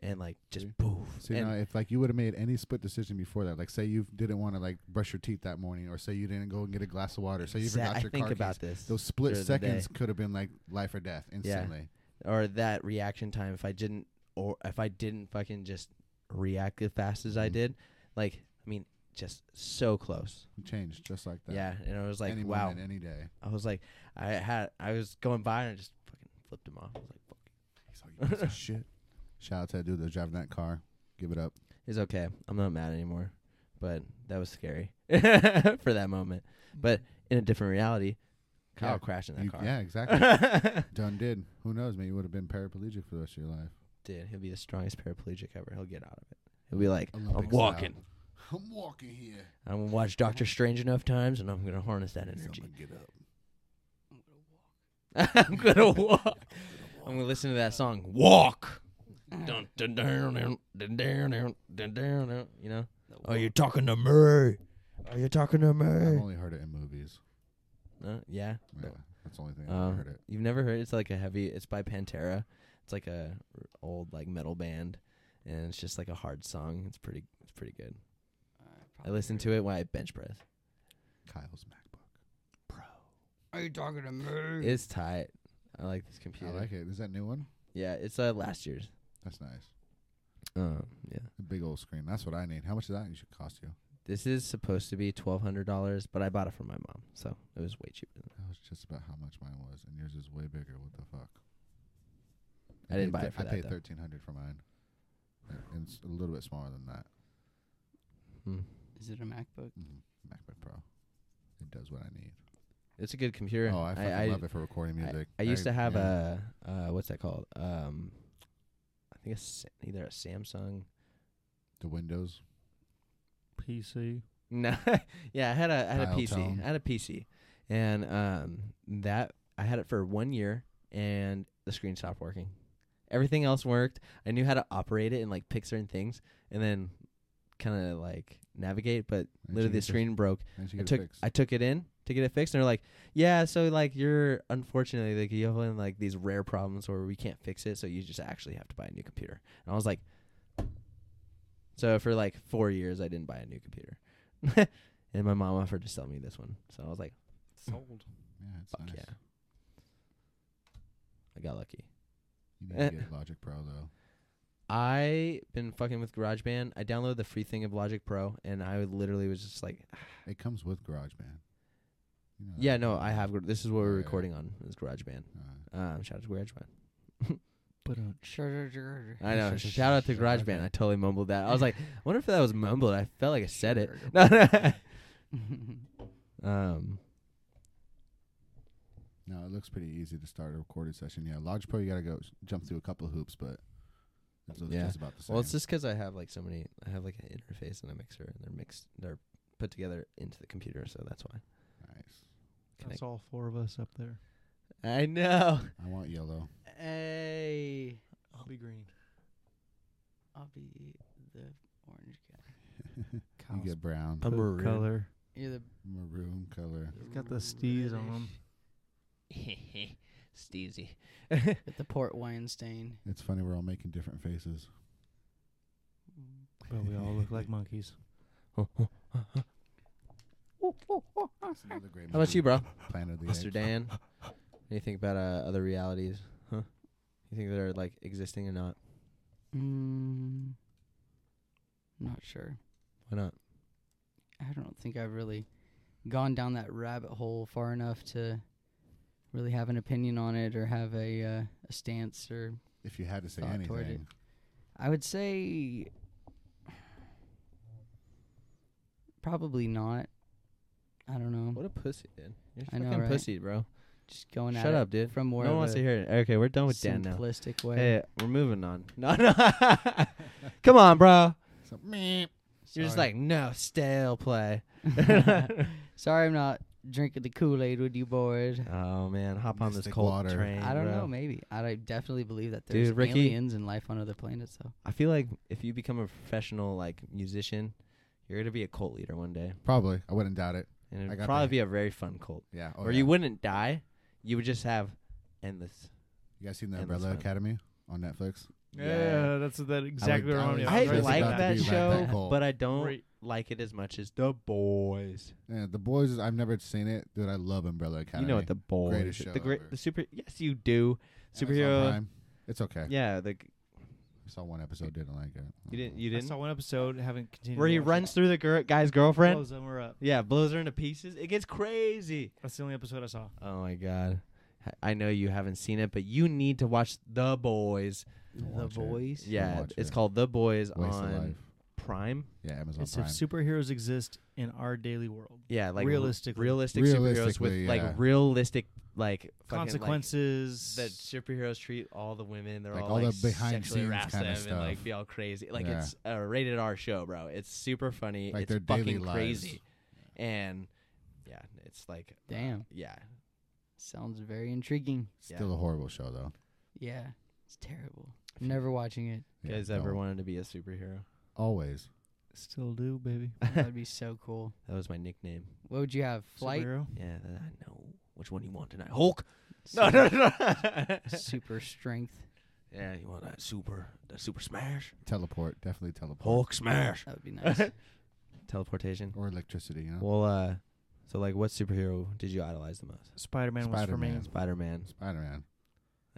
C: and like just
B: See?
C: poof.
B: So you
C: and
B: know, if like you would have made any split decision before that, like say you didn't want to like brush your teeth that morning, or say you didn't go and get a glass of water, so you
C: Exact-
B: forgot your
C: I think
B: car
C: about
B: keys,
C: this.
B: those split
C: during the day.
B: seconds could have been like life or death instantly.
C: or that reaction time if I didn't or if I didn't fucking just react as fast as I
B: Mhm.
C: did, like I mean, just so close.
B: It Changed just like that.
C: yeah, and I was like,
B: any
C: wow.
B: moment, any day.
C: I was like, I had I was going by and I just fucking flipped him off. I was like, fuck.
B: He's all, "You piece of shit. Shout out to that dude that's driving that car. Give it up.
C: It's okay. I'm not mad anymore. But that was scary [LAUGHS] for that moment. But in a different reality, Kyle
B: Yeah,
C: crashed in that
B: You-
C: car.
B: yeah, exactly. [LAUGHS] Done did. Who knows? Maybe you would have been paraplegic for the rest of your life.
C: [LAUGHS] Dude, he'll be the strongest paraplegic ever. He'll get out of it. He'll be like, I'm
B: Olympic style.
C: walking.
B: I'm walking here.
C: I'm gonna watch Doctor Strange enough times, and I'm gonna harness that
B: Someone
C: energy.
B: get up.
C: [LAUGHS] [LAUGHS] I'm gonna walk. I'm gonna listen to that song, Walk. Dun, dun, dun, dun, dun, dun, dun, dun, dun, dun, you know? Are you talking to me? Are you talking to
B: I've
C: me?
B: only heard it in movies.
C: Uh, yeah.
B: Yeah, that's the only thing I've
C: Um,
B: ever heard it.
C: You've never heard? It's like a heavy. It's by Pantera. It's like a r- old like metal band, and it's just like a hard song. It's pretty. It's pretty good. I listen to it when I bench press.
B: Kyle's MacBook.
A: Are you talking to [LAUGHS] me?
C: It's tight. I like this computer.
B: I like it. Is that new one?
C: Yeah, it's uh, last year's.
B: That's nice.
C: Um, yeah.
B: A big old screen. That's what I need. How much does that usually cost you?
C: This is supposed to be twelve hundred dollars, but I bought it from my mom, so it was way cheaper. Than
B: That was just about how much mine was, and yours is way bigger. What the fuck?
C: I didn't
B: paid
C: buy
B: thir-
C: it for
B: I
C: that,
B: paid
C: though.
B: thirteen hundred for mine, and and it's a little bit smaller than that.
C: that. Hmm.
A: [LAUGHS] Is it a MacBook?
B: Mm, MacBook Pro. It does what I need.
C: It's a good computer.
B: Oh, I fucking love it for recording
C: I-
B: music.
C: I used to have
B: yeah.
C: a uh, what's that called? Um, I think it's either a Samsung. [LAUGHS]
B: the Windows.
D: PC.
C: No, yeah, I had a I had a
B: Dial
C: PC.
B: tone.
C: I had a PC, and um, that I had it for one year, and the screen stopped working. Everything else worked. I knew how to operate it and like pick certain things, and then kind of like navigate. But
B: Why don't you
C: literally,
B: get
C: the
B: this-
C: screen broke.
B: why don't
C: I
B: you get it
C: took
B: fixed?
C: I took it in to get it fixed, and they're like, "Yeah, so like you're unfortunately like you have like these rare problems where we can't fix it, so you just actually have to buy a new computer." And I was like, "So for like four years, I didn't buy a new computer," [LAUGHS] and my mom offered to sell me this one, so I was like,
D: Sold.
B: yeah, it's
C: "Fuck
B: nice.
C: yeah!" I got lucky.
B: You need to
C: Eh. [LAUGHS]
B: get Logic Pro though.
C: I been fucking with GarageBand. I downloaded the free thing of Logic Pro, and I literally was just like,
B: It comes with GarageBand. You know that.
C: "Yeah, no, I have. This is what we're
B: Yeah.
C: recording on is GarageBand."
B: Uh,
C: Um, shout out to GarageBand.
D: But uh,
A: Sure,
C: I know.
B: Sh- sh-
C: Shout out to
B: sh-
C: GarageBand. I totally mumbled that.
A: [LAUGHS]
C: I was like, I wonder if that was mumbled. I felt like I said it.
A: Sure.
C: No, no. [LAUGHS] um,
B: No, it looks pretty easy to start a recorded session. Yeah, Logic Pro, you gotta go s- jump through a couple of hoops, but it's
C: Yeah.
B: just about the same.
C: well, it's just because I have like so many. I have like an interface and a mixer, and they're mixed. They're put together into the computer, so that's why.
B: nice.
D: that's all four of us up there.
C: I know.
A: [LAUGHS]
B: I want yellow.
A: [LAUGHS] Hey,
D: I'll be green.
A: I'll be the orange guy.
B: You get brown,
C: I'm maroon.
D: color.
A: You're the
B: maroon color.
D: He's got the steez on him.
C: [LAUGHS] Steezy.
A: With the port wine stain.
B: It's funny we're all making different faces.
D: But we all look like monkeys.
B: That's another great
C: How about
B: movie,
C: you, bro?
B: Planet of the
C: Mr.
B: Apes.
C: Dan. Anything about uh, other realities? Huh? You think they're like existing or not?
A: Mm, not sure.
C: Why not?
A: I don't think I've really gone down that rabbit hole far enough to really have an opinion on it or have a uh, a stance or
B: If you had to say
A: Thought toward it.
B: anything,
A: I would say probably not. I don't know.
C: What a pussy, dude. You're
A: I
C: fucking
A: know, right?
C: pussy, bro.
A: Just going at
C: Shut
A: it
C: up, dude.
A: from more
C: no
A: of
C: one wants
A: a
C: to hear it. Okay, we're done with Dan now.
A: simplistic way.
C: Hey, we're moving on. [LAUGHS] No, no. Come on, bro.
B: so, meh.
C: You're just
B: Sorry.
C: like, no, stale play.
A: [LAUGHS] Sorry, I'm not drinking the Kool Aid with you boys.
C: [LAUGHS] Oh, man. Hop on this
B: Mystic
C: cold
B: water.
C: train.
A: I don't
C: bro.
A: know. Maybe I d- definitely believe that
C: Dude,
A: there's
C: Ricky-
A: aliens and life on other planets, though.
C: I feel like if you become a professional like musician, you're gonna be a cult leader one day,
B: probably I wouldn't doubt it.
C: and
B: I
C: it'd
B: got
C: probably
B: that.
C: be a very fun cult,
B: Yeah, oh,
C: where
B: yeah.
C: you wouldn't die. You would just have endless.
B: You guys seen the
C: And
B: Umbrella
C: that's fine.
B: Academy on Netflix?
D: Yeah, that's that exactly
B: I
D: what I'm
B: would-
C: I
B: I was
C: like
B: about to
C: that
B: be like
C: show,
B: that cult.
C: but I don't
D: Right.
C: like it as much as The Boys.
B: Yeah, the boys. is- I've never seen it, dude. I love Umbrella Academy.
C: You know what The Boys?
B: Greatest
C: is.
B: show
C: the
B: ever.
C: the super. Yes, you do.
B: Amazon
C: Superhero.
B: Prime. It's okay.
C: Yeah, the
B: I saw one episode, didn't like it.
C: you didn't you
D: I
C: didn't
D: saw one episode, haven't continued.
C: where
D: to
C: he
D: watch
C: runs through the gir- guy's
D: it.
C: girlfriend.
D: Blows them her up.
C: Yeah, blows her into pieces. It gets crazy.
D: That's the only episode I saw.
C: Oh my god. H- I know you haven't seen it, but you need to watch The Boys.
B: Don't
A: The
B: watch it.
A: voice.
C: Yeah,
B: watch
C: it's
B: it.
C: called The Boys
B: Waste of
C: on
B: life.
C: Prime.
B: Yeah, Amazon
D: It's
B: Prime.
D: if superheroes exist in our daily world.
C: Yeah, like
D: Realistically.
C: realistic superheroes with
B: Realistically,
C: like
B: yeah.
C: realistic like consequences.
D: Consequences.
C: that superheroes treat all the women. They're
B: Like,
C: all,
B: all
C: like,
B: the behind
C: sexually
B: scenes
C: harass
B: kinda
C: them and like
B: stuff.
C: be all crazy. Like
B: Yeah.
C: it's a rated R show, bro. It's super funny.
B: Like
C: it's
B: their
C: fucking
B: daily lives.
C: crazy, and yeah, it's like uh,
A: Damn.
C: yeah,
A: Sounds very intriguing.
C: yeah.
B: Still a horrible show though.
A: Yeah, it's terrible. Never watching it.
C: You
B: Yeah,
C: guys ever
B: don't.
C: wanted to be a superhero? [LAUGHS]
B: Always.
D: Still do, baby.
A: That'd be so cool.
C: That was my nickname.
A: What would you have? Flight.
D: [LAUGHS] Superhero.
C: Yeah, that I know. Which one you want tonight? Hulk?
A: Super,
C: no.
B: [LAUGHS]
A: super strength.
C: [LAUGHS] yeah, you want that super, that super smash?
B: Teleport. Definitely teleport.
C: Hulk smash.
A: That would be nice.
C: Teleportation.
B: Or electricity. You know.
C: Well, uh, so like, what superhero did you idolize the most?
D: Spider Man was for me.
B: Spider-Man.
C: Spider Man.
B: Spider Man.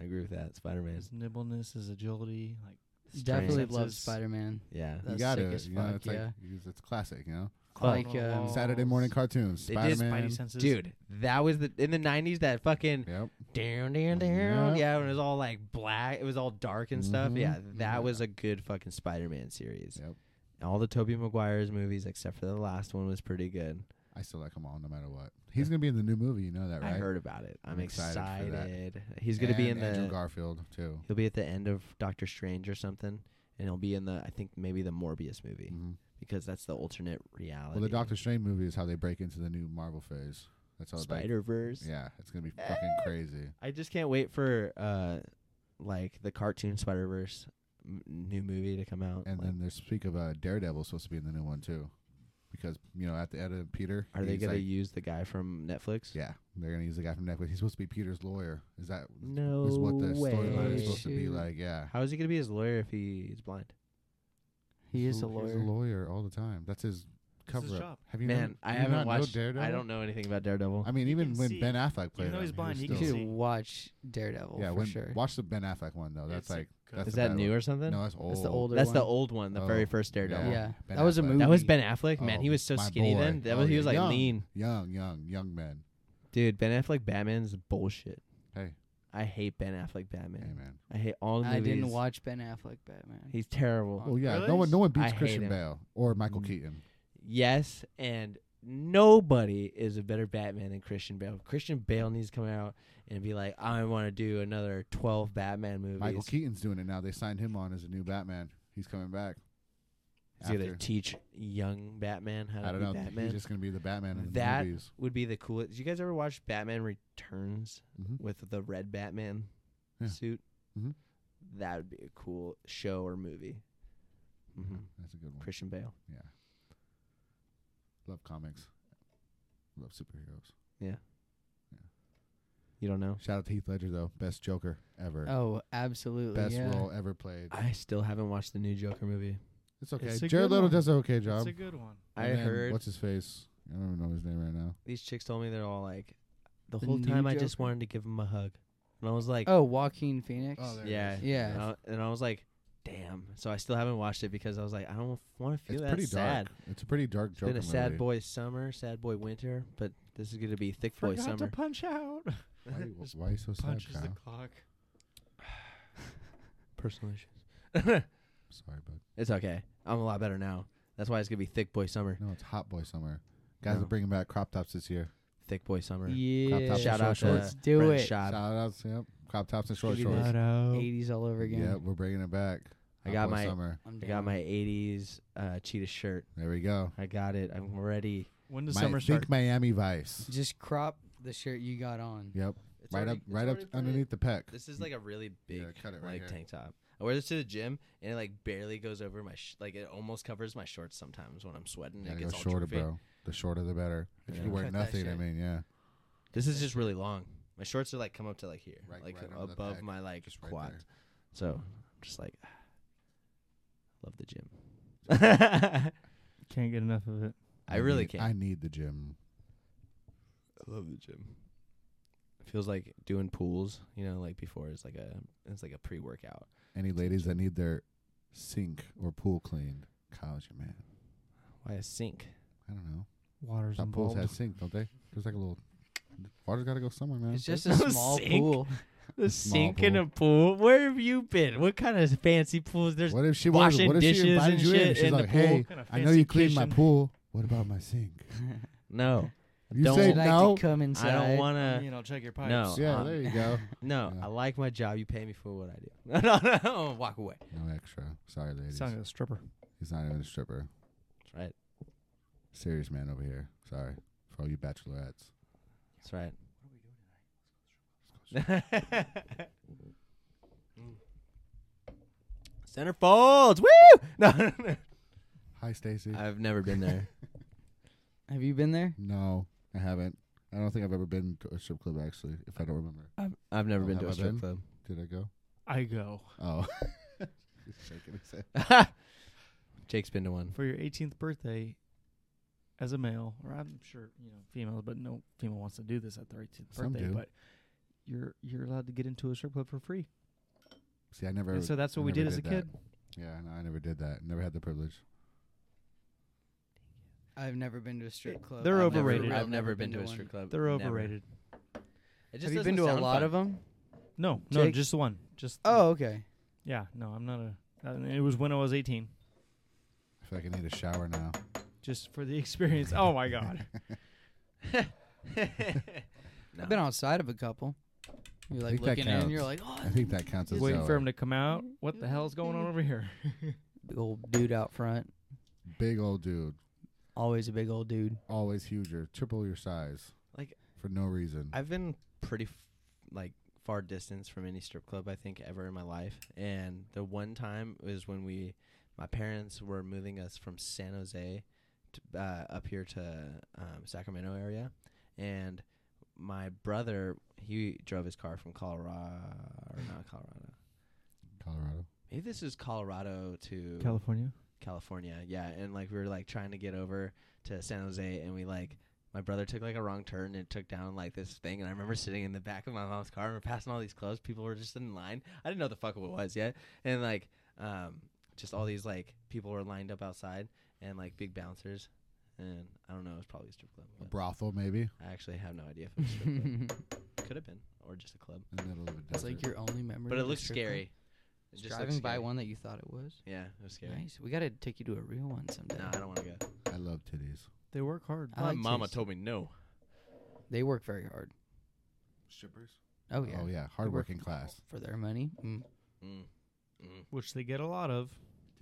C: I agree with that. Spider Man.
D: His nimbleness, his agility, like
A: Definitely
D: Strength.
A: love
D: Senses.
A: Spider Man.
C: Yeah.
B: You
A: That's
B: got
A: sick
B: it.
A: as
B: You know,
A: fuck,
B: it's like
A: yeah.
B: it's- it's classic. You know,
A: Like,
D: climbing on
C: uh,
A: um,
D: walls,
B: Saturday morning cartoons.
C: Oh, They did
B: Spider Man.
D: Spidey senses.
C: Dude, that was the in the '90s. That fucking
B: Yep.
C: down, down, down.
B: Yeah.
C: Yeah, when it was all like black. It was all dark and stuff.
B: Mhm.
C: Yeah, that
B: Yeah.
C: was a good fucking Spider-Man series.
B: Yep.
C: All the Tobey Maguire's movies, except for the last one, was pretty good.
B: I still like them all, no matter what. He's gonna be in the new movie. You know that, right?
C: I heard about it. I'm,
B: I'm
C: excited.
B: excited for that.
C: He's gonna be in
B: And
C: the.
B: Andrew Garfield too.
C: he'll be at the end of Doctor Strange or something, and he'll be in the. I think maybe the Morbius movie
B: hmm
C: because that's the alternate reality.
B: Well, the Doctor Strange movie is how they break into the new Marvel phase. That's all. Like,
C: Spider Verse.
B: yeah, it's gonna be fucking
C: Eh.
B: crazy.
C: I just can't wait for uh, like the cartoon Spider Verse m- new movie to come out.
B: And
C: like,
B: then there's speak of uh, Daredevil supposed to be in the new one too, because you know at the end of Peter,
C: are they
B: he's
C: gonna
B: like-
C: use the guy from Netflix?
B: Yeah, they're gonna use the guy from Netflix. He's supposed to be Peter's lawyer. Is that
C: No
B: is what the storyline
A: way.
B: is supposed to be
A: Shoot.
B: like? Yeah,
C: How is he gonna be his lawyer if he's blind?
A: He is a
B: He's- He's
A: lawyer.
B: a lawyer all the time. That's his cover up.
D: job.
B: Have you
C: Man,
B: not-
C: I
B: you not
C: haven't
B: know
C: watched.
B: Daredevil?
C: I don't know anything about Daredevil.
B: I mean,
D: He
B: even
D: can
B: when
D: see.
B: Ben Affleck played,
D: though
B: him,
D: he's
B: he
D: blind,
B: was
D: he
A: You
D: can
B: still-
A: should
D: see.
A: watch Daredevil
B: Yeah,
A: for
B: when,
A: sure.
B: watch the Ben Affleck one though. That's
D: It's a
B: like
D: good-
B: that's
C: is
B: a
C: that
B: bad
C: new
B: one.
C: or something?
B: No, Oh. that's old.
A: That's the older
C: That's
A: one.
C: the old one, the
B: Oh,
C: very first Daredevil.
A: Yeah,
B: Yeah, Ben
A: that was a
B: Affleck.
A: movie.
C: That was Ben Affleck, man.
B: Oh,
C: he was so
B: my
C: skinny
B: boy.
C: then. That
B: Oh,
C: was he
B: yeah.
C: was like
B: Young.
C: lean.
B: Young, young, young men.
C: Dude, Ben Affleck Batman's bullshit.
B: Hey,
C: I hate Ben Affleck Batman.
B: hey, man.
C: I hate all the
A: I
C: movies.
A: didn't watch Ben Affleck Batman.
C: He's terrible.
B: Oh yeah,
D: Really?
B: no one, no one
C: I
B: beats
C: hate him.
B: Christian Bale or Michael
C: Mm.
B: Keaton.
C: Yes, and nobody is a better Batman than Christian Bale. Christian Bale needs to come out and be like, I want to do another 12 Batman movies.
B: Michael Keaton's doing it now. They signed him on as a new Batman. He's coming back.
C: He's going to
B: After.
C: teach young Batman how to
B: I don't
C: be
B: know.
C: Batman.
B: He's just gonna be the Batman in the
C: That-
B: movies.
C: Would be the coolest. Did you guys ever watch Batman Returns
B: hmm
C: with the red Batman
B: Yeah.
C: suit?
B: Mhm.
C: That would be a cool show or movie. hmm
B: Mm-hmm. That's a good one.
C: Christian Bale.
B: Yeah. Love comics. Love superheroes.
C: You don't know?
B: Shout out to Heath Ledger though, best Joker ever,
A: Oh, absolutely.
B: best
A: yeah.
B: role ever played.
C: I still haven't watched the new Joker movie.
B: It's okay.
D: It's a
B: Jared
D: good
B: Leto
D: one.
B: does an okay job.
D: That's a good one.
C: I
B: And then
C: heard
B: What's his face? I don't even know his name right now.
C: These chicks told me they're all like, the
A: The
C: whole time
A: new
C: I just
A: Joker?
C: wanted to give him a hug, and I was like,
A: Oh, Joaquin Phoenix.
B: Oh, there it
C: yeah,
B: is.
A: Yeah.
C: and I, and I was like, damn. So I still haven't watched it because I was like, I don't want to feel
B: It's
C: that
B: pretty
C: sad.
B: dark. It's a pretty dark
C: It's
B: Joker
C: been a sad
B: movie.
C: boy summer, sad boy winter, but this is gonna be thick boy
D: Forgot to
C: summer.
D: punch out.
C: [LAUGHS]
B: Why, you- why you so sad,
D: Punches
B: Kyle?
D: the clock.
C: Personal issues.
B: Sorry, bud.
C: it's okay. I'm a lot better now. That's why it's gonna be thick boy summer.
B: No, it's hot boy summer. Guys
C: No.
B: are bringing back crop tops this year.
C: Thick boy summer.
A: Yeah.
B: top
C: Shout out
B: short
C: to
B: shorts.
A: Let's do
C: Brent
A: it.
C: Schaub.
B: Shout outs, yep. Crop tops and short
A: Give you this.
B: shorts.
D: out.
A: 80s all over again.
B: Yeah, we're bringing it back.
C: I
B: Hot
C: got
B: boy
C: my-
B: summer.
A: I'm
C: I
A: down.
C: got my 80s uh, cheetah shirt.
B: There we go.
C: I got it. I'm ready.
D: When does
B: Mi-
D: summer start?
B: Think Miami Vice.
A: Just crop the shirt you got on.
B: Yep. right up, right up underneath the pec.
C: This is like a really big
B: Yeah, cut it right
C: like
B: here.
C: tank top. I wear this to the gym and it like barely goes over my sh- like it almost covers my shorts sometimes when I'm sweating.
B: Yeah,
C: it
B: go
C: gets all
B: shorter,
C: droopy.
B: bro. The shorter, the better. If
C: Yeah.
B: you wear
A: Cut that
B: nothing, I
A: shit.
B: mean, yeah.
C: This is just really long. My shorts are like come up to like here,
B: Right-
C: like
B: right under the
C: above
B: pec,
C: my like
B: just right
C: quad.
B: there.
C: so I'm just like [SIGHS] love the
B: [LAUGHS]
C: gym.
D: Can't get enough of it.
C: I really
B: need-
C: can't.
B: I need the gym.
C: I love the gym. It feels like doing pools, you know, like before is like a it's like a pre workout.
B: Any ladies that need their sink or pool cleaned, Kyle's your man.
C: Why a sink?
B: I don't know.
D: Water's
B: Top pools
D: involved.
B: have sink, don't they? There's like a little. Water's got to go somewhere, man.
A: It's
C: [LAUGHS]
A: just a small
C: Sink.
A: pool.
C: [LAUGHS]
A: [LAUGHS]
C: The
B: small
C: sink in a pool. Where have you been? What kind of fancy pools? There's
B: What if she was?
C: washing
B: What if
C: dishes
B: she invited
C: and
B: you
C: shit
B: in? She's
C: in the
B: like, "Hey,
D: Kinda
B: I know
D: fancy
B: you cleaned my
D: kitchen.
B: pool. What about my sink?
C: no.
B: You
C: Don't-
B: say
A: Would I
B: no?
A: to come inside?
C: I don't
D: I
C: want
D: mean, I'll check your
C: to.
D: pipes.
C: Uh, No,
B: yeah,
C: um,
B: there [LAUGHS] you go.
C: no.
B: Yeah.
C: I like my job. You pay me for what I do. [LAUGHS] No, no, no. Walk away.
B: No extra. Sorry, ladies.
D: Sound like a stripper.
B: He's not even a stripper.
C: That's right.
B: Serious man over here. Sorry for all you bachelorettes.
C: That's right. What are we doing tonight? [LAUGHS] Mm. Center folds. Woo! [LAUGHS] No, no, no.
B: Hi, Stacy.
C: I've never been
B: [LAUGHS]
C: there.
A: Have you been there?
B: No, I haven't. I don't think I've ever been to a strip club actually. If I don't remember,
C: I've, I've never
B: Oh,
C: been to
B: have
C: a
B: I
C: strip
B: been?
C: club.
B: did I go?
D: I go.
B: Oh, [LAUGHS] Just shaking his head. [LAUGHS]
C: Jake's been to one.
D: For your 18th birthday, as a male, or I'm sure, you know, females, but no female wants to do this at their 18th
B: Some
D: birthday,
B: do.
D: but you're you're allowed to get into a strip club for free.
B: See, I never.
D: And so that's
B: I
D: what we
B: never
D: did as a
B: that.
D: kid.
B: Yeah, no, I never did that. Never had the privilege.
A: I've never been to a strip club.
D: They're
A: I've never-
D: overrated.
A: real-
C: I've never been to a
A: one.
C: strip club.
D: They're
C: Never.
D: overrated.
C: It
A: Have
C: just
A: you been to
C: doesn't
A: a
C: sound
A: lot
C: fun.
A: of them?
D: No, no,
A: Jake?
D: just the one. Just the-
A: Oh, okay.
D: Yeah, no, I'm not a. Uh, it was when I was 18,
B: I feel like I need a shower now.
D: just for the [LAUGHS] experience. Oh
B: [LAUGHS]
D: my god.
C: No.
A: I've been outside of a couple. You're like
B: think that
A: looking in, you're like,
B: counts.
A: oh,
B: I think that counts as
D: Waiting
B: shower.
D: for him to come out. What the hell's
B: [LAUGHS]
D: going on over here? [LAUGHS]
A: big old dude out front.
B: Big old dude,
A: Always a big old dude. [LAUGHS]
B: always huger, triple your size.
C: Like-
B: for no reason.
C: I've been pretty f- like far distance from any strip club I think ever in my life, and the one time was when we, my parents were moving us from San Jose, to, uh, up here to um, Sacramento area, and my brother he drove his car from Colorado or not Colorado.
B: Colorado.
C: Maybe this is Colorado to
D: California.
C: California. Yeah, and like we were like trying to get over to San Jose, and we like my brother took like a wrong turn and it took down like this thing. And I remember sitting in the back of my mom's car and we're passing all these clothes. People were just in line. I didn't know the fuck what it was yet, and like um, just all these like people were lined up outside and like big bouncers. And I don't know, it was probably a strip club.
B: A
C: But
B: brothel, maybe.
C: I actually have no idea if it was a
A: [LAUGHS]
C: strip club.
A: it's
C: Could have been, or just a club.
B: In the middle of a desert.
A: like your only memory.
C: But it
A: of a
C: looks
A: strip club?
C: scary. It just looks
A: Driving by
C: scary.
A: one that you thought it was.
C: Yeah, it was scary.
A: Nice. We gotta take you to a real one someday.
C: No, I don't want to go.
B: I love titties.
D: They work hard.
A: I
C: my
A: like
C: mama
A: titties.
C: told me no.
A: They work very hard.
B: Strippers.
A: Oh yeah.
B: Oh yeah, hard working class.
A: For their money. Mm.
C: Mm. Mm.
D: which they get a lot of.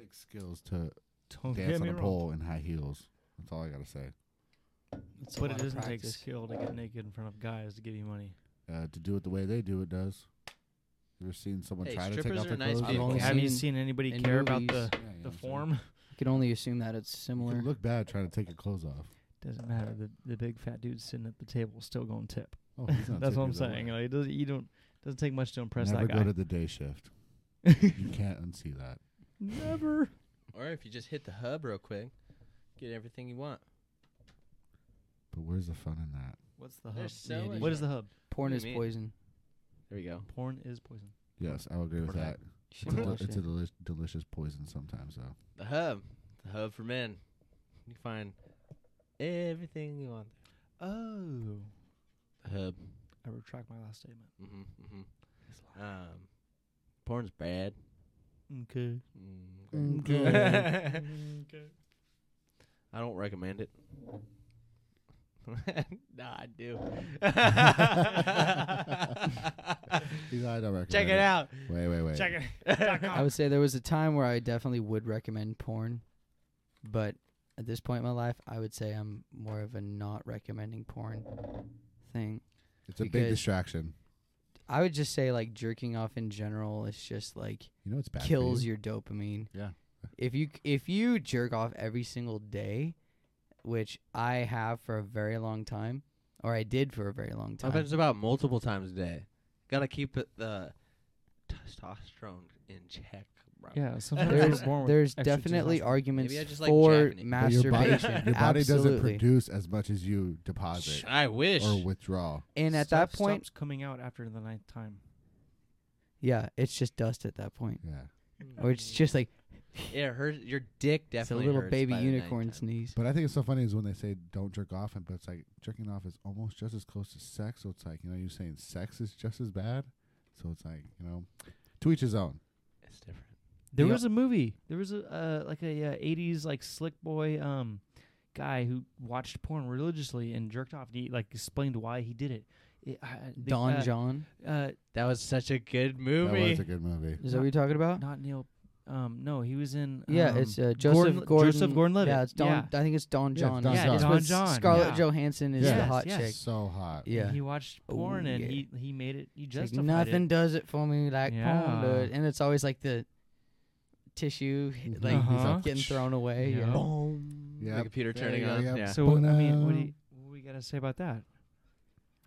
B: Takes skills to
D: Don't
B: dance on
D: get Oh, me
B: a
D: wrong.
B: pole in high heels. That's all I gotta say.
A: It's a
D: But it
A: lot of
D: doesn't take
A: practice.
D: skill to get naked in front of guys to give you money.
B: Uh, to do it the way they do it does. You ever seen someone
C: Hey,
B: try to take
C: strippers
B: off
C: are
B: their
C: nice
B: clothes?
A: people. I've
D: Have
A: only
D: you
A: seen
D: seen anybody
A: in
D: care about
A: movies.
D: the
B: Yeah, you know
D: the
B: what I'm
D: form? [LAUGHS]
A: I can only assume that it's
B: saying?
A: similar.
B: You look bad trying to take your clothes off.
D: Doesn't matter. The the big fat dude sitting at the table is still going to tip.
B: Oh, he's not
D: [LAUGHS] That's what I'm
B: taking it
D: saying.
B: away.
D: Like, it doesn't you don't doesn't take much to impress
B: Never
D: that
B: go
D: guy.
B: to the day shift.
D: [LAUGHS]
B: you can't unsee that.
D: Never.
C: Or if you just hit the hub real quick, get everything you want.
B: But where's the fun in that?
D: What's the hub?
C: There's so
A: Yeah,
C: much-
D: What is the hub?
A: Porn
C: do
A: is
C: you mean?
A: poison.
C: There we go.
D: Porn is poison.
B: Yes, I will agree with
C: Or
B: that.
C: that-
B: It's a,
A: Shit.
B: del- it's a
A: [LAUGHS]
B: deli- delicious poison sometimes, though.
C: The hub. The hub for men. You can find everything you want.
D: Oh.
C: The hub.
D: I retract my last statement.
C: Mm-hmm, mm-hmm. Um, porn's bad.
D: Okay.
C: Mm,
A: Okay.
D: okay.
C: [LAUGHS] I don't recommend it. [LAUGHS] nah, I [LAUGHS] do. Check
B: He's like, I don't recommend
C: it out.
B: Wait, wait, wait.
D: Check it.
A: I would say there was a time where I definitely would recommend porn, but at this point in my life, I would say I'm more of a not recommending porn thing.
B: It's a big
A: Because-
B: distraction.
A: I would just say like jerking off in general is just like
B: You know it's bad. for
A: kills
B: you.
A: your dopamine.
B: Yeah.
A: If you if you jerk off every single day, which I have for a very long time, or I did for a very long
C: I
A: time.
C: bet it's [LAUGHS] about multiple times a day. Gotta keep it, the testosterone in check, bro.
D: Yeah,
A: there's there's definitely arguments
C: Maybe I just like
A: for
C: jacking it.
B: But your body,
A: masturbation.
B: [LAUGHS] your body doesn't
A: Absolutely.
B: produce as much as you deposit
C: Sh- I wish.
B: or withdraw.
A: and at that point,
D: coming out after the ninth time.
A: yeah, it's just dust at that point,
B: Yeah.
A: or
D: Mm,
A: it's just like
C: Yeah, it hurts. Your dick
A: it's a
C: definitely.
A: little
C: hurts
A: baby
C: by the
A: unicorn
C: nighttime.
A: sneeze.
B: But I think it's so funny is when they say don't jerk off, and but it's like jerking off is almost just as close to sex. So it's like you know you're saying sex is just as bad. So it's like you know, to each his own.
C: It's different.
D: There
A: Yeah.
D: was a movie. There was a uh, like a uh, '80s like slick boy um guy who watched porn religiously and jerked off. And he like explained why he did it. it I- I think,
A: Don
D: uh,
A: John,
D: Uh,
C: That was such a good
B: That
C: movie.
B: was a good movie.
A: is that what you're talking about?
D: not Neil. Um, no, he was in.
A: yeah,
D: um,
A: it's uh,
D: Gordon-
A: Joseph Gordon.
D: Joseph Gordon-Levitt.
A: Yeah, it's Don. I think it's Don
B: it's
A: John.
B: Don Yeah,
A: It's
B: John.
A: with
D: John,
A: Scarlett
D: yeah.
A: Johansson is the
B: Yes,
A: hot
D: yes.
A: chick.
B: So hot.
A: Yeah.
D: He watched
A: Oh,
D: porn and
A: yeah.
D: he he made it. He
A: It's like,
D: justified
A: nothing
D: it.
A: does it for me like porn
D: Yeah.
A: does, and it's always like the tissue like
D: Uh-huh.
A: getting thrown away.
D: Yeah.
A: Yeah.
C: Boom.
B: Yeah.
C: The computer
B: There
C: turning
B: you go,
C: on.
B: yeah.
C: Yeah.
D: So I mean, what do
B: Ta-da.
D: you,
A: uh,
D: what we gotta say about that?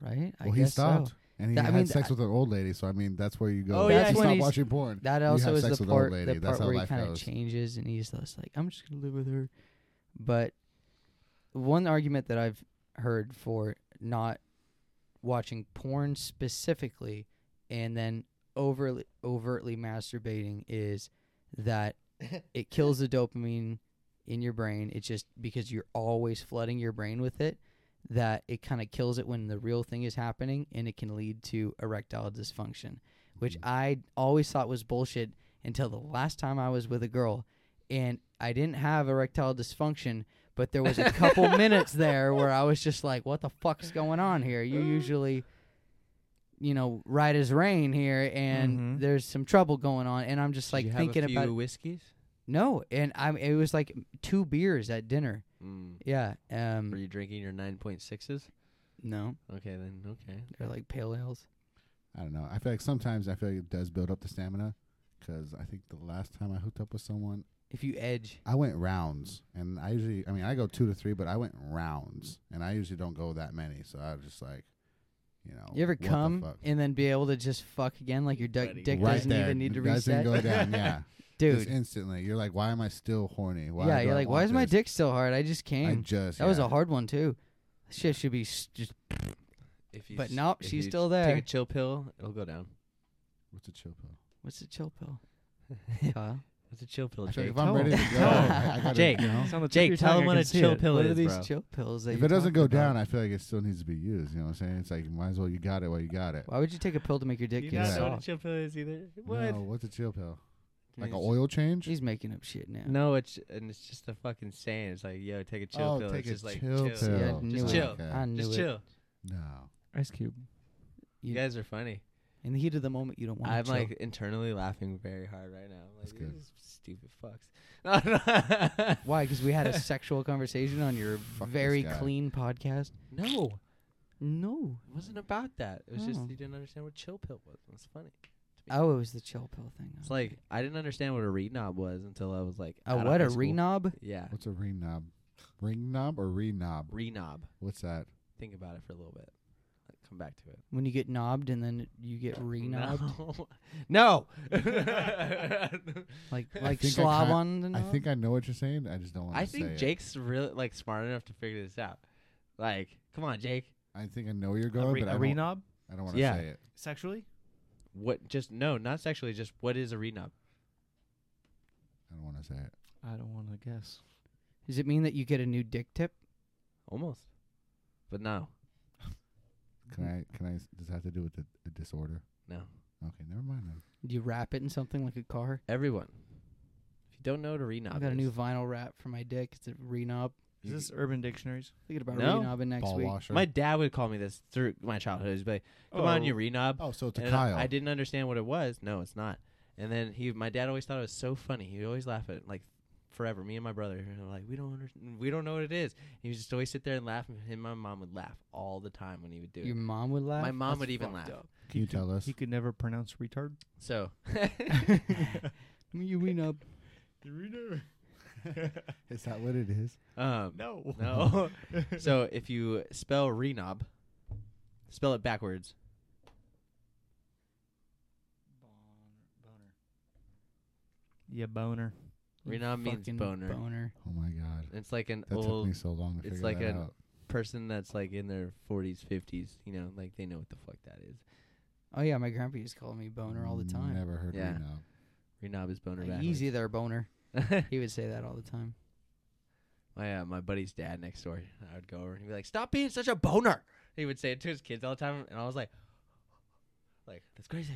A: Right? I
B: Well, he
A: guess so.
B: stopped, and he
A: That- I
B: had
A: mean,
B: sex
A: I-
B: with an old lady. So I mean, that's where you go.
C: Oh,
B: Once
C: yeah,
B: you
C: when
B: stop
A: he's-
B: watching porn.
A: That
B: You
A: also
B: have
A: is
B: sex
A: the
B: with an old
A: part,
B: lady.
A: the
B: That's
A: part
B: how
A: where he
B: life
A: kind of
B: goes.
A: changes and he's just like, I'm just gonna live with her. But one argument that I've heard for not watching porn specifically and then overly overtly masturbating is that it kills the dopamine in your brain. It's just because you're always flooding your brain with it that it kind of kills it when the real thing is happening and it can lead to erectile dysfunction, which
B: Mhm.
A: I always thought was bullshit until the last time I was with a girl and I didn't have erectile dysfunction, but there was a couple minutes there where I was just like, what the fuck's going on here? You usually you know, right as rain here and
D: Mhm.
A: there's some trouble going on and I'm just
C: Did
A: like
C: you have
A: thinking
C: a few
A: about
C: whiskeys.
A: no, and I'm. It was like two beers at dinner.
C: Mm.
A: Yeah.
C: Were
A: Um.
C: you drinking your nine point sixes?
A: No,
C: Okay, then okay.
A: they're like pale ales.
B: I don't know. I feel like sometimes I feel like it does build up the stamina. Because I think the last time I hooked up with someone,
A: If you edge,
B: I went rounds, and I usually, I mean, I go two to three, but I went rounds, and I usually don't go that many. So I was just like, you know,
A: you ever
B: what the
A: come
B: fuck?
A: and then be able to just fuck again, like your duck
C: Ready.
A: dick
C: Right
A: doesn't
B: there,
A: even need to reset,
B: doesn't go
A: [LAUGHS]
B: down, yeah, just
A: dude.
B: instantly. You're like, why am I still horny? Why
A: yeah,
B: do
A: you're
B: I
A: like,
B: want
A: why is my
B: this?
A: dick still hard? I just
B: I
A: came.
B: just
A: that was
B: yeah.
A: a hard one too. That Shit should be s- just.
C: If you
A: But
C: s-
A: nope,
C: if
A: she's
C: you
A: still
C: Take
A: there.
C: a chill pill, it'll go down.
B: What's a chill pill?
A: What's the chill
B: [LAUGHS]
A: pill? Kyle?
C: That's a chill pill,
B: I feel
C: Jake.
B: like if I'm
D: tell
B: ready to
C: [LAUGHS]
D: 'em.
B: go,
C: Tell 'em.
B: I, I gotta,
C: Jake,
B: you know,
D: It's on the tip of your
C: Jake, tell
D: tongue,
C: him
D: I
C: what
D: can
C: a
D: see
C: chill
D: it.
C: pill
A: What
C: is,
A: are these
C: bro.
A: chill pills? That
B: if
A: you're
B: it doesn't
A: talking
B: go
A: about?
B: down, I feel like it still needs to be used. You know what I'm saying? It's like, might as well you got it while you got it.
A: Why would you take a pill to make your dick
C: You
A: get
C: guys
B: Yeah.
C: know what a
A: soft?
C: chill pill is either?
B: No, what's a chill pill? Like an oil change?
A: She's making up shit now.
C: No, it's and it's just a fucking saying. It's like, yo, take a chill
B: oh,
C: pill. it's
B: take a
C: just like
B: chill
C: chill.
B: pill.
A: Yeah, I
C: Just
A: knew it.
C: chill.
B: Okay.
A: I knew
C: Just
A: it.
C: chill.
B: No.
D: Ice Cube.
C: You guys are funny.
A: in the heat of the moment, you don't want.
C: I'm
A: to
C: like internally laughing very hard right now. I'm like,
B: That's good.
C: these stupid fucks. [LAUGHS]
A: Why? Because we had a sexual conversation on your
B: Fuck this
A: very
B: guy.
A: clean podcast.
C: no,
A: No.
C: it wasn't about that. It was
A: Oh.
C: just you didn't understand what chill pill was. It's funny.
A: Oh, it was the chill pill thing. Oh,
C: It's like I didn't understand what a renob was until I was like,
A: a
C: out of
A: Oh, what?
C: high
A: A
C: school.
A: renob?
C: Yeah,
B: What's a ring knob? Ring knob or re knob?
C: renob.
B: What's that?
C: Think about it for a little bit. Like, come back to it.
A: When you get knobbed and then you
C: [LAUGHS]
A: get renobbed,
C: No. no.
A: like
C: [LAUGHS] I
A: like
B: think I
A: slob
B: ca-
A: on the
B: I
A: knob.
B: think I know what you're saying. I just don't want
C: I
B: to say
C: think
B: it.
C: Jake's really like smart enough to figure this out. Like Come on, Jake.
B: I think I know where you're
D: A,
B: going,
D: re-
B: but I
D: a
B: don't,
D: renob?
B: I don't want to
C: Yeah.
B: say it.
D: Sexually?
C: What? Just no, not sexually. Just what is a renob?
B: I don't want to say it.
D: I don't want to guess.
A: Does it mean that you get a new dick tip?
C: Almost, but no,
B: Can I? Can I? s- Does it have to do with the, a disorder?
C: no.
B: Okay, never mind. Then.
A: Do you wrap it in something like a car?
C: Everyone, if you don't know what a renob,
A: I got a
C: is,
A: new vinyl wrap for my dick. It's a renob.
D: Is this Urban Dictionaries?
A: Thinking about
C: No.
A: renobbing next
B: ball
A: week.
B: washer?
C: my dad would call me this through my childhood. He'd be like, "Come on, you renob."
B: oh, so it's a
C: And I-
B: Kyle.
C: I didn't understand what it was. No, it's not. And then he, my dad, always thought it was so funny. He would always laugh at it, like forever. Me and my brother, and we're like we don't understand, we don't know what it is. And he would just always sit there and laugh. And him and my mom would laugh all the time when he would do
A: Your
C: it.
A: mom would laugh.
C: My mom
A: That's
C: would even
A: fucked
C: laugh.
A: up.
B: Can you tell
D: [LAUGHS]
B: us?
D: He could never pronounce retard.
C: So [LAUGHS]
A: You renob.
B: Is that what it is?
C: um,
D: No.
C: no. so if you spell renob, spell it backwards.
D: Boner. Yeah, boner.
A: You
C: [LAUGHS] Renob means
A: fucking
C: boner.
A: Boner.
B: Oh my god,
C: It's like an
B: that took
C: old
B: me so long to
C: it's
B: figure
C: like
B: that
C: an-
B: out.
C: person that's like in their 40s, 50s. You know, like they know what the fuck that is.
A: Oh yeah, my grandpa used to call me boner all the time.
B: Never heard
C: Yeah.
B: renob.
C: Renob is boner.
A: Like, easy there, boner.
C: backwards. [LAUGHS]
A: He would say that all the time.
C: my uh, my buddy's dad next door. I would go over and he'd be like, "Stop being such a boner." He would say it to his kids all the time, and I was like, "Like that's crazy."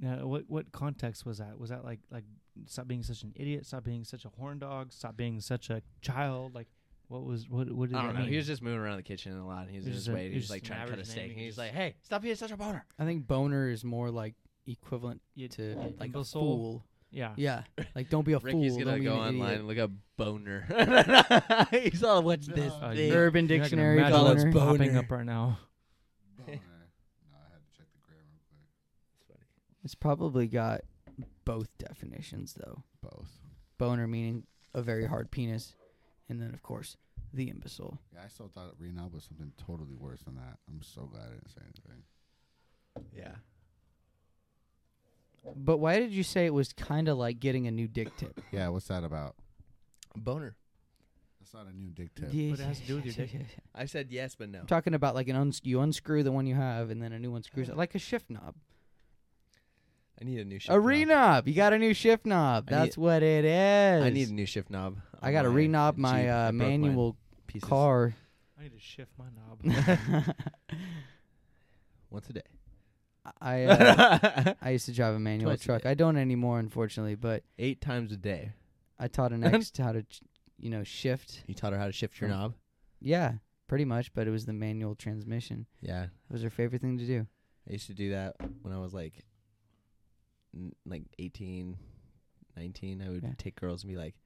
D: Now, what what context was that? Was that like like stop being such an idiot, stop being such a horn dog, stop being such a child? Like, what was what what did
C: I
D: that
C: don't know.
D: mean?
C: He was just moving around the kitchen a lot. and He was
D: He
C: in
D: was
C: his
D: a-
C: way.
D: he
C: He
D: was
C: was like
D: just
C: trying
D: an
C: to cut a
D: average
C: steak.
D: name,
C: And
D: he
C: he's
D: just-
C: like, "Hey, stop being such a boner."
A: I think boner is more like equivalent
D: You-
A: to
D: you
A: like a
D: imbecile.
A: fool.
D: Yeah.
A: Yeah, like don't be a
C: [LAUGHS] Ricky's
A: fool.
C: gonna
A: don't
C: go
A: be an
C: online
A: idiot.
C: and look up boner. he's all, "What's this
D: Oh,
C: thing?"
D: you're-
A: Urban
D: You're not gonna
A: Dictionary
D: imagine
C: Call
D: what's
A: boner.
C: us bo-
D: popping
A: [LAUGHS]
C: boner.
D: up right now.
B: no, I had to check the gram real quick.
A: It's probably got both definitions though.
B: Both.
A: Boner meaning a very hard penis, and then of course the imbecile.
B: Yeah, I still thought renob was something totally worse than that. I'm so glad I didn't say anything.
C: Yeah.
A: But why did you say it was kind of like getting a new dick tip?
C: [COUGHS]
B: Yeah, what's that about?
C: Boner.
B: That's not a new dick tip.
A: Yeah,
D: But it has to do with your
A: yeah,
D: dick.
A: yeah, yeah, yeah.
C: I said yes, but
A: [LAUGHS]
C: no.
A: I'm talking about like an uns- you unscrew the one you have and then a new one screws it like a shift knob.
C: I need a new shift.
A: a re
C: knob.
A: knob. You got a new shift knob.
C: I need-
A: That's what it is.
C: I need a new shift knob.
A: I got to
C: on
A: re knob
C: Jeep.
A: my
C: I
A: uh,
C: broke mine.
A: manual
C: Pieces. [LAUGHS]
A: car.
D: I need to shift my
A: [LAUGHS]
D: knob.
A: I [LAUGHS]
C: once a day. [LAUGHS]
A: uh, I used to drive a manual
C: Twice a
A: truck.
C: day.
A: I don't anymore, unfortunately, but
C: Eight times a day.
A: I taught an
C: [LAUGHS]
A: ex how to, ch- you know, shift.
C: You taught her how to shift your
A: From-
C: knob.
A: Yeah, pretty much. But it was the manual transmission.
C: Yeah,
A: It was her favorite thing to do.
C: I used to do that when I was like, n- like 18, 19. I would
A: Yeah.
C: take girls and be like,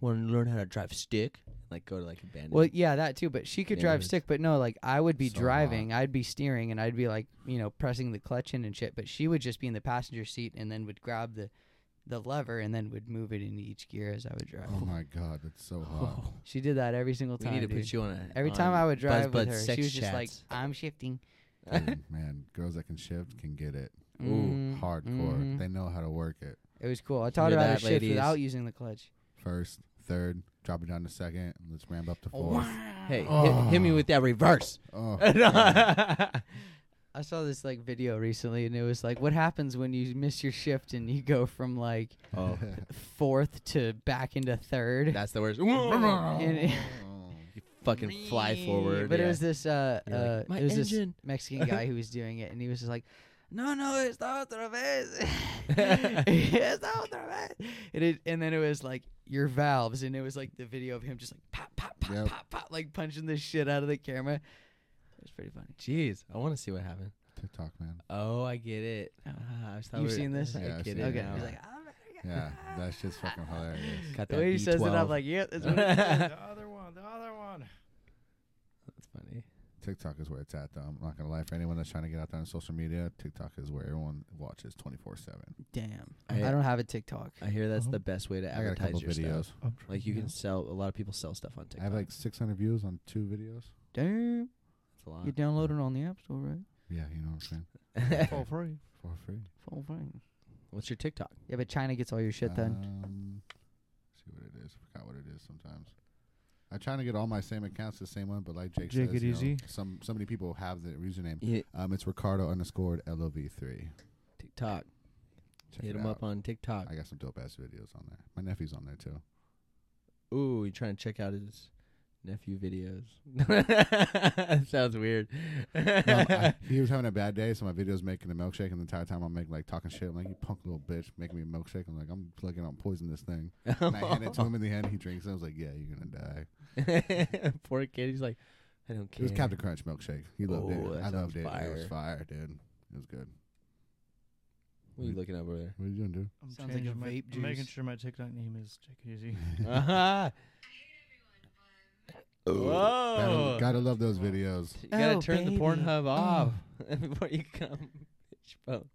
C: "Want to learn how to drive stick?" Like go to like a band.
A: Well, yeah, that too. But she could
C: Yeah,
A: drive
C: it's
A: stick. But no, like I would be
B: so
A: driving, I'd be steering, and I'd be like, you know, pressing the clutch in and shit. But she would just be in the passenger seat and then would grab the, the lever and then would move it into each gear as I would drive.
B: Oh my god, that's so hot.
A: She did that every single
C: we
A: time.
C: need to
A: dude.
C: put you on a.
A: every time
C: on
A: I would drive
C: Buzz
A: with
C: Buzz
A: her,
C: Um, sex
A: she was just like,
C: chats.
A: "I'm shifting."
B: [LAUGHS]
A: [LAUGHS]
B: Dude, man, girls that can shift can get it.
C: Ooh,
A: Mm,
C: Mm-hmm.
B: Hardcore.
A: mhm.
B: They know how to work it.
A: It was cool. I taught
C: Hear
A: her how to
C: that,
A: shift
C: ladies?
A: without using the clutch.
B: First, third, drop it down to second. and Let's ramp up to
A: Oh,
B: fourth.
C: "Hey,
B: Oh.
C: hit, hit me with that reverse." [LAUGHS]
B: Oh, [LAUGHS]
C: [LAUGHS]
B: God.
C: yeah,
A: I saw this like video recently, and it was like, "What happens when you miss your shift and you go from like [LAUGHS]
C: Oh.
A: fourth to back into third?
C: that's the worst. [LAUGHS]
A: And-
C: You fucking fly forward.
A: But
C: yeah.
A: it was this uh,
C: You're like,
A: uh
C: "My
A: it was
C: engine."
A: this Mexican guy who was doing it, and he was just like, "No, no, está otra
C: [LAUGHS]
A: vez, [LAUGHS] está otra vez," and it, and then it was like your valves, and it was like the video of him just like pop, pop, pop,
B: Yep.
A: pop, pop, like punching the shit out of the camera. It was pretty funny.
C: Jeez, I want to see what happened.
B: TikTok, man.
C: Oh, I get it.
A: Oh.
C: Ah, I was
A: You've seen this?
C: I
B: Yeah, I've
C: get
B: seen
C: it.
B: it.
A: Okay,
C: now.
A: he's like, "Oh,
B: Yeah, that shit's
A: [LAUGHS]
B: fucking hilarious.
C: Got
A: the
C: that E
A: way he says it, I'm
C: B12.
A: like, yeah,
C: [LAUGHS]
A: that's what it is."
C: That's
D: other one, the other [LAUGHS] one.
C: funny.
B: TikTok is where it's at, though. I'm not gonna lie. For anyone that's trying to get out there on social media, TikTok is where everyone watches 24 seven.
A: Damn,
C: I-
A: I, don't have a TikTok.
C: I hear that's
D: Uh-huh.
C: the best way to
B: I got a
C: advertise
B: couple
C: your
B: videos.
C: stuff. Like you can sell a lot of people sell stuff on TikTok.
B: I have like 600 views on two videos.
A: Damn,
C: That's a lot.
A: you download it on the app store, right?
B: Yeah, you know what I'm saying.
D: for free.
B: For free.
A: Full thing.
C: [LAUGHS] What's your TikTok?
A: Yeah, but China gets all your shit then.
B: Um, see what it is. Forgot what it is sometimes. I'm trying to get all my same accounts the same one, but like Jake
D: Jake
B: says,
D: it
B: you know,
D: easy.
B: some so many people have the username.
F: Yeah,
B: Um, it's Ricardo underscored lov three.
F: TikTok.
B: Check
F: Hit
B: it
F: him
B: out.
F: up on TikTok.
B: I got some dope ass videos on there. My nephew's on there too.
F: Ooh, you trying to check out his nephew
C: [LAUGHS]
F: videos? Sounds weird.
B: No,
C: [LAUGHS]
B: I- he was having a bad day, so my video's making a milkshake, and the entire time I'm making like talking shit. I'm like, "You punk little bitch, making me a milkshake." I'm like, "I'm plugging on poison this thing."
C: [LAUGHS]
B: And I hand it to him in the end. He drinks. it. I was like, "Yeah, you're gonna die."
C: [LAUGHS]
F: Poor kid. He's like, I don't
B: It was Captain Crunch milkshake. He loved
F: Oh, that
B: it. I loved
F: sounds
B: it. It was
F: fire.
B: fire, dude. It was good.
F: What are you looking over
C: [LAUGHS]
F: there?
B: What are you doing, dude?
D: Uh, I'm
A: Sounds like a
D: changing my-
A: vape
D: I'm making
A: juice.
D: sure my TikTok name is Jake it easy.
C: Uh-huh.
F: Ah.
B: Gotta,
C: Uh,
F: Whoa.
B: gotta love those videos.
F: You gotta
C: Oh,
F: turn
C: baby.
F: the Pornhub off [LAUGHS] before you come. Bitch, bro.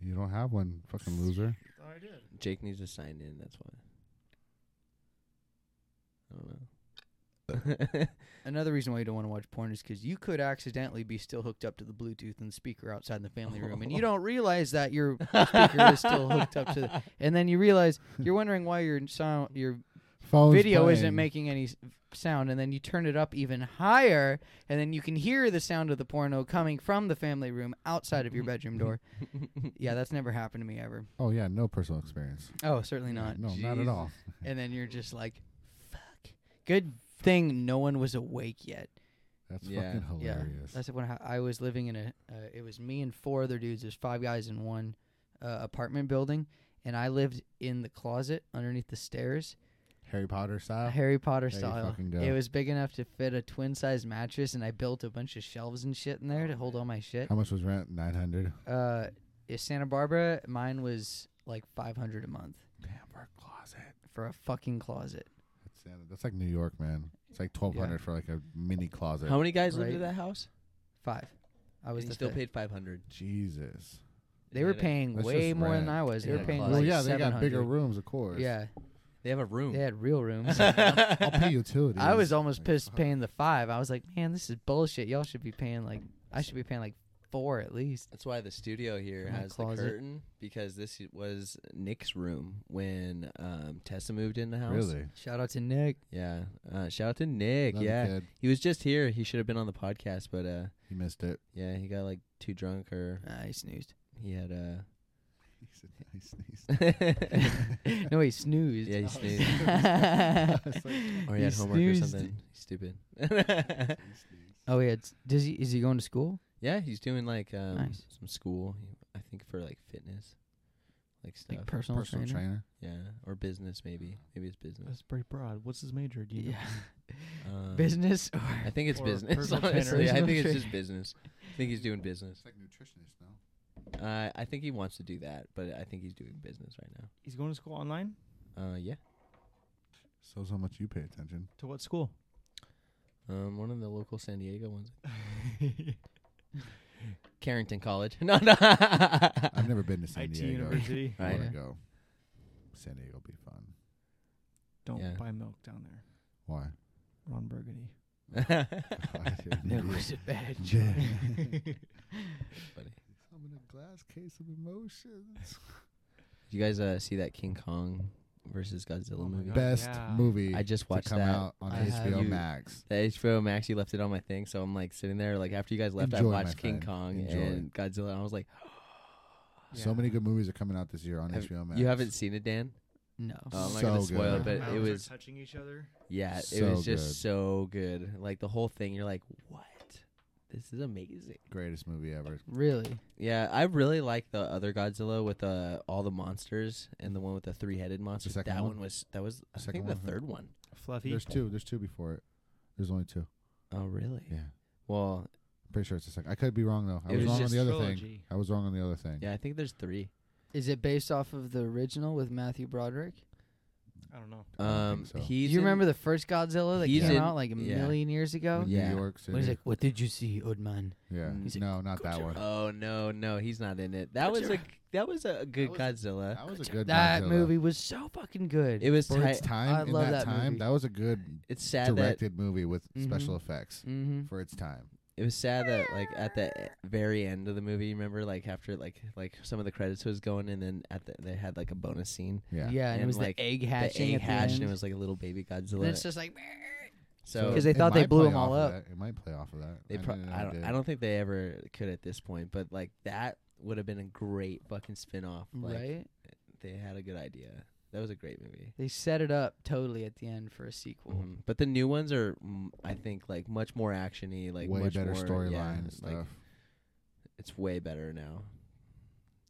B: You don't have one, fucking [LAUGHS] loser.
D: oh, I did.
C: Jake needs to sign in. That's why.
F: [LAUGHS]
C: I don't know.
A: Another reason why you don't want to watch porn is because you could accidentally be still hooked up to the Bluetooth and speaker outside in the family room,
D: [LAUGHS]
A: and you don't realize that your speaker is still hooked up to.
C: [LAUGHS]
A: The, and then you realize you're wondering why your sound,
D: [LAUGHS]
A: your
B: Phone's
A: video isn't
B: playing.
A: making any s- sound, and then you turn it up even higher, and then you can hear the sound of the porno coming from the family room outside of your bedroom
D: [LAUGHS]
A: door. yeah, that's never happened to me ever.
B: Oh yeah, no personal experience.
A: Oh, certainly not.
B: No, not at all.
A: And then you're just like, fuck. Good thing no one was awake yet.
B: That's
C: Yeah.
B: fucking hilarious.
A: That's when I- I was living in a. Uh, it was me and four other dudes. There's five guys in one uh, apartment building, and I lived in the closet underneath the stairs, uh,
B: Harry Potter style.
A: Harry Potter
B: there you
A: style.
B: fucking go.
A: It was big enough to fit a twin size mattress, and I built a bunch of shelves and shit in there to hold all my shit.
B: How much was rent? Nine hundred.
A: Uh, in Santa Barbara, mine was like 500 a month
B: Damn, for a closet.
A: for a fucking closet.
B: That's, yeah, that's like New York, man. It's like twelve hundred for like a mini closet.
C: How many guys lived
A: Right.
C: in that house?
A: Five. I was
C: and
A: the
C: you still
A: fifth.
C: paid five hundred.
B: Jesus.
A: They were
C: Yeah, that-
A: paying
B: that's
A: way
B: just
A: more
B: rent.
A: than I was. They
C: Yeah,
A: were paying
C: Well,
A: like
B: Well, yeah, they got
A: 700.
B: bigger rooms, of course.
A: Yeah,
C: They have a room.
A: they had real
B: [LAUGHS]
A: rooms. [LAUGHS]
B: I'll pay utilities.
A: I was almost
B: Like,
A: pissed
C: uh-huh.
B: fuck.
A: paying the five. I was like, man, this is bullshit. Y'all should be paying like I should be paying like four at least.
C: That's why the studio here
A: From that
C: has the
A: closet.
C: curtain because this i- was Nick's room when um, Tessa moved in the house.
B: Really?
A: Shout out to Nick.
C: Yeah. Uh, shout out to Nick.
B: Another
C: yeah,
B: kid.
C: he was just here. He should have been on the podcast, but uh,
B: He missed it.
C: yeah, he got like too drunk or
A: Ah, he [LAUGHS] snoozed.
C: he had uh
B: He said, "I sneezed."
A: no, he snoozed.
C: yeah he sneezed
A: [LAUGHS]
C: [LAUGHS] or he
A: He
C: had homework or
A: snoozed.
C: something. Stupid. [LAUGHS]
A: Oh yeah, it's, does he? Is he going to school?
C: yeah, he's doing like um,
A: Nice.
C: some school. he- I think for like fitness, like stuff.
A: Like personal,
B: Personal
A: trainer.
B: trainer.
C: yeah, or business maybe. Maybe it's business.
D: [LAUGHS] That's pretty broad. What's his major? Do you know?
A: Yeah,
C: Um,
A: [LAUGHS] business or
C: I think it's
D: Or
C: business.
D: personal trainer.
C: Honestly, I
A: Personal
C: think it's
A: trainer.
C: just business. I think he's doing business.
B: It's like nutritionist now.
C: Uh, I think he wants to do that, but I think he's doing business right
D: He's going to school online.
C: now. Uh, yeah,
B: Shows how much you pay
D: [LAUGHS]
B: attention.
D: To what school?
C: um, one of the local San Diego ones, Carrington College. [LAUGHS] No, no. [LAUGHS]
B: I've never been to San
D: IT
B: Diego.
D: University.
B: I
C: Right.
B: want to go. San Diego will be fun.
D: [LAUGHS] Don't
C: Yeah.
D: buy milk down there.
B: Why? [LAUGHS]
C: [LAUGHS]
D: Ron Burgundy.
B: [LAUGHS]
A: That was a bad
B: Yeah. [LAUGHS]
A: choice.
C: Funny.
B: I'm in a glass case of emotions.
C: Did you guys uh, see that King Kong versus Godzilla
D: Oh my
C: movie?
D: God.
B: Best
D: Yeah.
B: movie
C: I just watched
B: to come
C: that.
B: out on
A: I have
B: HBO
C: you-
B: Max.
C: The HBO Max, you left it on my thing, so I'm like sitting there, like after you guys left,
B: Enjoy,
C: I
B: my
C: watched King
B: friend.
C: Kong
B: Enjoy.
C: and Godzilla, and I was like,
B: So many good movies are coming out this year on
C: Have-
B: HBO Max.
C: "You haven't seen it, Dan?
A: no.
C: Oh, I'm not
B: So
C: gonna spoil
B: good.
C: it, but it
D: Mountains are
C: was
D: touching each other.
C: Yeah, it
B: So
C: was just
B: good.
C: so good. Like the whole thing, you're like, what? This is amazing.
B: Greatest movie ever.
A: Really?
C: Yeah, I really like the other Godzilla with uh, all the monsters and the one with the three headed monster.
B: second
C: That
B: one?
C: one? was that was I
B: Second
C: think
B: one,
C: the
B: huh?
C: third one.
D: Fluffy.
B: There's two. There's two before it. There's only two.
C: Oh really?
B: Yeah.
C: Well,
B: Pretty sure it's the second. I could be wrong though. I
C: It
B: was,
C: was
B: wrong on
C: just
B: the other thing.
D: trilogy.
B: I was wrong on the other thing.
C: yeah, I think there's three.
A: Is it based off of the original with Matthew Broderick?
D: I don't know.
B: I don't
C: Um,
B: think so.
C: he's
A: Do you
C: in-
A: remember the first Godzilla that
C: he's
A: came
C: in-
A: out like a
C: yeah.
A: million years ago?
B: With
C: Yeah.
B: New York City.
A: When he's like, "What did you see, old man?"
B: yeah.
A: he's like,
B: no, not that one.
C: Oh no, no, he's not in it. That was a that was a good
B: That
C: Godzilla.
B: That was a good
A: that
B: Godzilla.
A: movie was so fucking good.
C: It was
B: For its
C: tight.
B: time,
A: I
B: in
A: love
B: that,
A: that
B: time,
A: movie.
B: that was a good
C: It's sad that
B: directed movie with special
A: Mhm.
B: effects
A: mm-hmm.
B: for its time.
C: it was sad that like at the e- very end of the movie, you remember like after like like some of the credits was going, and then at the, they had like a bonus scene,
A: Yeah,
B: Yeah.
A: and, it
C: And,
A: was
C: like,
A: the egg
C: the
A: hatching
C: egg
A: at the
C: hatch,
A: end.
C: and it was like a little baby
A: And
C: Godzilla.
A: it's just like
C: So
A: 'Cause they
B: it
A: thought they
B: might
A: blew
B: play
A: them all
B: off of
A: up.
B: that. It might play off of that.
C: They pro-
B: didn't know
C: I
B: it
C: don't
B: did.
C: I don't think they ever could at this point, but like that would have been a great fucking spin off. Like
A: right?
C: they had a good idea. That was a great movie.
A: They set it up totally at the end for a sequel.
C: Mhm. But the new ones are mm, I think like much more actiony, like
B: way
C: much
B: better
C: more-
B: storyline
C: yeah,
B: and stuff.
C: Like it's way better now.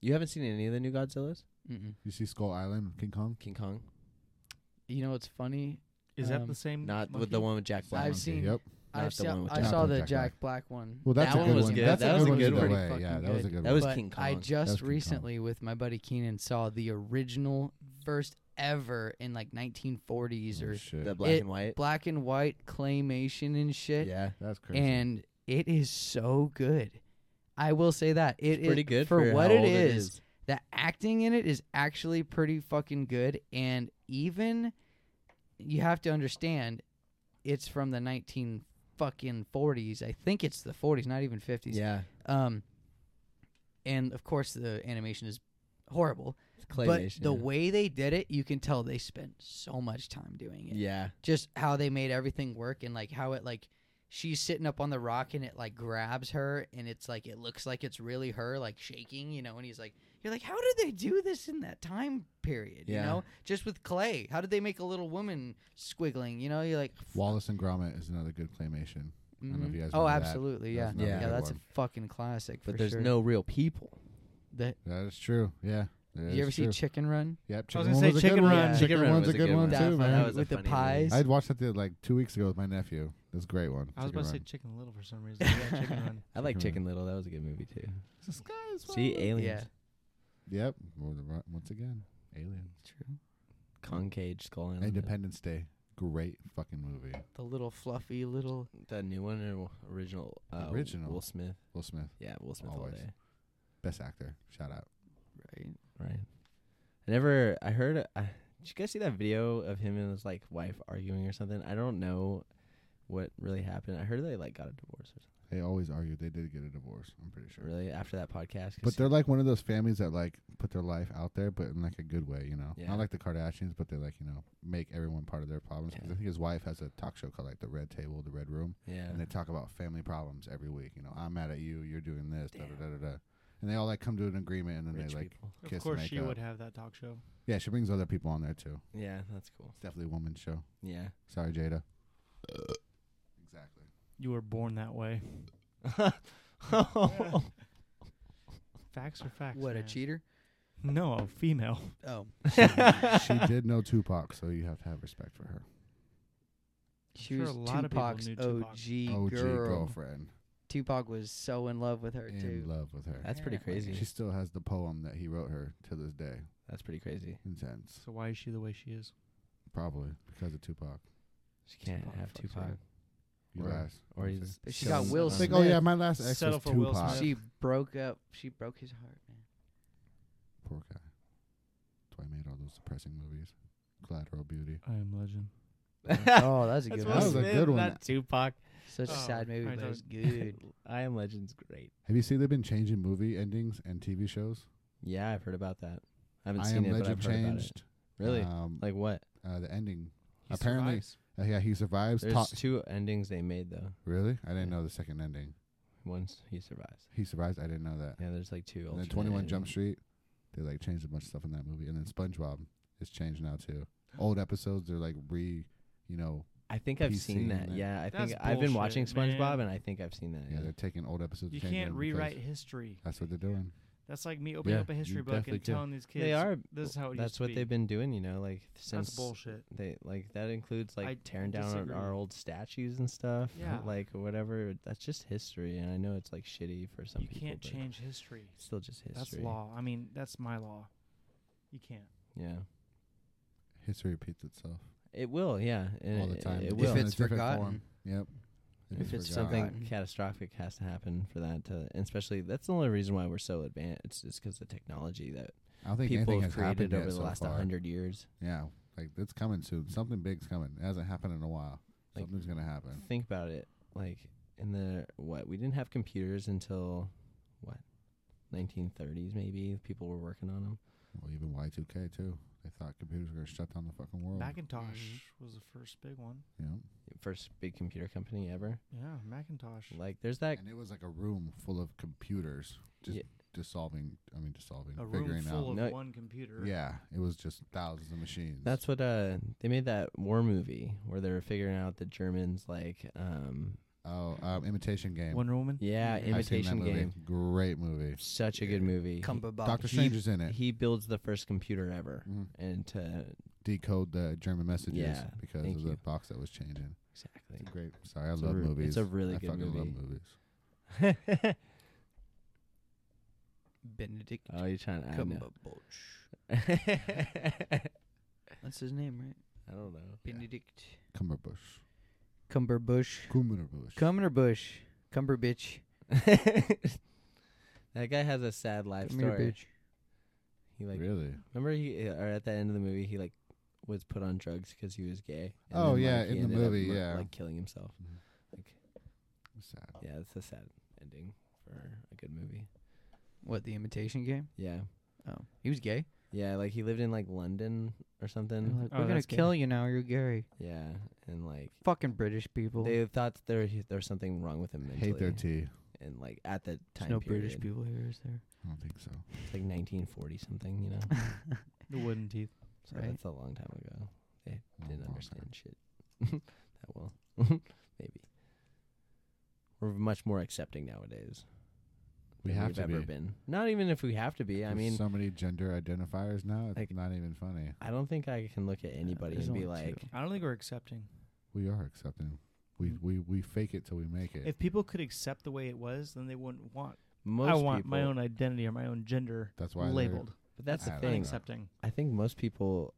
C: You haven't seen any of the new Godzillas?
G: Mm-mm.
B: you see Skull Island, King Kong.
C: King Kong?
A: You know what's funny?
D: Is that
A: Um,
D: the same?
C: Not with the
D: monkey?
C: one with Jack Black.
A: I've seen-
B: Yep.
A: I've
C: Not the
A: saw,
C: one with
A: I
B: Jack
A: saw
B: Black.
A: the
B: Jack
A: Jack Black one.
B: Well, that's
C: That
B: a
C: one
B: good
C: was
B: one.
C: good.
B: That's
C: That
B: a
C: was
B: good
C: a
B: one
C: good
B: either
C: one.
B: way.
A: Pretty
B: Yeah,
A: fucking
B: that was a
A: good.
B: good
C: That was
B: one.
A: but
C: King Kong.
A: I
C: That was
A: just
B: King Kong.
A: recently with my buddy Keenan saw the original first ever in like 1940s
B: Oh,
A: or
B: shit.
C: The black
A: It-
C: and white.
A: black and white claymation and shit.
C: Yeah.
B: That's crazy.
A: and it is so good. I will say that it
C: It's
A: is-
C: pretty good
A: for,
C: for
A: what
C: how
A: it
C: old it
A: is,
C: is.
A: The acting in it is actually pretty fucking good, and even you have to understand, it's from the nineteen fucking forties. I think it's the forties, not even fifties.
C: Yeah.
A: Um, and of course the animation is horrible,
C: Claymation.
A: but the
C: yeah.
A: way they did it, you can tell they spent so much time doing it
C: Yeah.
A: just how they made everything work and like how it like she's sitting up on the rock and it like grabs her and it's like it looks like it's really her like shaking you know and he's like you're like how did they do this in that time period
C: Yeah.
A: you know just with clay how did they make a little woman squiggling you know you're like
B: Wallace and Gromit is another good claymation. don't know if
A: mhm.
B: you guys
A: oh
B: remember that.
A: absolutely
B: That's
A: yeah
C: another
A: yeah,
C: good
A: that's
B: one.
A: a fucking classic
C: But
A: for
C: there's
A: sure.
C: no real people.
A: that
B: That is true. Yeah. that
A: did
B: is
A: you ever see
B: true.
A: Chicken Run
B: Yep.
D: I
B: Chicken
D: was gonna
B: Run
D: say
B: was a
D: Chicken
B: good
D: Run.
B: One.
D: Yeah.
B: Chicken Run's a good one
A: That
B: too,
A: fu-
B: man.
A: that was- with the
C: funny
A: pies.
C: movie.
B: I had watched that the, like two weeks ago with my nephew. That's a great one.
D: I
B: Chicken
D: was about to say
B: Run.
D: Chicken Little for some [LAUGHS] reason. Yeah, Chicken Run.
C: I like
B: Chicken
C: Chicken Little. That was a good movie too.
B: The sky is
C: See
B: falling.
C: aliens.
A: yeah
B: Yep. Well, the ru- Once again, aliens.
A: true
C: Concage Skull Island.
B: Independence Day. Great fucking movie.
A: the little fluffy little
C: The new one or w- original? Uh,
B: Original.
C: Will Smith.
B: Will Smith,
C: Yeah, Will Smith
B: Always.
C: all day.
B: best actor. Shout out.
A: right
C: Right. I never. I heard. Uh, did you guys see that video of him and his like wife arguing or something? I don't know what really happened. I heard they like got a divorce or something.
B: They always argue. They did get a divorce. I'm pretty sure.
C: Really after that podcast. 'cause
B: But
C: he-
B: they're like one of those families that like put their life out there, but in like a good way, you know.
C: Yeah.
B: Not like the Kardashians, but they like you know make everyone part of their problems. 'Cause
C: Yeah.
B: I think his wife has a talk show called like the Red Table, the Red Room,
C: yeah.
B: and they talk about family problems every week. You know, I'm mad at you. You're doing this. Da, da,
C: Damn.
B: da, da, da. And they all like come to an agreement, and then
C: Rich
B: they like
C: people.
B: [LAUGHS] kiss
D: Of
B: and
D: course,
B: make
D: she
B: up.
D: would have that talk show.
B: Yeah, she brings other people on there too.
C: Yeah, that's cool.
B: It's definitely a woman's show.
C: Yeah.
B: Sorry, Jada. exactly.
D: You were born that way. [LAUGHS] Facts are facts.
A: what a
D: man.
A: cheater
D: No, a female.
A: oh
B: She did know Tupac, so you have to have respect for her.
A: she
D: sure
A: was
D: a lot of people
A: Tupac's
D: knew Tupac.
A: OG,
B: OG
A: girl.
B: girlfriend
A: Tupac was so in love with her
B: in
A: too.
B: love with her.
C: That's pretty
A: Apparently.
C: crazy.
B: She still has the poem that he wrote her to this day.
C: That's pretty crazy.
B: Intense.
D: So why is she the way she is?
B: Probably because of Tupac.
C: She can't
A: Tupac
C: have
A: fucks
C: Tupac.
A: her.
B: You
C: Or-
B: guys.
C: Or he's.
A: But she got
C: killing
A: Will
C: someone.
B: Like,
A: Smith.
B: oh yeah, my last ex
D: Settle
B: was
D: for Will
B: Tupac.
D: Smith.
A: She broke up. She broke his heart, man.
C: [LAUGHS]
B: Poor guy. That's why I made all those depressing movies. Collateral Beauty.
D: I am legend.
A: Oh, that's a good one.
C: That's Will
B: Will That was a
C: Smith,
B: good one.
C: not Tupac.
A: Such a
D: Oh,
A: sad movie,
D: I
A: but it was
C: [LAUGHS]
D: don't-
A: good.
C: I Am Legend's great.
B: Have you seen they've been changing movie endings and TV shows?
C: Yeah, I've heard about that. I haven't
B: I
C: seen
B: Am
C: it, but
B: Legend
C: I've heard about it.
B: changed.
C: Really?
B: Um,
C: like what?
B: uh, the ending.
D: He
B: Apparently-
D: survives.
B: Uh, yeah, he survives.
C: There's
B: Ta-
C: two endings they made though.
B: really? I didn't
C: Yeah.
B: know the second ending.
C: Once he survives.
B: He survives. I didn't know that.
C: Yeah, there's like two.
B: and then
C: alternate
B: Twenty One Jump
C: endings.
B: Street. They like changed a bunch of stuff in that movie, and then SpongeBob is changed now too. Old episodes, they're like re, you know,
C: I think I've
B: He's
C: seen
B: seen
C: that.
B: that.
C: Yeah, I think
D: That's
C: I've been
D: bullshit,
C: watching SpongeBob,
D: man.
C: and I think I've seen that.
B: yeah,
C: Yeah.
B: they're taking old episodes.
D: You
B: and changing
D: can't
B: them because
D: rewrite history.
B: That's what they're doing.
D: That's like me opening
B: Yeah,
D: up a history
B: you
D: book
B: definitely
D: and
B: can.
D: telling these kids
C: they are.
D: this is how it used
C: That's
D: to
C: what
D: be.
C: they've been doing. You know, like since
D: That's bullshit.
C: they like that includes like
D: I
C: tearing down our-
D: disagree.
C: our old statues and stuff.
D: Yeah.
C: [LAUGHS] like whatever. That's just history, and I know it's like shitty for some
D: you
C: people.
D: can't
C: but
D: change history.
C: It's still just history.
D: That's law. I mean, that's my law. You can't.
B: Mm-hmm.
C: Yeah.
B: History repeats itself.
C: It will, yeah. And
B: All the
C: it-
B: time.
C: It,
B: If
C: will.
B: Well,
G: if
B: in a
G: it's
B: different
G: forgotten,
B: form. Yep. It
C: if
B: is
C: it's
B: forgotten.
C: something
G: forgotten.
C: catastrophic has to happen for that to and especially that's the only reason why we're so advanced is because the technology that
B: I don't think
C: people
B: anything
C: have
B: has happened
C: created over
B: yet
C: the
B: so
C: last
B: far.
C: 100 years
B: Yeah, like it's coming soon. Something big's coming. It hasn't happened in a while.
C: Like-
B: Something's gonna happen.
C: think about it like in the what we didn't have computers until what 1930s maybe people were working on them
B: Well, even Y two K too. They thought computers were gonna shut down the fucking world.
C: Mm-hmm.
D: Macintosh
G: Mhm.
D: was the first big one.
B: you know?
C: first big computer company ever.
D: Yeah, Macintosh.
C: Like, there's that.
B: And it was like a room full of computers just
C: Yeah.
B: dissolving. I mean, dissolving,
D: A room
B: figuring
D: full
B: out.
D: of
C: No,
D: one computer.
B: yeah, it was just thousands of machines.
C: That's what uh they made that war movie where they were figuring out the Germans like um
B: oh, um, imitation game.
D: Wonder Woman.
C: yeah
B: I've seen that
C: imitation
B: movie.
C: game.
B: Great movie.
C: Such a good movie.
B: Doctor
C: He-
B: Strange is in it.
C: He builds the first computer ever,
B: Mhm.
C: and to
B: Decode the German messages
C: Yeah,
B: because
C: thank
B: of the
C: you.
B: box that was changing.
C: exactly.
B: It's a great. Sorry, I
C: It's a
B: love
C: re- it's
B: movies.
C: a really
B: I
C: good
B: fucking love
C: movie.
B: movies.
A: Benedict
C: [LAUGHS] oh, you're trying to. I, know.
A: Cumberbatch.
C: [LAUGHS] I
A: That's his name, right?
C: don't know.
B: [LAUGHS]
A: Benedict
B: Cumberbush.
A: Cumberbush.
B: Cumberbush.
A: Cumberbush. Cumberbitch.
C: that guy has a sad life story.
A: Cumberbitch.
C: He like
B: really?
C: remember he uh, or at the end of the movie he like was put on drugs because he was gay. and
B: Oh,
C: then,
B: yeah,
C: like, he
B: in the
C: ended up
B: movie,
C: mur-
B: yeah.
C: like killing himself.
B: Mhm.
C: Like
B: Sad.
C: yeah, it's a sad ending for a good movie.
A: What, the imitation game?
C: Yeah,
A: Oh. He was gay?
C: yeah, like he lived in like London or
A: They're
C: something.
A: like,
D: Oh,
A: We're gonna
D: that's gay.
A: kill you now, you're gay.
C: Yeah, and like
A: Fucking British people.
C: they thought there there's something wrong with him mentally.
B: Hate their tea.
C: and like at the
A: There's
C: time
A: no
C: period,
A: British people here, is there?
B: I don't think so.
C: it's like 1940 something, you know.
D: The wooden teeth.
C: So
A: Right.
C: that's a long time ago. They
B: Long,
C: didn't
B: long
C: understand shit [LAUGHS] that well. Maybe we're much more accepting nowadays.
B: We
C: than
B: have
C: we've
B: to
C: ever
B: be.
C: been. Not even if we have to be. I
B: There's
C: mean,
B: so many gender identifiers now. It's
C: like-
B: not even funny.
C: I don't think I can look at anybody
A: there's
C: and be
A: only
C: like,
A: two.
D: I don't think we're accepting.
B: We are accepting. We
C: Mm-hmm.
B: we we fake it till we make it.
D: If people could accept the way it was, then they wouldn't want.
C: most
D: I want
C: people.
D: my own identity or my own gender
B: That's why they're-
D: labeled.
C: But that's the
B: I don't
C: thing.
B: know.
D: Unaccepting.
C: I think most people.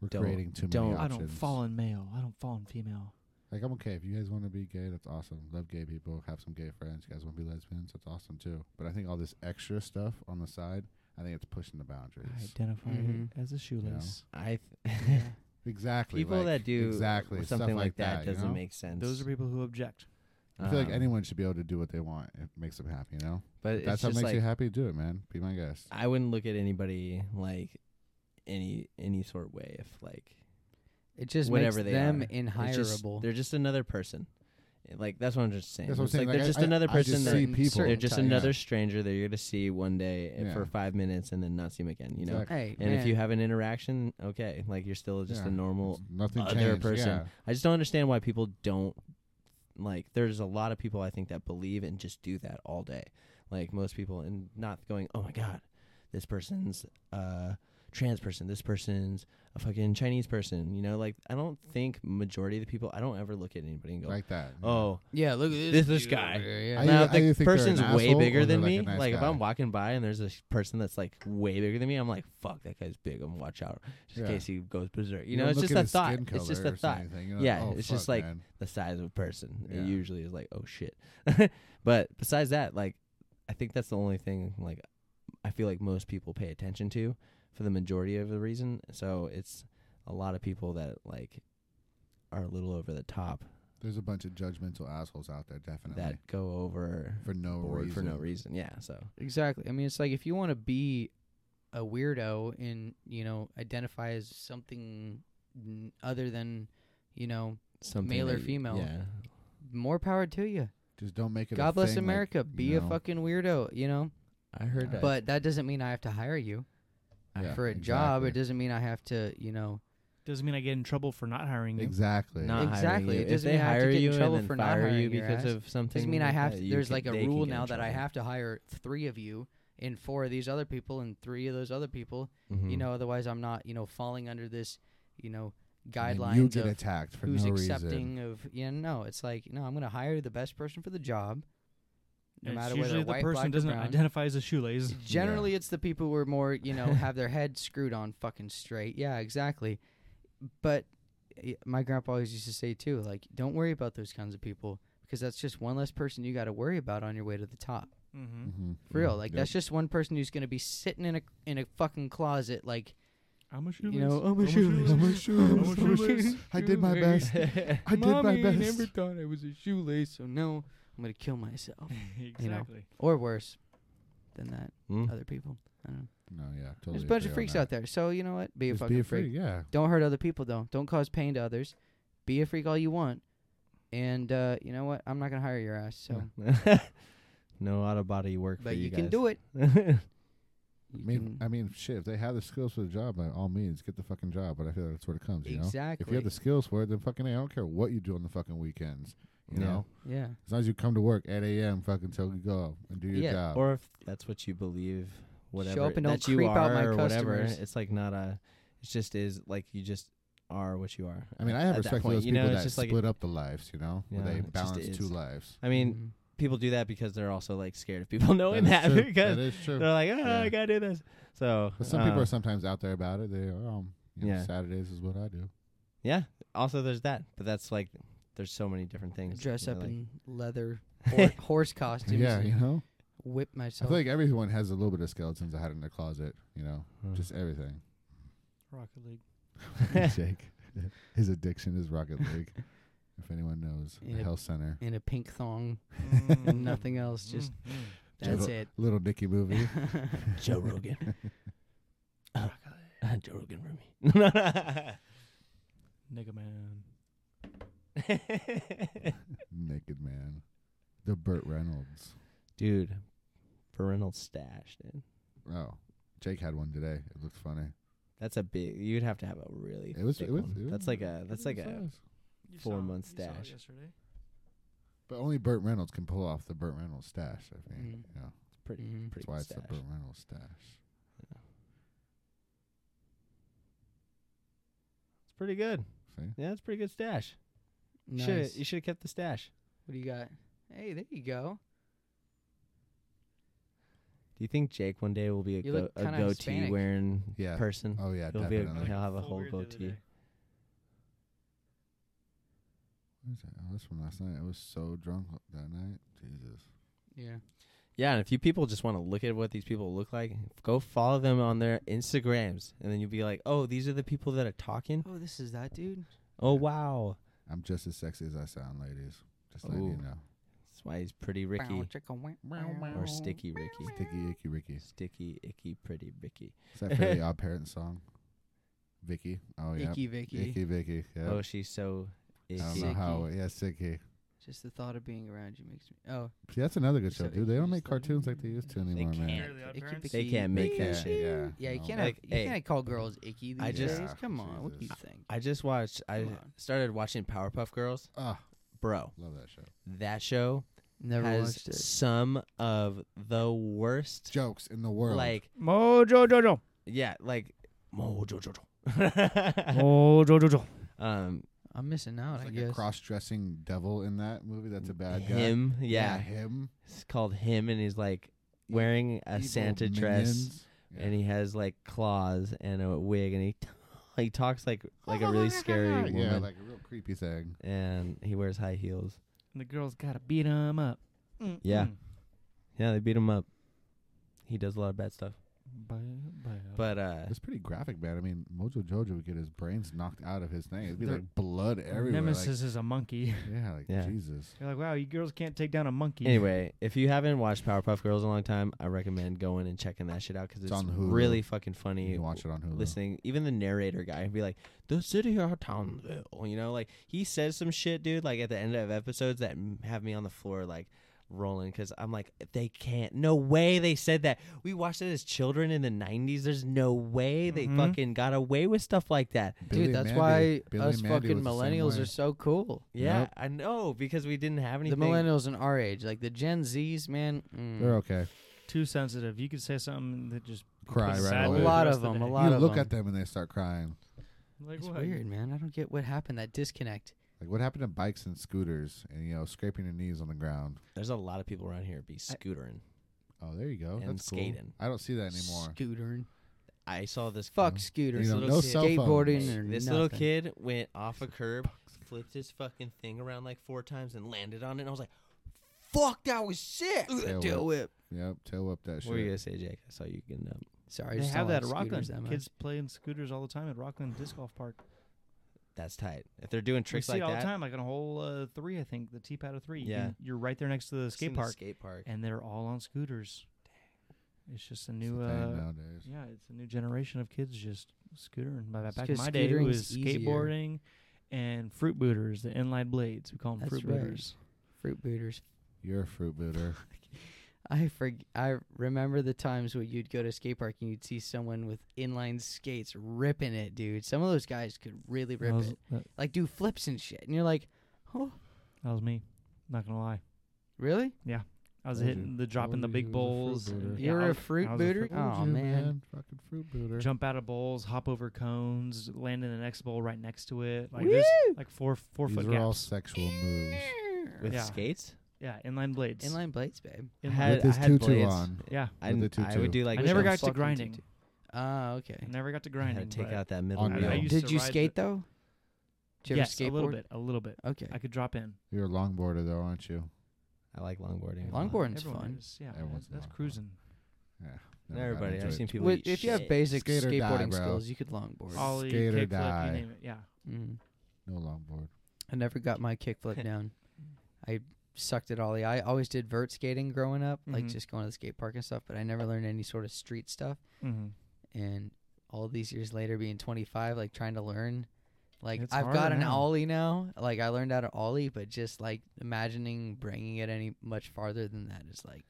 B: We're
C: don't-
B: creating too many
C: don't-
D: I
B: options.
D: don't fall in male. I don't fall in female.
B: Like I'm okay if you guys want to be gay, that's awesome. Love gay people, have some gay friends. You guys want to be lesbians, that's awesome too. But I think all this extra stuff on the side, I think it's pushing the boundaries.
D: I identify
A: Mhm.
D: as a shoelace.
B: [LAUGHS]
C: I th-
A: [LAUGHS]
C: [LAUGHS]
B: Exactly.
C: people
B: like,
C: that do
B: exactly stuff
C: something like
B: that, you
C: doesn't
B: know?
C: make sense.
D: Those are people who object.
B: I feel like
C: Um,
B: anyone should be able to do what they want. It makes them happy, you know.
C: But
B: That's
C: it's
B: what
C: just
B: makes
C: like,
B: you happy. Do it, man. Be my guest.
C: I wouldn't look at anybody like any any sort of way if like
A: It just
C: Whatever
A: makes
C: they
A: them
C: are. they're just,
A: inhirable.
C: they're just another person. And, Like that's what I'm just saying.
B: That's what I'm
C: It's
B: saying.
C: Like, they're
B: I-
C: just
B: I-
C: another
B: I just
C: person. that,
B: see
A: that-
B: people.
C: They're just
A: type.
C: another stranger that you're gonna see one day uh, for
B: Yeah.
C: five minutes and then not see them again. You know.
B: Exactly.
A: hey,
C: And if
A: man,
C: you have an interaction, okay, like you're still just
B: Yeah.
C: a normal.
B: Nothing
C: other
B: changed.
C: person.
B: Yeah.
C: I just don't understand why people don't like. There's a lot of people I think that believe and just do that all day. Like most people, and not going, oh my god, this person's uh trans person, this person's a fucking Chinese person. You know, like I don't think majority of the people. I don't ever look at anybody and go,
B: Like that. yeah.
C: oh,
A: yeah, look at this.
C: this- this
A: dude
C: guy.
A: over here,
B: I
A: Yeah.
B: either-
C: now, if
B: I either
C: the
B: think they're an
C: person's way
B: asshole or
C: bigger
B: they're
C: than
B: like a
C: me,
B: nice
C: like if
B: guy.
C: I'm walking by and there's a sh- person that's like way bigger than me, I'm like, fuck, that guy's big. I'm gonna watch out just in
B: Yeah.
C: case he goes berserk. You, know,
B: don't
C: it's
B: look
C: just
B: at
C: a
B: his
C: thought.
B: skin
C: It's just a
B: color or
C: thought.
B: anything, you're like,
C: Yeah,
B: "Oh,
C: it's just
B: fuck,
C: like-
B: man."
C: The size of a person
B: Yeah.
C: it usually is like, oh shit. [LAUGHS] but besides that, like, I think that's the only thing like I feel like most people pay attention to for the majority of the reason. So it's a lot of people that like are a little over the top
B: there's a bunch of judgmental assholes out there, definitely.
C: that go over
B: for no
C: board
B: reason.
C: for no reason. Yeah, so.
A: Exactly. I mean, it's like if you want to be a weirdo and you know identify as something n- other than you know
C: Something
A: Male or
C: that you-
A: female.
C: Yeah.
A: more power to you.
B: Just don't make it. a
A: God bless
B: thing, like,
A: America.
B: you
A: be
B: know?
A: a fucking weirdo. You know.
C: I heard
B: Yeah.
C: that.
A: But that doesn't mean I have to hire you
B: Yeah,
A: for a job. It
B: exactly.
A: doesn't mean I have to you know
D: Doesn't mean I get in trouble for not hiring you.
B: Exactly.
C: not hiring
A: Exactly,
C: you.
A: it
C: If
A: doesn't
C: they
A: mean I have to
C: hire
A: get in
C: you and
A: trouble
C: then
A: for not
C: fire you
A: hiring your
C: because
A: ass,
C: of something.
A: doesn't mean I
C: like
A: have.
C: that,
A: to,
C: you
A: there's
C: can-
A: like a
C: they can
A: rule
C: get in
A: now that I
C: trouble.
A: have to hire three of you and four of these other people and three of those other people. You
B: Hmm.
C: Mhm.
A: know, otherwise I'm not you know falling under this you know
B: And then
A: guidelines
B: You get
A: of
B: attacked for
A: who's
B: no reason.
A: accepting of you know, no, it's like no, I'm gonna hire the best person for the job. No
D: And it's
A: matter
D: usually
A: whether
D: the
A: white,
D: person
A: black, or
D: doesn't
A: brown.
D: identify as a shoelace.
A: Generally it's the people who are more, you know, have their head screwed on fucking straight. Yeah, exactly. But y- my grandpa always used to say too, like, don't worry about those kinds of people because that's just one less person you got to worry about on your way to the top.
D: Mm-hmm.
B: Mm-hmm.
A: For real, like that's just one person who's gonna be sitting in a in a fucking closet, like
D: I'm a shoelace.
A: you know, oh
D: I'm
A: my
D: a
A: shoelace.
D: shoelace.
B: I'm a
D: I'm a
B: shoelace.
D: [LAUGHS] shoelace.
B: I did my
A: [LAUGHS]
B: best. I did my best.
A: thought I was a shoelace, so no, I'm gonna kill myself.
D: exactly.
A: or worse than that.
C: Mm.
A: Other people, I don't know.
B: No, yeah, totally.
A: There's a bunch
B: agree
A: of
B: on
A: freaks
B: that.
A: out there, so you know what? Be a
B: Just
A: fucking
B: be a
A: freak.
B: freak. Yeah.
A: Don't hurt other people though. Don't cause pain to others. Be a freak all you want, And uh, you know what? I'm not gonna hire your ass. So,
C: [LAUGHS] no out of body work for
A: but
C: you,
A: you, can do it.
C: [LAUGHS] it.
A: You
B: I mean,
A: can-
B: I mean, shit. If they have the skills for the job, by all means, get the fucking job. But I feel like that's where it comes. You know,
A: exactly.
B: if you have the skills for it, then fucking, hey, I don't care what you do on the fucking weekends. You
C: Yeah.
B: know,
A: yeah.
B: as long as you come to work at 8 a.m. fucking till you go and do your
A: Yeah,
B: job.
C: or if that's what you believe, whatever
A: up and don't
C: that you
A: creep
C: are
A: out my
C: or whatever.
A: customers.
C: It's like not a. It just is like you just are what you are.
B: I mean, I have
C: at that
B: respect for
C: point,
B: those
C: you
B: people
C: know, it's
B: that
C: just like-
B: split up the lives. You know,
C: Yeah,
B: where they
C: it just
B: balance two
C: is.
B: lives.
C: I mean,
A: Mhm.
C: people do that because they're also like scared of people [LAUGHS] knowing
B: That
C: that,
B: is true.
C: because
B: that is true.
C: they're like, oh,
B: Yeah.
C: I gotta do this. So
B: But some people
C: uh,
B: are sometimes out there about it. They are. Um, you know,
C: Yeah.
B: Saturdays is what I do.
C: yeah. Also, there's that, but that's like there's so many different things.
A: dress
C: you know,
A: up
C: like-
A: in
B: [LAUGHS]
A: leather hor- horse costumes.
B: yeah,
A: and
B: you know.
A: whip
B: I
A: myself.
B: feel like everyone has a little bit of skeletons I had in their closet. You know,
C: Hmm.
B: just
C: [LAUGHS]
B: everything. [LAUGHS]
D: Rocket League.
B: Jake, his addiction is Rocket League.
C: [LAUGHS]
B: if anyone knows, the
A: Yeah.
B: health center,
A: in a pink
C: [LAUGHS]
A: thong
D: Mm.
A: and [LAUGHS] nothing else. Just
D: Mm.
A: that's
B: Joe-
A: it.
B: little Nicky movie.
C: Joe Rogan.
B: [LAUGHS]
A: [LAUGHS] Ah,
C: Uh, uh, Joe Rogan for
D: Nigga man.
C: [LAUGHS]
B: [LAUGHS]
C: me.
B: Naked man, the Burt Reynolds.
C: Dude, parental stash, dude.
B: Oh, Jake had one today. It looked funny.
C: That's a big. You'd have to have a really.
B: It was.
C: thick
B: It was.
C: one.
B: it
C: that's
B: was
C: like a. That's like
B: pretty
C: a.
B: good size.
D: You
C: Four
D: saw-
C: months
D: you saw it
C: stash.
D: Yesterday.
B: But only Burt Reynolds can pull off the Burt Reynolds stash. I think.
A: Mm.
B: You know,
C: Pretty.
A: Mhm.
C: Mm-hmm. Pretty
B: that's why
C: good
B: it's the
C: stash.
B: Burt Reynolds stash.
C: It's pretty good.
B: See.
C: Yeah, it's pretty good stash.
A: Nice.
C: Should you should have kept the stash.
A: What do you got? Hey, there you go.
C: Do you think Jake one day will be a,
A: You
C: go,
A: look
C: a
A: kinda
C: goatee
A: Hispanic.
C: wearing
B: Yeah.
C: person?
B: Oh yeah,
C: He'll be a-
B: definitely.
C: he'll have a
D: Full
C: whole
D: weird the other
C: goatee.
D: day.
B: What is that? Oh, that's from last night. I was so drunk l- that night. Jesus.
A: Yeah.
C: Yeah, and if you people just want to look at what these people look like, go follow them on their Instagrams, and then you'll be like, oh, these are the people that are talking.
A: Oh, this is that dude.
C: Oh wow,
B: I'm just as sexy as I sound, ladies. Just letting you
C: Ooh.
B: know.
C: that's why he's pretty Ricky or Sticky Ricky,
B: Sticky Icky Ricky.
C: Sticky Icky Pretty Ricky.
B: Is that
C: [LAUGHS]
B: Fairly Odd Parents song? Vicky. Oh yeah.
A: Icky Vicky.
B: Icky Vicky. Yeah.
C: Oh, she's so
B: I
C: icky.
B: don't know how. Yeah, Sicky.
A: Just the thought of being around you makes me. Oh,
B: See, that's another good
A: So
B: show, dude. They don't
A: icky,
B: make
A: just like-
B: cartoons like they used to anymore, man.
D: Fairly Odd
A: Icky
D: Parents?
A: Vicky.
C: They can't make
B: Yeah,
C: that shit.
B: yeah.
A: yeah, you
B: no.
A: can't.
C: Like,
A: have, you
C: hey.
A: can't call girls icky these
C: I just-
A: days. Come on, what do you
B: Ah, Jesus.
A: think?
C: I just watched. I
A: Come on.
C: started watching Powerpuff Girls,
B: Ah,
C: bro.
B: love that show.
C: That show
A: Never
C: has
A: watched it.
C: some of the worst.
B: Jokes in the world.
C: Like
D: Mojo Jojo.
C: yeah, like Mojo Jojo.
D: Mojo Jojo.
C: [LAUGHS] um,
A: I'm missing out.
B: There's
A: I
B: like
A: guess.
B: a cross-dressing devil in that movie. That's a bad guy.
C: him. Yeah.
B: him
C: it's called him, and he's like wearing a
B: Evil
C: Santa dress,
B: minions. Yeah.
C: and he has like claws and a wig, and he [LAUGHS] he talks like like a
B: [LAUGHS]
C: really scary woman,
B: Yeah, like a real creepy thing.
C: and he wears high heels.
D: And the girls gotta beat him up. Mm-hmm.
C: Yeah.
D: Mm-mm.
C: Yeah, they beat him up. He does a lot of bad stuff,
D: Ba- ba-
C: but uh,
B: It's pretty graphic, man. I mean, Mojo Jojo would get his brains knocked out of his thing. It'd be
D: They're-
B: like blood everywhere.
D: Nemesis is a monkey. [LAUGHS]
B: Like, yeah, like
C: Yeah.
B: Jesus.
D: You're like, wow, you girls can't take down a monkey.
C: Anyway, if you haven't watched Powerpuff Girls in a long time, I recommend going and checking that shit out because
B: It's
C: it's,
B: on Hulu.
C: really fucking
B: You
C: funny.
B: can watch it on Hulu.
C: Listening, even the narrator guy would be like, "The city of Townville," you know, like he says some shit, dude. Like at the end of episodes that m- have me on the floor, like rolling because I'm like, they can't. No way they said that. We watched it as children in the '90s. There's no way they
B: Mm-hmm.
D: Mhm.
C: fucking got away with stuff like that.
B: Billy
A: Dude, that's
B: Mandy-
A: why
B: Billy
A: us
B: Mandy
A: fucking
B: was the same
A: millennials
B: way.
A: are so cool.
C: Yeah,
B: Yep.
C: I know because we didn't have
A: The
C: anything.
A: millennials and our age, like the Gen Zs, man. mm.
B: They're okay.
D: Too sensitive. You could say something that just
B: Cry
D: puts
B: right
D: sad
A: A
D: mood
B: away.
D: the
A: lot
D: rest
A: of 'em, a
D: the day.
A: lot
B: you
A: of
B: look
A: them.
B: at them and they start crying.
D: Like
A: It's
D: what?
A: weird, man. I don't get what happened. That disconnect.
B: Like what happened to bikes and scooters and you know scraping your knees on the ground?
C: There's a lot of people around here be scootering.
B: Oh, there you go.
C: And
B: that's cool.
C: skating.
B: I don't see that anymore.
A: Scootering.
C: I saw this
A: Fuck scootering.
B: You know,
C: little
B: no
C: kid-
B: cell phones.
A: skateboarding or
C: This little
A: nothing.
C: kid went off a curb, flipped his fucking thing around like four times and landed on it. And I was like, fuck, that was sick.
A: Ugh,
B: Tail
A: tail whip.
B: Yep, tail up that
C: What were you
B: shit.
C: going to say, Jake? I saw you getting up.
A: Sorry, I
D: They
A: just don't
D: have that at
A: like
D: Rockland.
A: scooters that much.
D: Kids playing scooters all the time at Rockland Disc Golf Park.
C: That's tight. If they're doing tricks
D: you see
C: like
D: it all
C: that,
D: the time, like on hole uh, three, I think the T pad of three.
C: Yeah.
D: Yeah, you're right there next to the
C: it's in
D: skate
C: the
D: park,
C: skate park.
D: and they're all on scooters. It's just a
B: It's
D: new,
B: the thing
D: uh,
B: nowadays.
D: yeah, it's a new generation of kids just scootering. By that
A: It's
D: back in
A: just
D: my day, it
A: scootering's
D: was
A: easier.
D: skateboarding and fruit booters, the inline blades. We call them
A: That's
D: fruit
A: right.
D: booters.
A: Fruit booters.
B: You're a fruit
D: [LAUGHS]
B: booter.
A: I forg- I remember the times when you'd go to a skate park and you'd see someone with inline skates ripping it, dude. Some of those guys could really
D: That
A: rip
D: was,
A: it,
D: that,
A: like do flips and shit. And you're like, oh,
D: that was me. Not gonna lie,
A: really?
D: I was
B: Told
D: hitting
B: you.
D: the dropping
B: Told
D: the
B: you he
D: big
B: was a fruit
D: bowls.
B: booter.
D: and- yeah,
A: You're
D: I
A: a
D: Oh, was-
A: fruit
D: I was a
A: booter?
D: booter.
A: Oh, man.
B: fucking fruit booter.
D: Jump out of bowls, hop over cones, land in the next bowl right next to it. Like there's like four four
B: These
D: foot
B: are all
D: gaps.
B: sexual moves.
C: with
D: Yeah.
C: skates.
D: Yeah, inline blades.
A: Inline blades, babe.
C: I
D: Inline-
C: had,
B: his
C: I had
B: tutu
C: blades.
B: on.
D: yeah,
C: I,
B: With
C: didn't-
B: the
C: I
B: tutu.
C: would do like.
D: I never
C: some
D: got to
C: fucking
D: grinding.
C: tutu.
A: Oh, okay.
D: I never got
C: I
D: to
C: had
D: grinding.
C: to take
D: but
C: out that
B: On
C: middle.
B: the
C: wheel.
D: I, I
B: Yeah.
D: used
A: Did
D: to
A: you
D: ride the-
A: skate though? Did you
D: yes,
A: ever skateboard?
D: a little bit, a little bit.
A: Okay.
D: I could drop in.
B: You're a longboarder though, aren't you?
C: I like longboarding. a lot.
A: Longboarding's
D: Everyone
A: fun.
D: is, yeah,
B: Everyone's
D: that's
B: a lot.
D: cruising.
B: Never got
C: Everybody,
B: into
C: I've
B: it.
C: seen people.
A: Well,
C: eat
A: if you have
C: shit.
A: basic
B: Skate or die,
A: skateboarding
B: bro.
A: skills, you could longboard.
D: Ollie,
B: Skate or
D: kickflip,
B: die.
D: you name it. Yeah.
A: Mm.
B: No longboard.
A: I never got my
D: [LAUGHS]
A: kickflip down. I sucked at ollie. I always did vert skating growing up, like
D: Mhm.
A: just going to the skate park and stuff. But I never learned any sort of street stuff.
D: Mm-hmm.
A: And all these years later, being 25, like trying to learn, like
D: It's
A: I've
D: harder
A: got an
D: now.
A: ollie now. Like I learned how to ollie, but just like imagining bringing it any much farther than that is like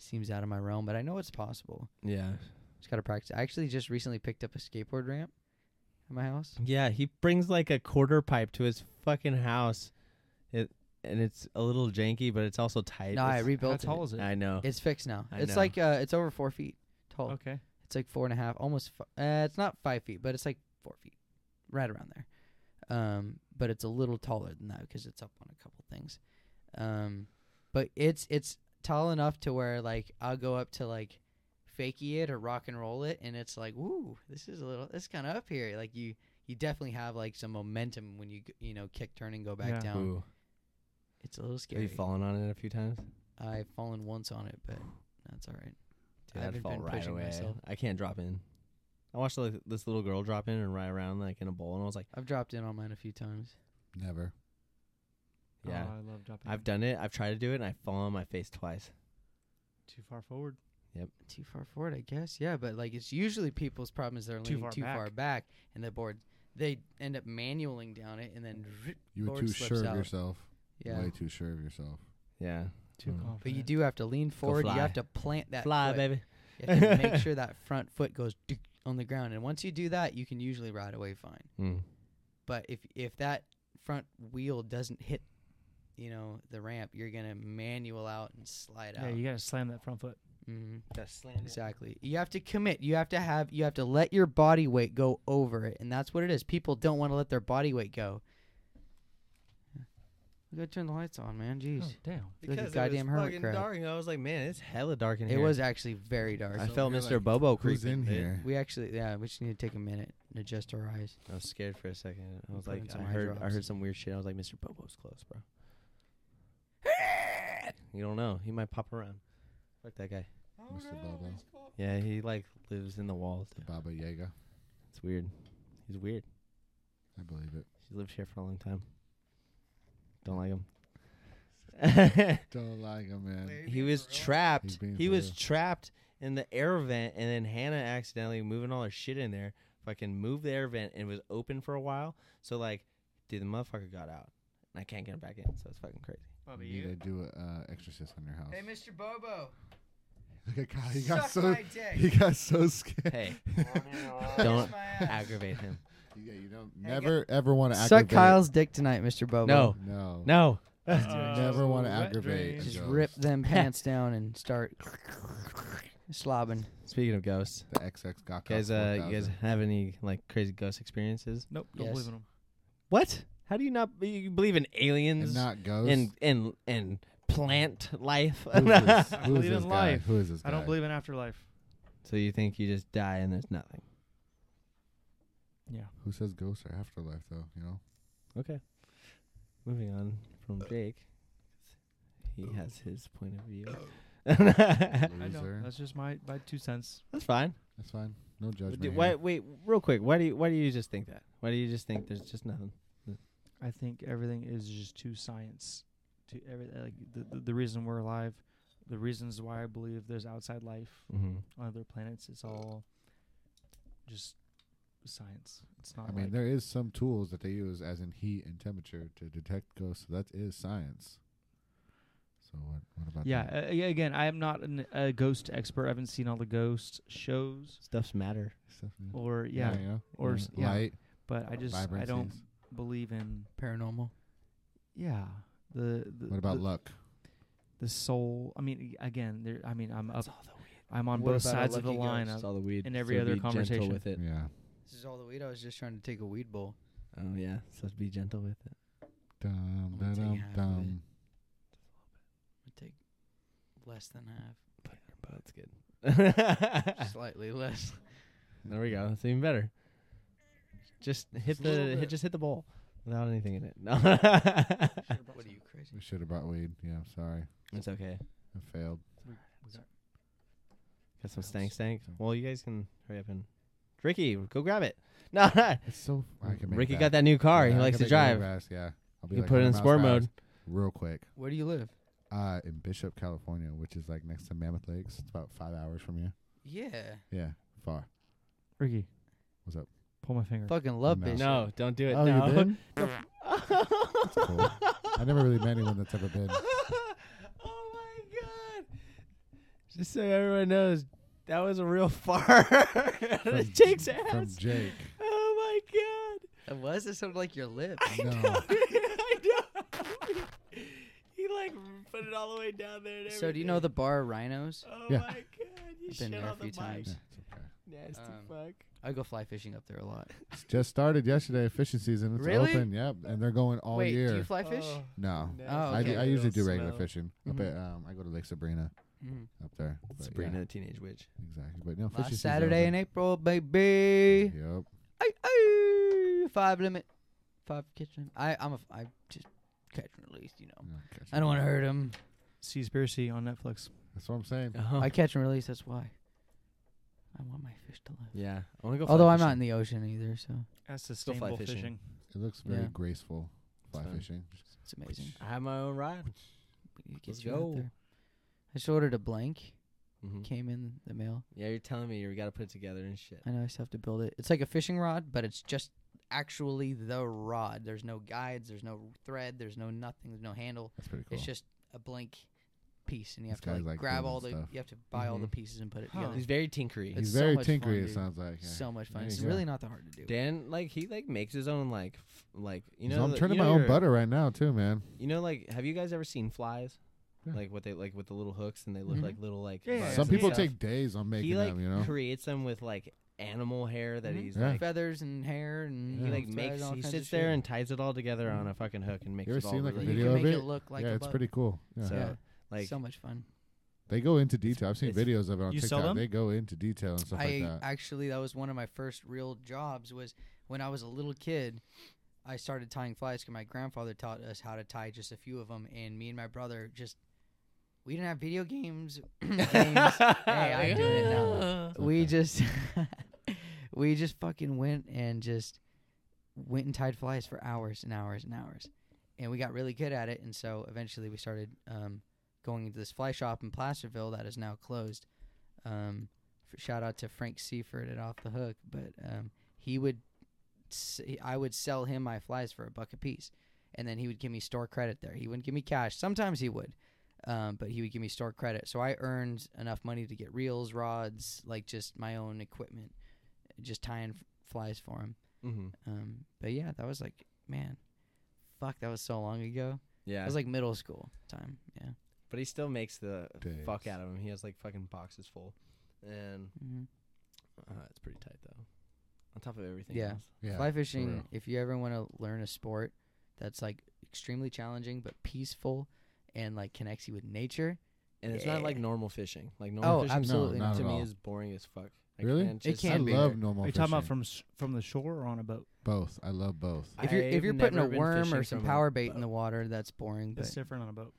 A: seems out of my realm. But I know it's possible.
C: Yeah.
A: Just gotta practice. I actually just recently picked up a skateboard ramp at my house.
C: Yeah, he brings like a quarter pipe to his fucking house. It and it's a little janky, but it's also tight.
A: no, I
C: It's-
D: How
A: rebuilt
D: tall
A: it.
D: is it?
C: I know.
A: It's fixed now.
C: I
A: it's
C: know.
A: like uh, it's over four feet tall.
D: Okay.
A: It's like four and a half, almost. Fi- uh, it's not five feet, but it's like four feet, right around there. Um, but it's a little taller than that because it's up on a couple things. Um, but it's it's tall enough to where like I'll go up to like fakey it or rock and roll it, and it's like, woo, this is a little, it's kind of up here. Like you you definitely have like some momentum when you g- you know kick turn and go back
D: Yeah.
A: down.
C: Ooh.
A: It's a little
C: Have
A: scary.
C: you fallen on it a few times?
A: I've fallen once on it, but that's all right.
C: Dude,
A: I
C: I'd
A: haven't
C: fall
A: been
C: right
A: pushing
C: away.
A: myself.
C: I can't drop in. I watched like, this little girl drop in and ride around like in a bowl, and I was like,
A: I've dropped in on mine a few times.
B: Never.
C: Yeah.
D: Oh, I love dropping.
C: I've done it. I've tried to do it, and I fall on my face twice.
D: too far forward.
A: too far forward, I guess. Yeah, but like it's usually people's problem is they're
D: Too
A: leaning
D: far
A: too
D: back.
A: far back, and the board they end up manualing down it, and then
B: You were
A: Board
B: too
A: slips
B: sure
A: out.
B: of yourself.
A: yeah.
B: Way too sure of yourself.
C: Yeah.
D: Too
B: Mm.
D: confident.
A: Mm-hmm. But you do have to lean forward. You
C: fly.
A: have to plant that
C: Fly,
A: foot.
C: baby.
A: You have to make [LAUGHS] sure that front foot goes [LAUGHS] dunk on the ground, and once you do that, you can usually ride away fine.
C: Mm.
A: But if if that front wheel doesn't hit, you know, the ramp, you're gonna manual out and slide
D: Yeah,
A: out.
D: you gotta slam that front foot.
A: hmm
C: Gotta slam it.
A: Exactly. You have to commit. You have to have you have to let your body weight go over it. And that's what it is. People don't want to let their body weight go. We gotta turn the lights on, man. Jeez.
D: Oh,
A: Feel
D: damn.
A: like a
C: Because
A: goddamn
C: it was
A: hermit
C: fucking
A: crab.
C: dark, and I was like, man, it's hella dark in
A: it
C: here.
A: was actually very dark.
C: I
B: So
C: felt
B: you're
C: Mr.
B: like,
C: Bobo
B: Who's
C: creeping,
B: in
C: dude.
B: here?
A: we actually yeah, we just need to take a minute and adjust our eyes.
C: I was scared for a second. I
A: You
C: was
A: put
C: like,
A: in some
C: I
A: eye
C: heard, I
A: drops.
C: heard some weird shit. I was like, Mr. Bobo's close, bro. you don't know. He might pop around. Fuck that guy.
B: Mr. Baba.
C: Yeah, he like lives in the walls.
B: The Baba Yaga.
C: It's weird. He's weird.
B: I believe it.
C: He's lived here for a long time. Don't like him.
B: Don't like him, man.
C: he was
B: He's
C: trapped.
B: being
C: He
B: for
C: was
B: real.
C: trapped in the air vent, and then Hannah accidentally moving all her shit in there. Fucking moved the air vent, and it was open for a while. So like, dude, the motherfucker got out, and I can't get him back in. So it's fucking crazy.
B: You need to do an uh, exorcist on your house.
A: Mr. Bobo.
B: [LAUGHS] Look at Kyle. He got so [LAUGHS] he got so scared.
D: [LAUGHS]
C: Hey,
A: Don't
C: don't aggravate him.
B: Yeah, you don't never ever want to
A: Suck
B: aggravate.
A: Kyle's dick tonight, Mr. Bobo.
C: No,
D: [LAUGHS]
B: No.
C: no.
D: Oh,
B: never want to aggravate.
A: Just
B: Jones.
A: rip
C: [LAUGHS]
A: them pants down and start slobbing.
C: Speaking of ghosts,
B: the XX got
C: you guys, uh, you guys have any like crazy ghost experiences?
D: Nope, don't
A: Yes.
D: believe in them.
C: What? How do you not you believe in aliens
D: [LAUGHS]
B: and not ghosts.
C: and and and plant life?
B: Who
D: [LAUGHS]
B: is this?
D: I
B: Who is
D: believe
B: this guy?
D: in life.
B: Who is this guy?
D: I don't believe in afterlife.
C: [LAUGHS] so you think you just die and there's nothing?
D: Yeah.
B: Who says ghosts are afterlife though? You
D: [LAUGHS]
B: know.
C: Okay. Moving on from Jake. He has his point of view. Oh.
B: Loser.
D: I know. That's just my, my two cents.
C: [LAUGHS] That's fine.
B: That's fine. No judgment.
C: D-
B: here.
C: why, wait, real quick. Why do you why do you just think that? Why do you just think there's just nothing?
D: I think everything is just too science. To every like the, the, the reason we're alive, the reasons why I believe there's outside life
C: Mm-hmm.
D: on other planets. It's all just science. It's not.
B: I mean,
D: like-
B: there is some tools that they use, as in heat and temperature, to detect ghosts. So that is science. So what? What about?
D: yeah.
B: that?
D: Uh, yeah, again, I am not an, a ghost expert. I haven't seen all the ghost shows
H: Stuff's matter.
B: Stuff, yeah.
D: or yeah,
B: you know?
D: or
B: Yeah.
D: s- yeah.
B: light,
D: but I just I don't
B: vibrancies.
D: believe in
A: Paranormal.
D: yeah the, the
B: What about
D: the,
B: luck?
D: the soul? I mean, e, again, there. I mean, I'm up. I'm on
C: What
D: both
C: about a
D: sides of the
C: lucky
D: line.
C: ghost?
D: of-
C: all the weed
D: in every
C: so
D: other
C: be gentle
D: conversation.
C: with it.
B: Yeah.
A: This is all the weed. I was just trying to take a weed bowl.
C: Oh yeah, so be gentle with it.
B: Dum
A: I'm gonna take
B: dum
A: half of
B: dum.
A: I take less than half,
C: Put it in your butt. That's
A: [LAUGHS]
C: good. [LAUGHS]
A: slightly less.
C: there we go. That's even better. Just hit
A: a little
C: the hit,
A: bit.
C: just hit the ball without anything in it. [LAUGHS] No,
A: what are you crazy?
B: We should have brought weed. Yeah, I'm sorry,
C: it's okay.
B: I failed.
C: Got some stank
B: Oops.
C: stank.
B: Sorry.
C: Well, you guys can hurry up and Ricky, go grab it. [LAUGHS] No, no.
B: It's so I can make
C: Ricky
B: that.
C: got that new car.
B: Yeah,
C: he
B: I
C: likes
B: can
C: to
B: make it real
C: drive.
B: fast, Yeah, I'll be
C: You can
B: like
C: put it in
B: 100
C: sport mode.
B: miles fast, real quick.
A: Where do you live?
B: Uh, in Bishop, California, which is like next to Mammoth Lakes. It's about five hours from here.
A: Yeah,
B: Yeah, far.
D: Ricky,
B: What's up?
D: pull my finger.
A: fucking love
B: No.
A: bitch.
C: No, don't do it.
B: oh,
C: no.
B: you did?
C: [LAUGHS]
B: That's cool. [LAUGHS] I never really met anyone
C: [LAUGHS]
B: that's ever been.
C: oh my god! Just so everyone knows, that was a real [LAUGHS] fart.
B: From-
C: [LAUGHS] Jake's
B: From
C: ass.
B: Jake.
C: oh my god!
A: It was. It sounded like your lip.
C: [LAUGHS] I
B: No.
C: know. [LAUGHS] I know. [LAUGHS] he like put it all the way down there.
A: [LAUGHS]
C: And
A: So do you know the
C: everything.
A: bar Rhinos?
C: Oh
B: Yeah.
C: my god! You
A: I've
C: shit
A: been there a
C: on
A: few
C: the mic.
B: Yeah,
A: times.
B: it's okay.
C: Nasty
A: Um,
C: fuck.
A: I go fly fishing up there a lot.
B: It's just started yesterday, fishing season. It's
A: Really?
B: open, yep. And they're going all
A: Wait,
B: year.
A: do you fly fish?
B: no.
C: nasty
A: Oh,
B: I,
A: okay.
B: do, I usually do
C: little
B: regular
C: smell.
B: fishing. Up
A: Mhm.
B: at, um, I go to Lake Sabrina
A: Mm.
B: up there. but yeah,
C: Sabrina the Teenage Witch.
B: exactly. But no, fishing
A: Last
B: season's
A: Saturday in
B: open.
A: April, baby.
B: Yep.
A: Ay, ay, five limit, five kitchen. I I'm a f- I just catch and release. You know,
B: Yeah, catch
A: I don't want to
B: it.
A: hurt him.
D: Seaspiracy on Netflix.
B: That's what I'm saying.
C: Oh.
A: Uh-huh. I catch and release. That's why. I want my fish to live.
C: yeah, I want to go.
A: Although I'm not in the ocean either, so
D: That's
C: fly
D: sustainable
C: fishing.
D: fishing.
B: It looks very
A: Yeah.
B: graceful fly
C: fun.
B: fishing.
A: it's amazing.
C: I have my own ride.
A: It
C: Let's
A: gets you out
C: go.
A: there. I just ordered a blank.
C: Mhm.
A: Came in the mail.
C: Yeah, you're telling me you got to put it together and shit.
A: I know I still have to build it. It's like a fishing rod, but it's just actually the rod. There's no guides. There's no thread. There's no nothing. There's no handle.
B: That's pretty cool.
A: It's just a blank piece, and you
B: This
A: have to
B: guy's,
A: like,
B: like,
A: grab
B: building
A: all the.
B: stuff. Mm-hmm.
A: You have to buy all the
C: Mhm.
A: pieces and put it
D: Huh.
A: together.
C: He's very tinkery.
B: He's
A: it's so
B: very
A: much fun,
B: tinkery, it
A: dude.
B: sounds like. yeah.
A: So much fun.
B: There
A: It's
B: you go.
A: really not that hard to do.
C: Dan like he like makes his own like f- like you
B: So
C: know
B: I'm
C: the-
B: turning
C: you know
B: my own
C: your-
B: butter right now too, man.
C: You know like have you guys ever seen flies?
B: Yeah.
C: Like what they like with the little hooks and they look
A: Mhm.
C: like little like
D: Yeah, yeah,
C: bugs
D: yeah.
B: Some
C: and
B: people
C: stuff.
B: take days on making
C: he like
B: them, you know.
C: creates them with like animal hair that
A: Mhm.
C: he's
B: Yeah.
C: like
A: Feathers and hair and
C: he
B: Yeah. Mm-hmm.
C: like
A: thread,
C: makes
A: all
C: he
A: kinds of
C: sits
A: shit.
C: there and ties it all together on a fucking hook and makes
B: ever
C: it all
B: seen, like, a
A: You
C: really
A: can
B: video of
A: make
B: it?
A: it look [LAUGHS] like
B: yeah,
A: a
B: it's
A: bug.
B: pretty cool. Yeah.
C: So
A: Yeah.
C: like
A: so much fun.
B: They go into detail. I've seen
C: it's-
B: videos of it on
D: You
B: TikTok.
D: sell them?
B: They go into detail and stuff
A: I
B: like that.
A: actually that was one of my first real jobs was when I was a little kid. I started tying flies because my grandfather taught us how to tie just a few of them, and me and my brother just we didn't have video
B: [LAUGHS]
A: games. [LAUGHS] games. Hey, I'm doing it now.
B: It's
A: We
B: okay.
A: just [LAUGHS] we just fucking went and just went and tied flies for hours and hours and hours, and we got really good at it. And so eventually we started um, going into this fly shop in Placerville that is now closed. Um, f- shout out to Frank Seaford at Off the Hook, but um, he would s- he- I would sell him my flies for a buck a piece, and then he would give me store credit there. He wouldn't give me cash. Sometimes he would, um, but he would give me store credit. So I earned enough money to get reels, rods, like just my own equipment, just tying f- flies for him.
C: hmm
B: Mm-hmm.
A: Um, but yeah, that was like, man, fuck, that was so long ago.
C: Yeah,
A: That was like middle school time. Yeah.
C: but he still makes the fuck
B: Days.
C: out of him. He has like fucking boxes full, and
A: hmm
C: uh, it's pretty tight though. On top of everything,
A: Yeah.
C: else.
B: yeah,
A: Fly
B: for
A: fishing,
B: real.
A: if you ever want to learn a sport that's like extremely challenging but peaceful and like connects you with nature,
C: and it's not like
A: Yeah.
C: normal fishing. Like normal
A: Oh,
C: fishing
A: absolutely.
B: No, not
C: to
B: at
C: me
B: all.
C: is boring as fuck. I
B: Really?
C: can't
A: It
C: just-
A: can't
B: I
A: be
B: love
A: there.
B: normal
D: Are you
B: fishing.
D: talking about from s- from the shore or on a boat?
B: both? I love both.
A: if you're if
C: I've
A: you're putting a
C: never been
A: worm
C: fishing
A: or some
C: from a
A: power bait in
C: boat.
A: the water, that's boring. But
D: It's different on a boat.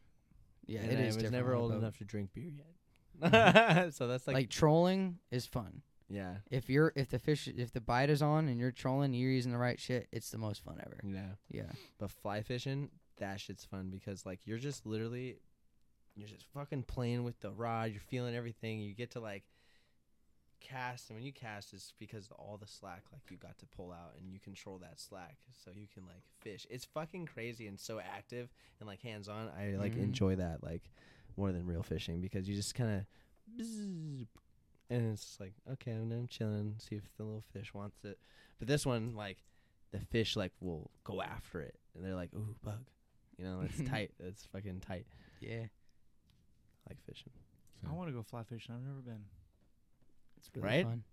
A: yeah,
C: And
A: it
C: I
A: is.
C: was
A: different
C: never
A: on a
C: old
A: boat.
C: enough to drink beer yet. [LAUGHS] so that's like,
A: Like, trolling is fun.
C: yeah,
A: If you're if the fish if the bite is on and you're trolling, you're using the right shit. It's the most fun ever.
C: yeah.
A: Yeah.
C: But fly fishing, that shit's fun because like you're just literally, you're just fucking playing with the rod. You're feeling everything. You get to like cast, and when you cast, it's because of all the slack like you got to pull out, and you control that slack, so you can like fish. It's fucking crazy and so active and like hands on. I like
A: Mhm.
C: enjoy that like more than real fishing because you just kind of. And it's like okay, I'm, I'm chilling, see if the little fish wants it. But this one, like, the fish like will go after it, and they're like, "Ooh, bug," you know, it's [LAUGHS] tight. It's fucking tight.
A: Yeah.
C: I like fishing.
D: I want to go fly fishing. I've never been.
A: It's really
C: Right?
A: fun.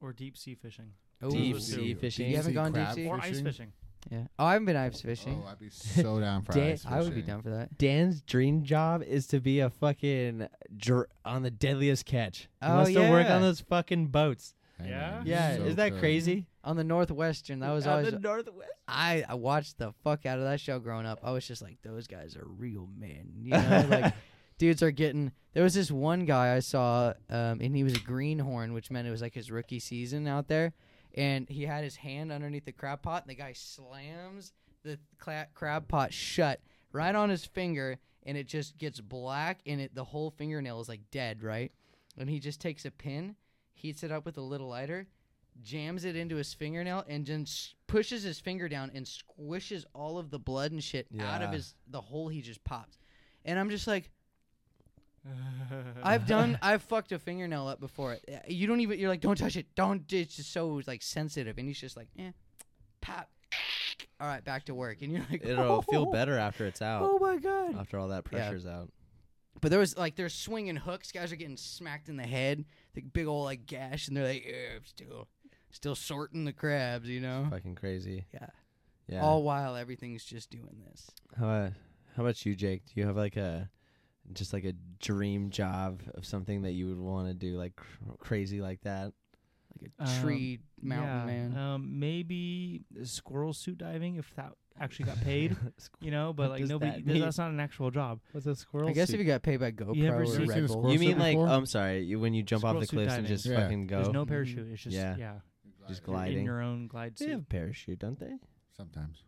D: or deep sea fishing
A: Oh,
C: Deep
D: Ooh.
C: sea
D: Deep
C: fishing.
A: You haven't gone deep
B: crab
A: sea?
D: or ice fishing.
A: Yeah. Oh, I haven't been ice fishing.
B: Oh, I'd be so down for
C: Dan-
B: ice fishing.
A: I would be down for that.
C: Dan's dream job is to be a fucking dr- on the deadliest catch. He
A: Oh,
C: wants to work
A: yeah.
C: on those fucking boats.
B: Hey,
D: Yeah?
B: man, it's
C: Yeah,
B: so
C: is that
B: good.
C: crazy?
A: On the Northwestern, that was
C: on
A: always
C: the northwest.
A: I, I watched the fuck out of that show growing up. I was just like, those guys are real men. You know, like dudes are getting. There was this one guy I saw, um, and he was a greenhorn, which meant it was like his rookie season out there. And he had his hand underneath the crab pot, and the guy slams the cla- crab pot shut right on his finger, and it just gets black, and it the whole fingernail is like dead, right? And he just takes a pin, heats it up with a little lighter, jams it into his fingernail and then s- pushes his finger down and squishes all of the blood and shit out of
C: Yeah.
A: his the hole he just popped. And I'm just like, I've done, I've fucked a fingernail up before. Uh, You don't even, you're like, don't touch it, don't. It's just so like sensitive, and he's just like, eh, pop. All right, back to work, and you're like,
C: It'll feel [LAUGHS]
A: "Oh,
C: better after it's out.
A: Oh my god!
C: After all that pressure's out.
A: But there was like they're swinging hooks. Guys are getting smacked in the head, like big old like gash, and they're like, yeah, I'm still, still sorting the crabs, you know?
C: Fucking crazy.
A: Yeah.
C: Yeah.
A: All while everything's just doing this.
C: How about, how about you, Jake? Do you have like a just like a dream job of something that you would want to do like cr- crazy like that?
A: Like
D: Um,
A: a tree mountain man.
D: Um, maybe squirrel suit diving if that actually
C: [LAUGHS]
D: got [LAUGHS] paid. you know,
C: What
D: but like
C: does
D: nobody.
C: that
D: th-
C: mean?
D: that's not an actual job.
C: What's a squirrel?
A: I guess if you got paid by GoPro
D: ever
A: or
D: seen-
A: Red
B: seen a
A: Bull.
B: squirrel-
C: You mean
B: suit
C: like
B: before?
C: I'm sorry, you, when you jump off
D: Squirrel
C: the
D: suit
C: cliffs and
D: diving.
C: just
B: Yeah.
C: fucking go?
D: There's no
A: Mhm.
D: parachute. It's just
C: Yeah.
D: yeah,
C: Just
D: you're
C: gliding.
D: in your own glide
C: they
D: suit.
C: have parachute, don't they?
B: Sometimes.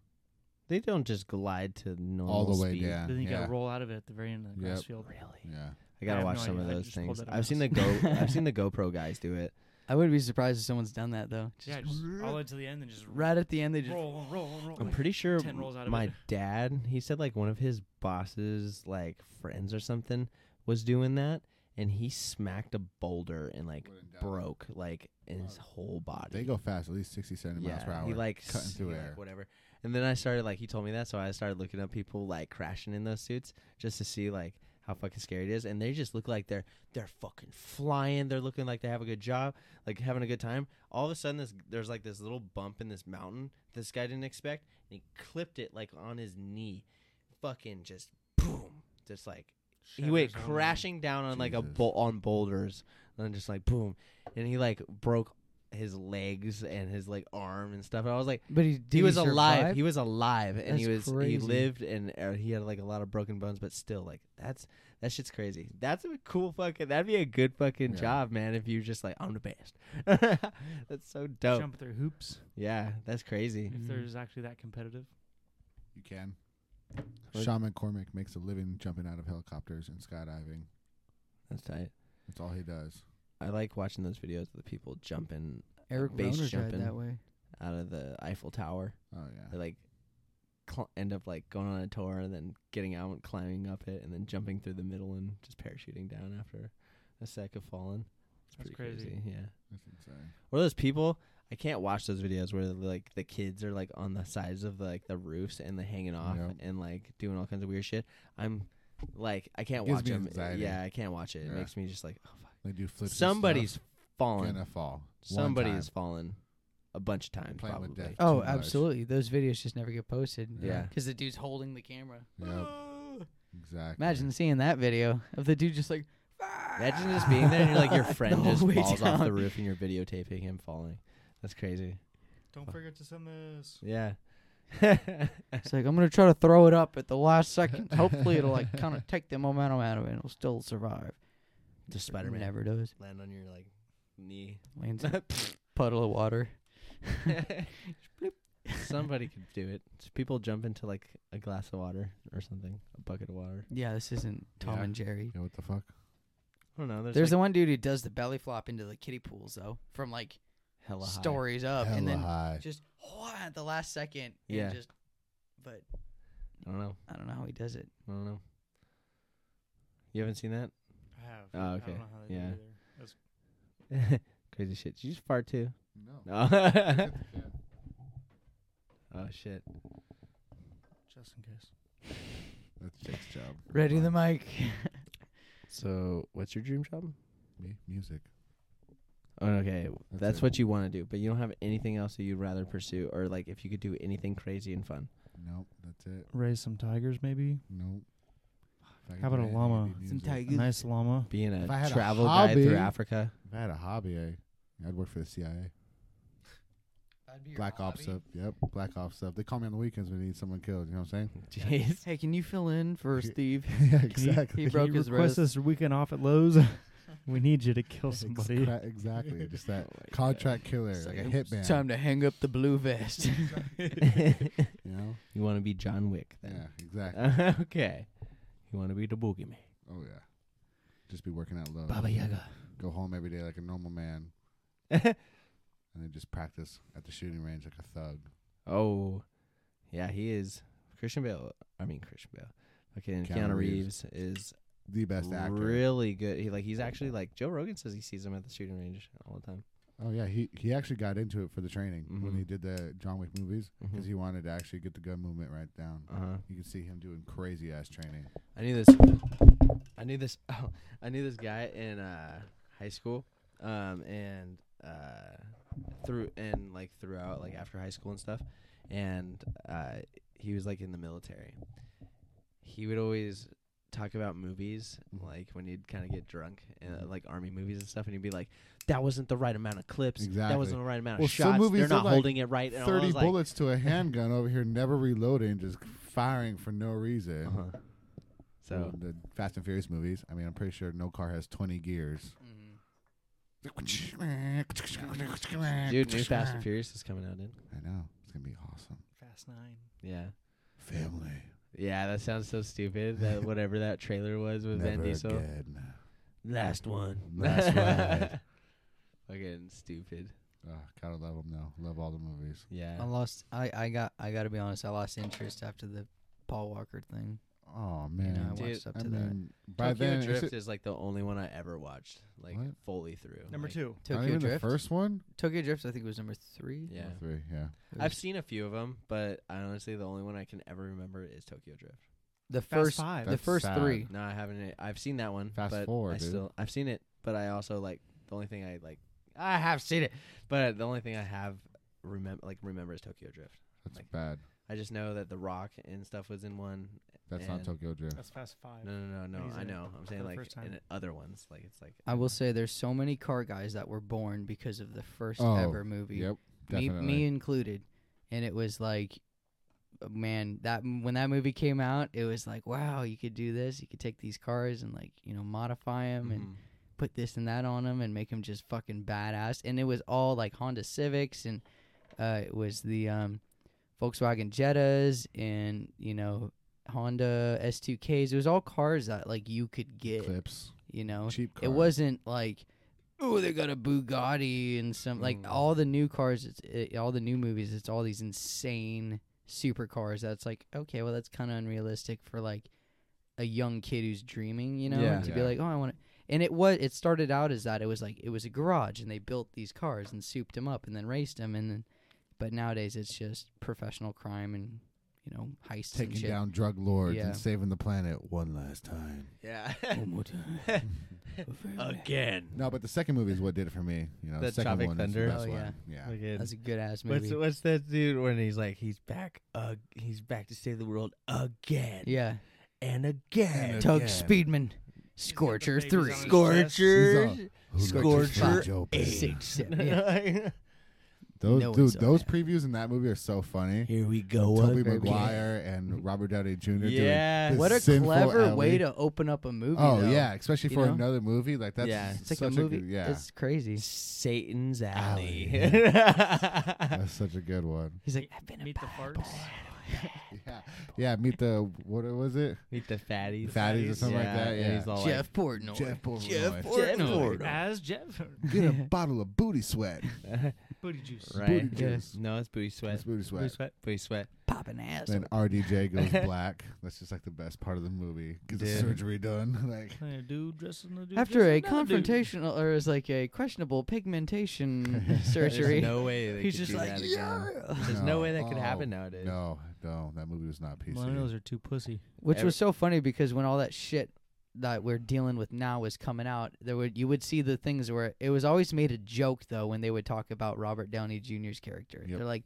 C: They don't just glide to normal
B: All the way
C: speed. Oh,
B: down.
D: Then you
B: yeah.
D: gotta roll out of it at the very end of the grass
B: Yep.
D: field.
B: yeah.
C: I gotta
D: have
C: watch
D: no
C: some of
D: idea. I
C: those
D: just pulled
C: things.
D: that out of
C: I've seen the
D: my
C: go. [LAUGHS] I've seen the GoPro guys do it.
A: I wouldn't be surprised if someone's done that though. Just
D: Yeah, just all the way to the end and just
A: right at the end, they just
D: roll, roll, roll.
C: I'm pretty sure
D: 10 Oh, rolls out of
C: my
D: it. [LAUGHS]
C: dad. He said like one of his bosses, like friends or something, was doing that, and he smacked a boulder and like
B: Wouldn't die.
C: broke like in his whole body.
B: They go fast, at least 60, 70 miles per hour.
C: He like
B: cutting
C: s-
B: through
C: he,
B: air.
C: like, whatever. And then I started like he told me that, so I started looking up people like crashing in those suits just to see like how fucking scary it is. And they just look like they're they're fucking flying. They're looking like they have a good job, like having a good time. All of a sudden, this there's like this little bump in this mountain this guy didn't expect, and he clipped it like on his knee, fucking just boom, just like he went
D: Shatters all
C: crashing down on like a
B: Jesus.
C: bo- on boulders and then just like boom and he like broke his legs and his like arm and stuff and i was like
A: But he did
C: he was
A: survive?
C: alive he was alive and he was
A: That's
C: he
A: crazy.
C: lived and uh, he had like a lot of broken bones but still like that's that shit's crazy that's a cool fucking that'd be a good fucking
B: Yeah.
C: job man if you just like i'm the best [LAUGHS] that's so dope
D: Jump through hoops
C: yeah that's crazy
D: if there's actually that competitive.
B: You can.
C: Like-
B: Sean McCormick makes a living jumping out of helicopters and skydiving.
C: that's tight
B: That's all he does.
C: i like watching those videos of the people jumping
A: Eric
C: base
A: Rohner's died
C: jumping.
A: that way.
C: out of the eiffel tower
B: Oh
C: They
B: yeah.
C: like cl- end up like going on a tour and then getting out and climbing up it and then jumping through the middle and just parachuting down after a sec of falling. It's
D: That's
C: pretty
D: crazy.
C: Yeah.
B: That's insane.
C: Or those people. I can't watch those videos where like the kids are like on the sides of like the roofs and they're hanging off
B: Yep.
C: and like doing all kinds of weird shit. I'm like I can't
B: Gives
C: watch
B: me
C: them.
B: anxiety.
C: Yeah, I can't watch it. It
B: Yeah.
C: makes me just like oh, fuck.
B: They do flips. and stuff.
C: somebody's fallen.
B: gonna fall.
C: Somebody
B: One
C: has fallen a bunch of times
B: Playing with
C: probably.
B: death.
A: Oh,
B: Too much.
A: absolutely. Those videos just never get posted.
C: Yeah.
A: Because the dude's holding the camera.
B: time. Yep.
C: Ah.
B: Exactly.
A: Imagine seeing that video of the dude just like.
C: Imagine just being there and you're like
A: [LAUGHS]
C: your friend
A: whole
C: just
A: way
C: falls off the
A: down.
C: roof and you're videotaping him falling. That's crazy.
D: Don't forget to send this.
C: Yeah. [LAUGHS]
A: It's like I'm gonna try to throw it up at the last second. Hopefully, it'll like kind of take the momentum out of it. and It'll still survive.
C: Just Spider Man.
A: never does.
C: Land on your like knee.
A: Lands in a puddle of water.
C: [LAUGHS] Somebody could do it. Just people jump into like a glass of water or something, a bucket of water.
A: Yeah, this isn't Tom
B: Yeah.
A: and Jerry.
B: Yeah, what the fuck?
C: I don't know. There's,
A: There's
C: like
A: the one dude who does the belly flop into the kiddie pools though, from like
C: hella high.
A: stories up,
B: Hella
A: and then
B: high.
A: just wha- at the last second, and
C: Yeah.
A: just. But
C: I don't know.
A: I don't know how he does it.
C: I don't know. You haven't seen that?
D: I have.
C: Oh,
D: I
C: okay.
D: don't know how they do
C: Yeah.
D: it either. That's
C: [LAUGHS] Crazy shit. Did you just fart too? [LAUGHS]
A: [LAUGHS]
B: No.
C: No.
B: [LAUGHS]
C: oh shit.
D: just in case.
B: That's Jake's job.
A: Ready the mic.
C: [LAUGHS] So, what's your dream job?
B: Me, music.
C: Oh, okay, that's,
B: That's it.
C: what you want to do, but you don't have anything else that you'd rather pursue, or like if you could do anything crazy and fun.
B: Nope, that's it.
D: Raise some tigers, maybe.
B: Nope. If I could
D: about
B: do
D: a
B: anything, it'd
D: llama?
B: be
A: Some
B: music.
A: tiger-
C: [LAUGHS]
D: A nice llama.
C: Being
B: If I had
C: a
B: a
C: travel guide
B: hobby-
C: through
B: [LAUGHS]
C: Africa.
B: If I had a hobby, I, I'd work for the CIA. Black Ops up. Yep, Black Ops up. They call me on the weekends when they need someone killed. You know what I'm
C: Jeez.
A: Hey, can you fill in for Steve? [LAUGHS]
B: saying? [LAUGHS] yeah, exactly.
A: He broke
B: [LAUGHS]
D: you
A: his
D: request
A: wrist.
D: this weekend off at Lowe's.
C: [LAUGHS]
D: [LAUGHS] we need you to kill somebody.
B: Exac- exactly.
A: [LAUGHS]
C: [LAUGHS]
B: Just that
C: Oh my God.
B: contract killer,
C: It's
B: like a
C: like,
B: hitman.
A: Time to hang up the blue vest.
B: You know?
A: [LAUGHS]
C: You want to be John Wick
B: Yeah,
C: then.
B: exactly.
C: [LAUGHS] okay. You want to be the boogeyman.
B: Oh yeah. Just be working out low.
C: Yaga.
B: Go home every day like a
C: [LAUGHS]
B: normal man, and then just practice at the shooting range like a thug.
C: oh, yeah, he is. Christian Bale. I mean Christian Bale. Okay, and Keanu,
B: Keanu
C: Reeves,
B: Reeves.
C: is
B: The best actor.
C: really good. He like he's actually like Joe Rogan says he sees him at the shooting range all the time.
B: Oh yeah, he he actually got into it for the training when
C: Mhm.
B: he did the John Wick movies because
C: Mhm.
B: he wanted to actually get the gun movement right down.
C: Uh-huh.
B: You can see him doing crazy ass training.
C: I knew this. I knew this. [LAUGHS] Oh, I knew this guy in uh, high school, um, and uh, through and like throughout, like after high school and stuff, and uh, he was like in the military. He would always talk about movies,
B: Mhm.
C: like when he'd kind of get drunk, and uh,
B: Mm-hmm.
C: like army movies and stuff, and he'd be like, "That wasn't the right amount of clips. That
B: Exactly.
C: wasn't the right amount
B: Well,
C: of
B: some
C: shots.
B: movies
C: They're
B: are
C: not
B: like
C: holding it right." And I
B: Thirty
C: was like,
B: bullets to
C: [LAUGHS]
B: a handgun over here, never reloading, just firing for no reason.
C: uh-huh. So
B: Well, the Fast and Furious movies. I mean, I'm pretty sure no car has 20 gears.
C: Mm-hmm.
B: [LAUGHS] Mm-hmm.
C: Dude, new Fast and Furious is coming out, dude.
B: I know it's gonna be awesome.
D: Fast nine.
C: Yeah.
B: Family.
C: Yeah, that sounds so stupid. [LAUGHS] That whatever that trailer was with Van
B: Never
C: Diesel.
B: again.
C: [LAUGHS] Last one.
B: Last ride.
C: [LAUGHS] Fucking stupid.
B: Ah, gotta love them though. Love all the movies.
C: Yeah.
A: I lost. I I got. I got to be honest. I lost interest after the Paul Walker thing.
B: Oh
A: You know, I
B: man.
C: Dude,
A: watched up
B: I
A: to that.
B: mean, by
C: Tokyo
B: then,
C: Drift
B: is it,
C: is like the only one I ever watched, like
B: What?
C: fully through.
D: Number
C: Like,
D: two.
B: not
A: Tokyo
B: even
A: Drift.
B: the first one.
A: Tokyo Drift. I think was number three.
C: Yeah.
B: Or three. Yeah.
A: It
C: I've
A: was
C: seen a few of them, but I honestly the only one I can ever remember is Tokyo Drift.
A: the
D: Fast
A: first.
D: five.
A: The
B: That's
A: first
B: sad.
A: three.
C: No, I haven't. e, I've seen that one.
B: Fast
C: but
B: forward,
C: I
B: dude.
C: still I've seen it, but I also like the only thing I like I have seen it, but the only thing I have remember like remember is Tokyo Drift.
B: That's
C: Like-
B: bad.
C: I just know that The Rock and stuff was in one,
B: That's not
C: and-
B: Tokyo Drift.
D: That's fast five.
C: No, no, no, no.
D: he's
C: I
D: in it
C: know. I'm saying
D: the
C: like
D: first time.
C: in other ones, like it's like
A: I will say there's so many car guys that were born because of the first
B: Oh,
A: ever movie.
B: Yep.
A: me,
B: Definitely.
A: me included. And it was like, uh, man, that when that movie came out, it was like, wow, you could do this. You could take these cars and like, you know, modify them and
C: Mhm.
A: put this and that on them and make them just fucking badass. And it was all like Honda Civics and uh, it was the um, Volkswagen Jettas and you know Honda S2Ks. It was all cars that like you could get.
B: Clips.
A: You know,
B: Cheap
A: it
B: cars.
A: wasn't like oh they got a Bugatti and some like
B: Mm.
C: Mhm.
A: all the new cars it's it, all the new movies it's all these insane supercars that's like okay well that's kind of unrealistic for like a young kid who's dreaming you know
C: Yeah.
A: and to be
B: Yeah.
A: like oh I want to and it was it started out as that it was like it was a garage and they built these cars and souped them up and then raced them and then but nowadays it's just professional crime and you know heists and
B: Taking
A: shit.
B: down drug lords
A: Yeah.
B: and saving the planet one last time.
C: Mm-hmm. yeah.
A: [LAUGHS] Over-
C: [LAUGHS] Again.
B: No, but the second movie is what did it for me. You know,
C: The
B: the second
C: Tropic
B: one
C: Thunder?
B: is the best
A: Oh,
B: one. Yeah.
C: Again.
A: that's a good ass
C: What's
A: movie
C: what's that dude when he's like he's back uh he's back to save the world again
A: yeah
C: and again.
B: And
A: Tug
B: again.
A: Speedman, Scorcher
D: babies on
A: three,
D: his
C: Scorcher
B: He's
C: Scorcher
A: six,
C: [LAUGHS]
A: seven. Yeah.
B: Those
A: No one
B: dude,
A: saw
B: those
A: that.
B: previews in that movie are so funny.
C: Here we go.
B: Toby
C: again.
B: Maguire and Robert Downey Jr.
C: Yes.
B: doing this
A: What a
B: sinful
A: clever way
B: alley.
A: to open up a movie.
B: Oh
A: though.
B: yeah, especially
A: You
B: for
A: know?
B: another movie like that's
C: Yeah.
A: it's like a
B: such
A: movie.
B: good,
A: [LAUGHS]
B: yeah,
A: it's crazy.
C: Satan's Alley.
B: Alley. that's such a good one.
A: [LAUGHS]
C: [LAUGHS]
A: He's like, I've been a
D: Meet the
A: bad
D: farts.
A: boy.
B: yeah, yeah. Meet the what was it?
C: Meet the fatties.
B: Fatties or something like that.
C: and
B: Yeah.
C: he's all like,
A: Jeff Portnoy.
B: Jeff Portnoy.
A: Jeff
C: Jeff
A: Portnoy.
D: As Jeff, [LAUGHS]
B: Get a bottle of booty sweat.
D: booty juice.
C: right?
B: Booty juice.
C: No, it's booty sweat.
B: It's booty sweat.
D: Booty sweat.
C: Booty sweat.
A: Popping ass.
B: Then RDJ goes black. That's just like the best part of the movie. Get the
C: Dude.
B: surgery done. [LAUGHS] Like
D: Hey, dude dressing the dude.
I: After a
D: dressing another dude.
I: confrontational, or is like a questionable pigmentation
C: There's
I: surgery.
C: no way they
D: He's
C: could
D: just
C: do
D: like,
C: that again. There's no, way that could
B: oh,
C: happen nowadays.
B: No, no, that movie was not PC.
D: Millennials are too pussy.
I: Which
C: Every-
I: was so funny because when all that shit that we're dealing with now was coming out, there would you would see the things where it was always made a joke though when they would talk about Robert Downey Jr.'s character.
B: Yep.
I: They're like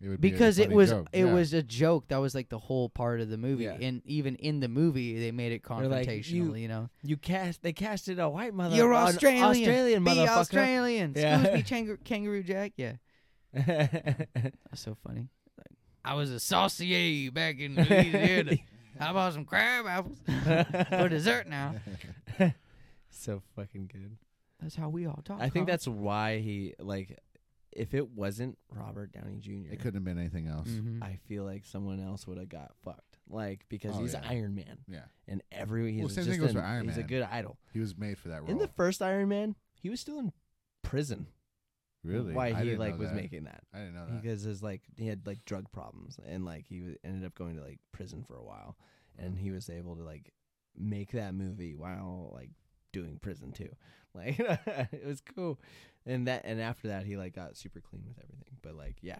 B: It would be a
I: because it
B: funny
I: was
B: joke,
I: it
B: yeah.
I: was a joke that was like the whole part of the movie,
C: Yeah.
I: and even in the movie they made it
C: They're
I: confrontational.
C: like,
I: you,
C: "You-
I: know,
C: You cast. They casted a white mother.
I: you're
C: an
I: Australian,
C: Australian
I: be
C: motherfucker.
I: Australian.
C: Yeah. [LAUGHS]
I: Excuse me, kangaroo, kangaroo Jack. Yeah, that's so funny.
A: I was a saucier back in Louisiana.
C: [LAUGHS]
A: How about some crab apples for dessert now?
C: so fucking good.
I: That's how we all talk.
C: I think
I: huh?
C: that's why he like. If it wasn't Robert Downey Jr.,
B: It couldn't have been anything else.
A: Mm.
I: Mhm.
C: Mm-hmm. I feel like someone else would have got fucked. Like because
B: Oh,
C: he's
B: yeah.
C: Iron Man,
B: Yeah,
C: and every he's
B: Well, same
C: just
B: thing goes
C: an-
B: for Iron
C: he's a
B: Man.
C: good idol.
B: he was made for that role.
C: In the first Iron Man, he was still in prison.
B: really,
C: Why
B: I
C: he
B: didn't
C: like
B: know
C: was
B: that.
C: making that.
B: I didn't know that.
C: because his like he had like drug problems and like he wa- ended up going to like prison for a while and he was able to like make that movie while like doing prison too [LAUGHS] like it was cool and that and after that he like got super clean with everything but like yeah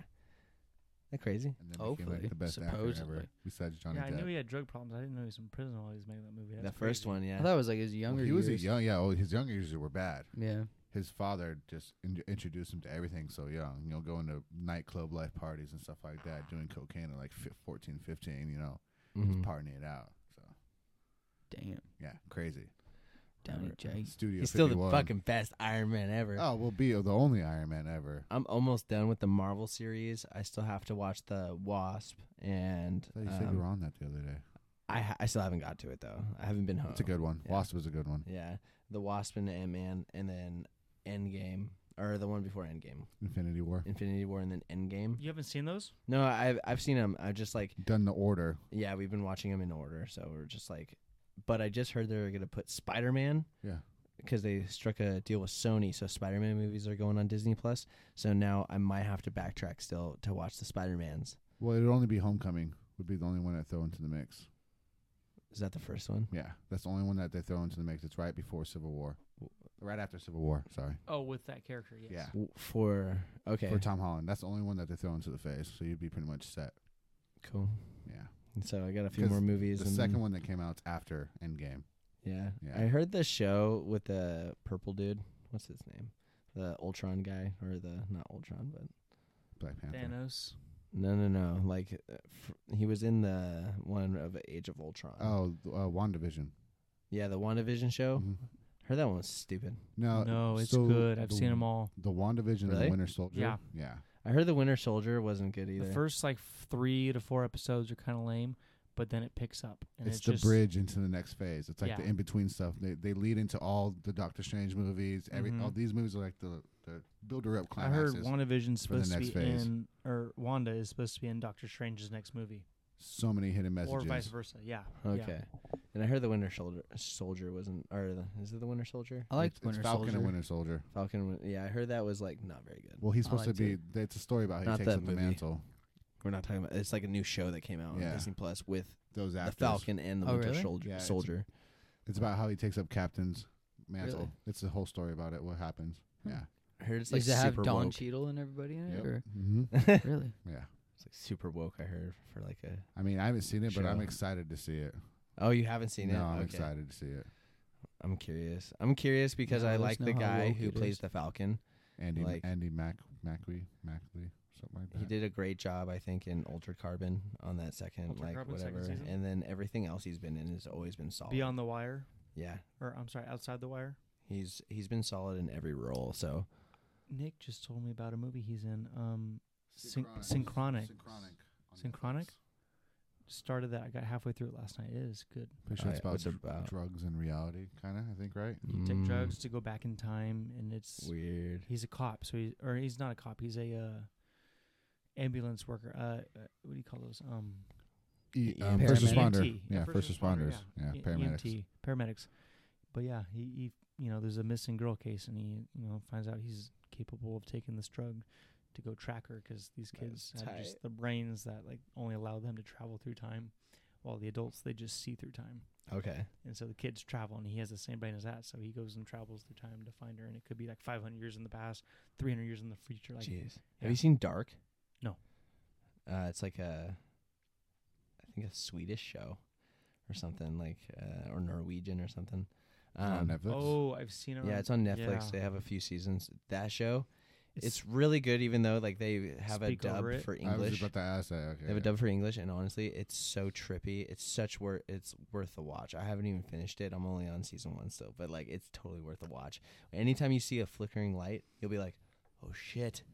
C: that crazy
B: and then became
A: Hopefully.
B: like the best actor ever
A: Supposedly.
B: besides Johnny
D: Yeah, I
B: Depp.
D: knew he had drug problems. I didn't know he was in prison while he was making that movie.
C: the
D: That's
C: first
D: crazy.
C: one yeah
I: I thought it was like his
B: Well,
I: younger.
B: he was a
I: years.
B: young, yeah. Oh, his younger years were bad.
I: Yeah.
B: His father just in- introduced him to everything so young. You know, going to nightclub life parties and stuff like that, doing cocaine at like fi- 14, 15, You know,
C: Mhm.
B: partying it out. So
I: Damn.
B: yeah, crazy.
I: Downey J.
B: Studio.
C: he's still the
B: 51.
C: fucking best Iron Man ever
B: Oh, we'll be the only Iron Man ever.
C: I'm almost done with the Marvel series I still have to watch the Wasp and
B: I thought you said
C: um,
B: you were on that the other day.
C: I ha- I still haven't got to it though I haven't been home
B: It's a good one.
C: uh, yeah.
B: Wasp was a good one.
C: Yeah, the Wasp and Ant Man, and then Endgame, or the one before Endgame,
B: Infinity War.
C: Infinity War, and then Endgame.
D: You haven't seen those?
C: No, I've I've seen them. I just like
B: Done the order.
C: yeah, we've been watching them in order, so we're just like, but I just heard they're gonna put Spider Man.
B: Yeah.
C: Because they struck a deal with Sony, so Spider Man movies are going on Disney Plus. So now I might have to backtrack still to watch the Spider Mans.
B: Well, it'd only be Homecoming would be the only one I throw into the mix.
C: Is that the first one?
B: Yeah, that's the only one that they throw into the mix. It's right before Civil War, right after Civil War. Sorry.
D: Oh, with that character, yes.
B: Yeah.
C: W- For okay,
B: For Tom Holland, that's the only one that they throw into the face. So you'd be pretty much set.
C: cool.
B: Yeah.
C: So I got a few
B: Because
C: more movies.
B: The
C: and
B: second one that came out after Endgame.
C: Yeah.
B: Yeah.
C: I heard the show with the purple dude. What's his name? The Ultron guy, or the not Ultron, but
B: Black Panther.
D: Thanos.
C: no, no, no. Like uh, fr- he was in the one of Age of Ultron.
B: Oh, th- uh, WandaVision.
C: yeah, the WandaVision show.
B: Mhm.
C: Heard that one was stupid.
B: No,
D: no, it's
B: so
D: good. I've
B: the,
D: seen them all.
B: The WandaVision and
C: Really?
B: the Winter Soldier.
D: Yeah.
B: Yeah.
C: I heard the Winter Soldier wasn't good either.
D: The first like f- three to four episodes are kind of lame, but then it picks up and
B: it's
D: it's,
B: the
D: just,
B: bridge into the next phase. It's like the
D: Yeah.
B: in between stuff. They they lead into all the Doctor Strange movies. Every
D: Mhm.
B: all these movies are like the the builder up
D: I heard
B: climaxes.
D: WandaVision's
B: for the
D: supposed to be
B: next phase.
D: in, or Wanda is supposed to be in Doctor Strange's next movie,
B: so many hidden messages.
D: or vice versa. Yeah. yeah.
C: Okay. And I heard the Winter Soldier Soldier wasn't, or the, is it the Winter Soldier?
I: I liked
B: It's- it's
I: Winter
B: Falcon
I: Soldier.
B: and Winter Soldier.
C: Falcon. wa- Yeah, I heard that was like not very good.
B: Well, he's
I: I
B: supposed to
I: liked
B: be. It's a story about how he
C: Not
B: takes
C: that
B: up the
C: movie.
B: mantle.
C: We're not talking about. It's like a new show that came out on
B: Yeah.
C: Disney Plus with
B: Those actors.
C: the Falcon and the
I: Oh,
C: Winter
I: really?
C: Soldier.
B: Yeah, it's-
C: Soldier.
B: It's about how he takes up Captain's mantle.
I: Really?
B: It's the whole story about it. What happens? Yeah.
C: I heard it's like
I: Does it have
C: super
I: Don
C: woke.
I: Cheadle and everybody in it?
B: Yep.
I: Or
B: hmm
C: [LAUGHS] it's
I: really?
B: Yeah.
C: like super woke. I heard for like a.
B: I mean, I haven't seen it, but I'm
C: Sure.
B: excited to see it.
C: Oh, you haven't seen
B: no,
C: it?
B: I'm
C: okay.
B: excited to see it.
C: I'm curious. I'm curious because
I: No,
C: I
I: let us
C: like the
I: know how
C: guy
I: woke
C: who
I: it
C: plays
I: is.
C: the Falcon.
B: Andy
C: Like-
B: Andy Mac Mackley Mackley something like that.
C: He did a great job, I think, in Ultra Carbon on that second,
D: Altered
C: like
D: Carbon, second
C: whatever.
D: season?
C: and then everything else he's been in has always been solid.
D: Beyond the Wire,
C: Yeah,
D: or I'm sorry, Outside the Wire.
C: he's he's been solid in every role. So
D: Nick just told me about a movie he's in. Um, Syn- Synchronic.
B: Synchronic.
D: Synchronic? started that. I got halfway through it last night. It is good.
B: Pretty sure
C: Alright,
B: it's about,
C: what's it
B: dr-
C: about?
B: drugs and reality, kind of. I think, right?
D: You take
C: Mm,
D: drugs to go back in time, and it's
C: Weird.
D: he's a cop. So he or he's not a cop. He's a uh, ambulance worker. Uh, uh, what do you call those? Um,
B: E-
C: Yeah,
B: um, first
A: paramedic.
B: responder.
D: EMT.
B: Yeah, first responders. Yeah,
D: E-
B: paramedics.
D: EMT, paramedics. But yeah, he, he, you know, there's a missing girl case, and he, you know, finds out he's capable of taking this drug to go track her because these kids have just the brains that like only allow them to travel through time, while the adults they just see through time.
C: Okay.
D: And so the kids travel, and he has the same brain as that. So he goes and travels through time to find her, and it could be like 500 years in the past, 300 years in the future. Like,
C: Jeez.
D: yeah.
C: Have you seen Dark?
D: No.
C: Uh, it's like a, I think a Swedish show, or something like, uh, or Norwegian or something. Um,
B: on Netflix.
D: oh, I've seen it.
C: yeah, it's on Netflix.
D: yeah.
C: They have a few seasons. That show, it's, really good, even though like they have a
D: Speak
C: dub
D: over it.
C: for
B: I
C: English.
B: was about to ask that. Okay.
C: They have a
B: yeah.
C: dub for English, and honestly, it's so trippy. It's such worth. It's worth the watch. I haven't even finished it. I'm only on season one still, but like, it's totally worth the watch. Anytime you see a flickering light, you'll be like, "Oh shit,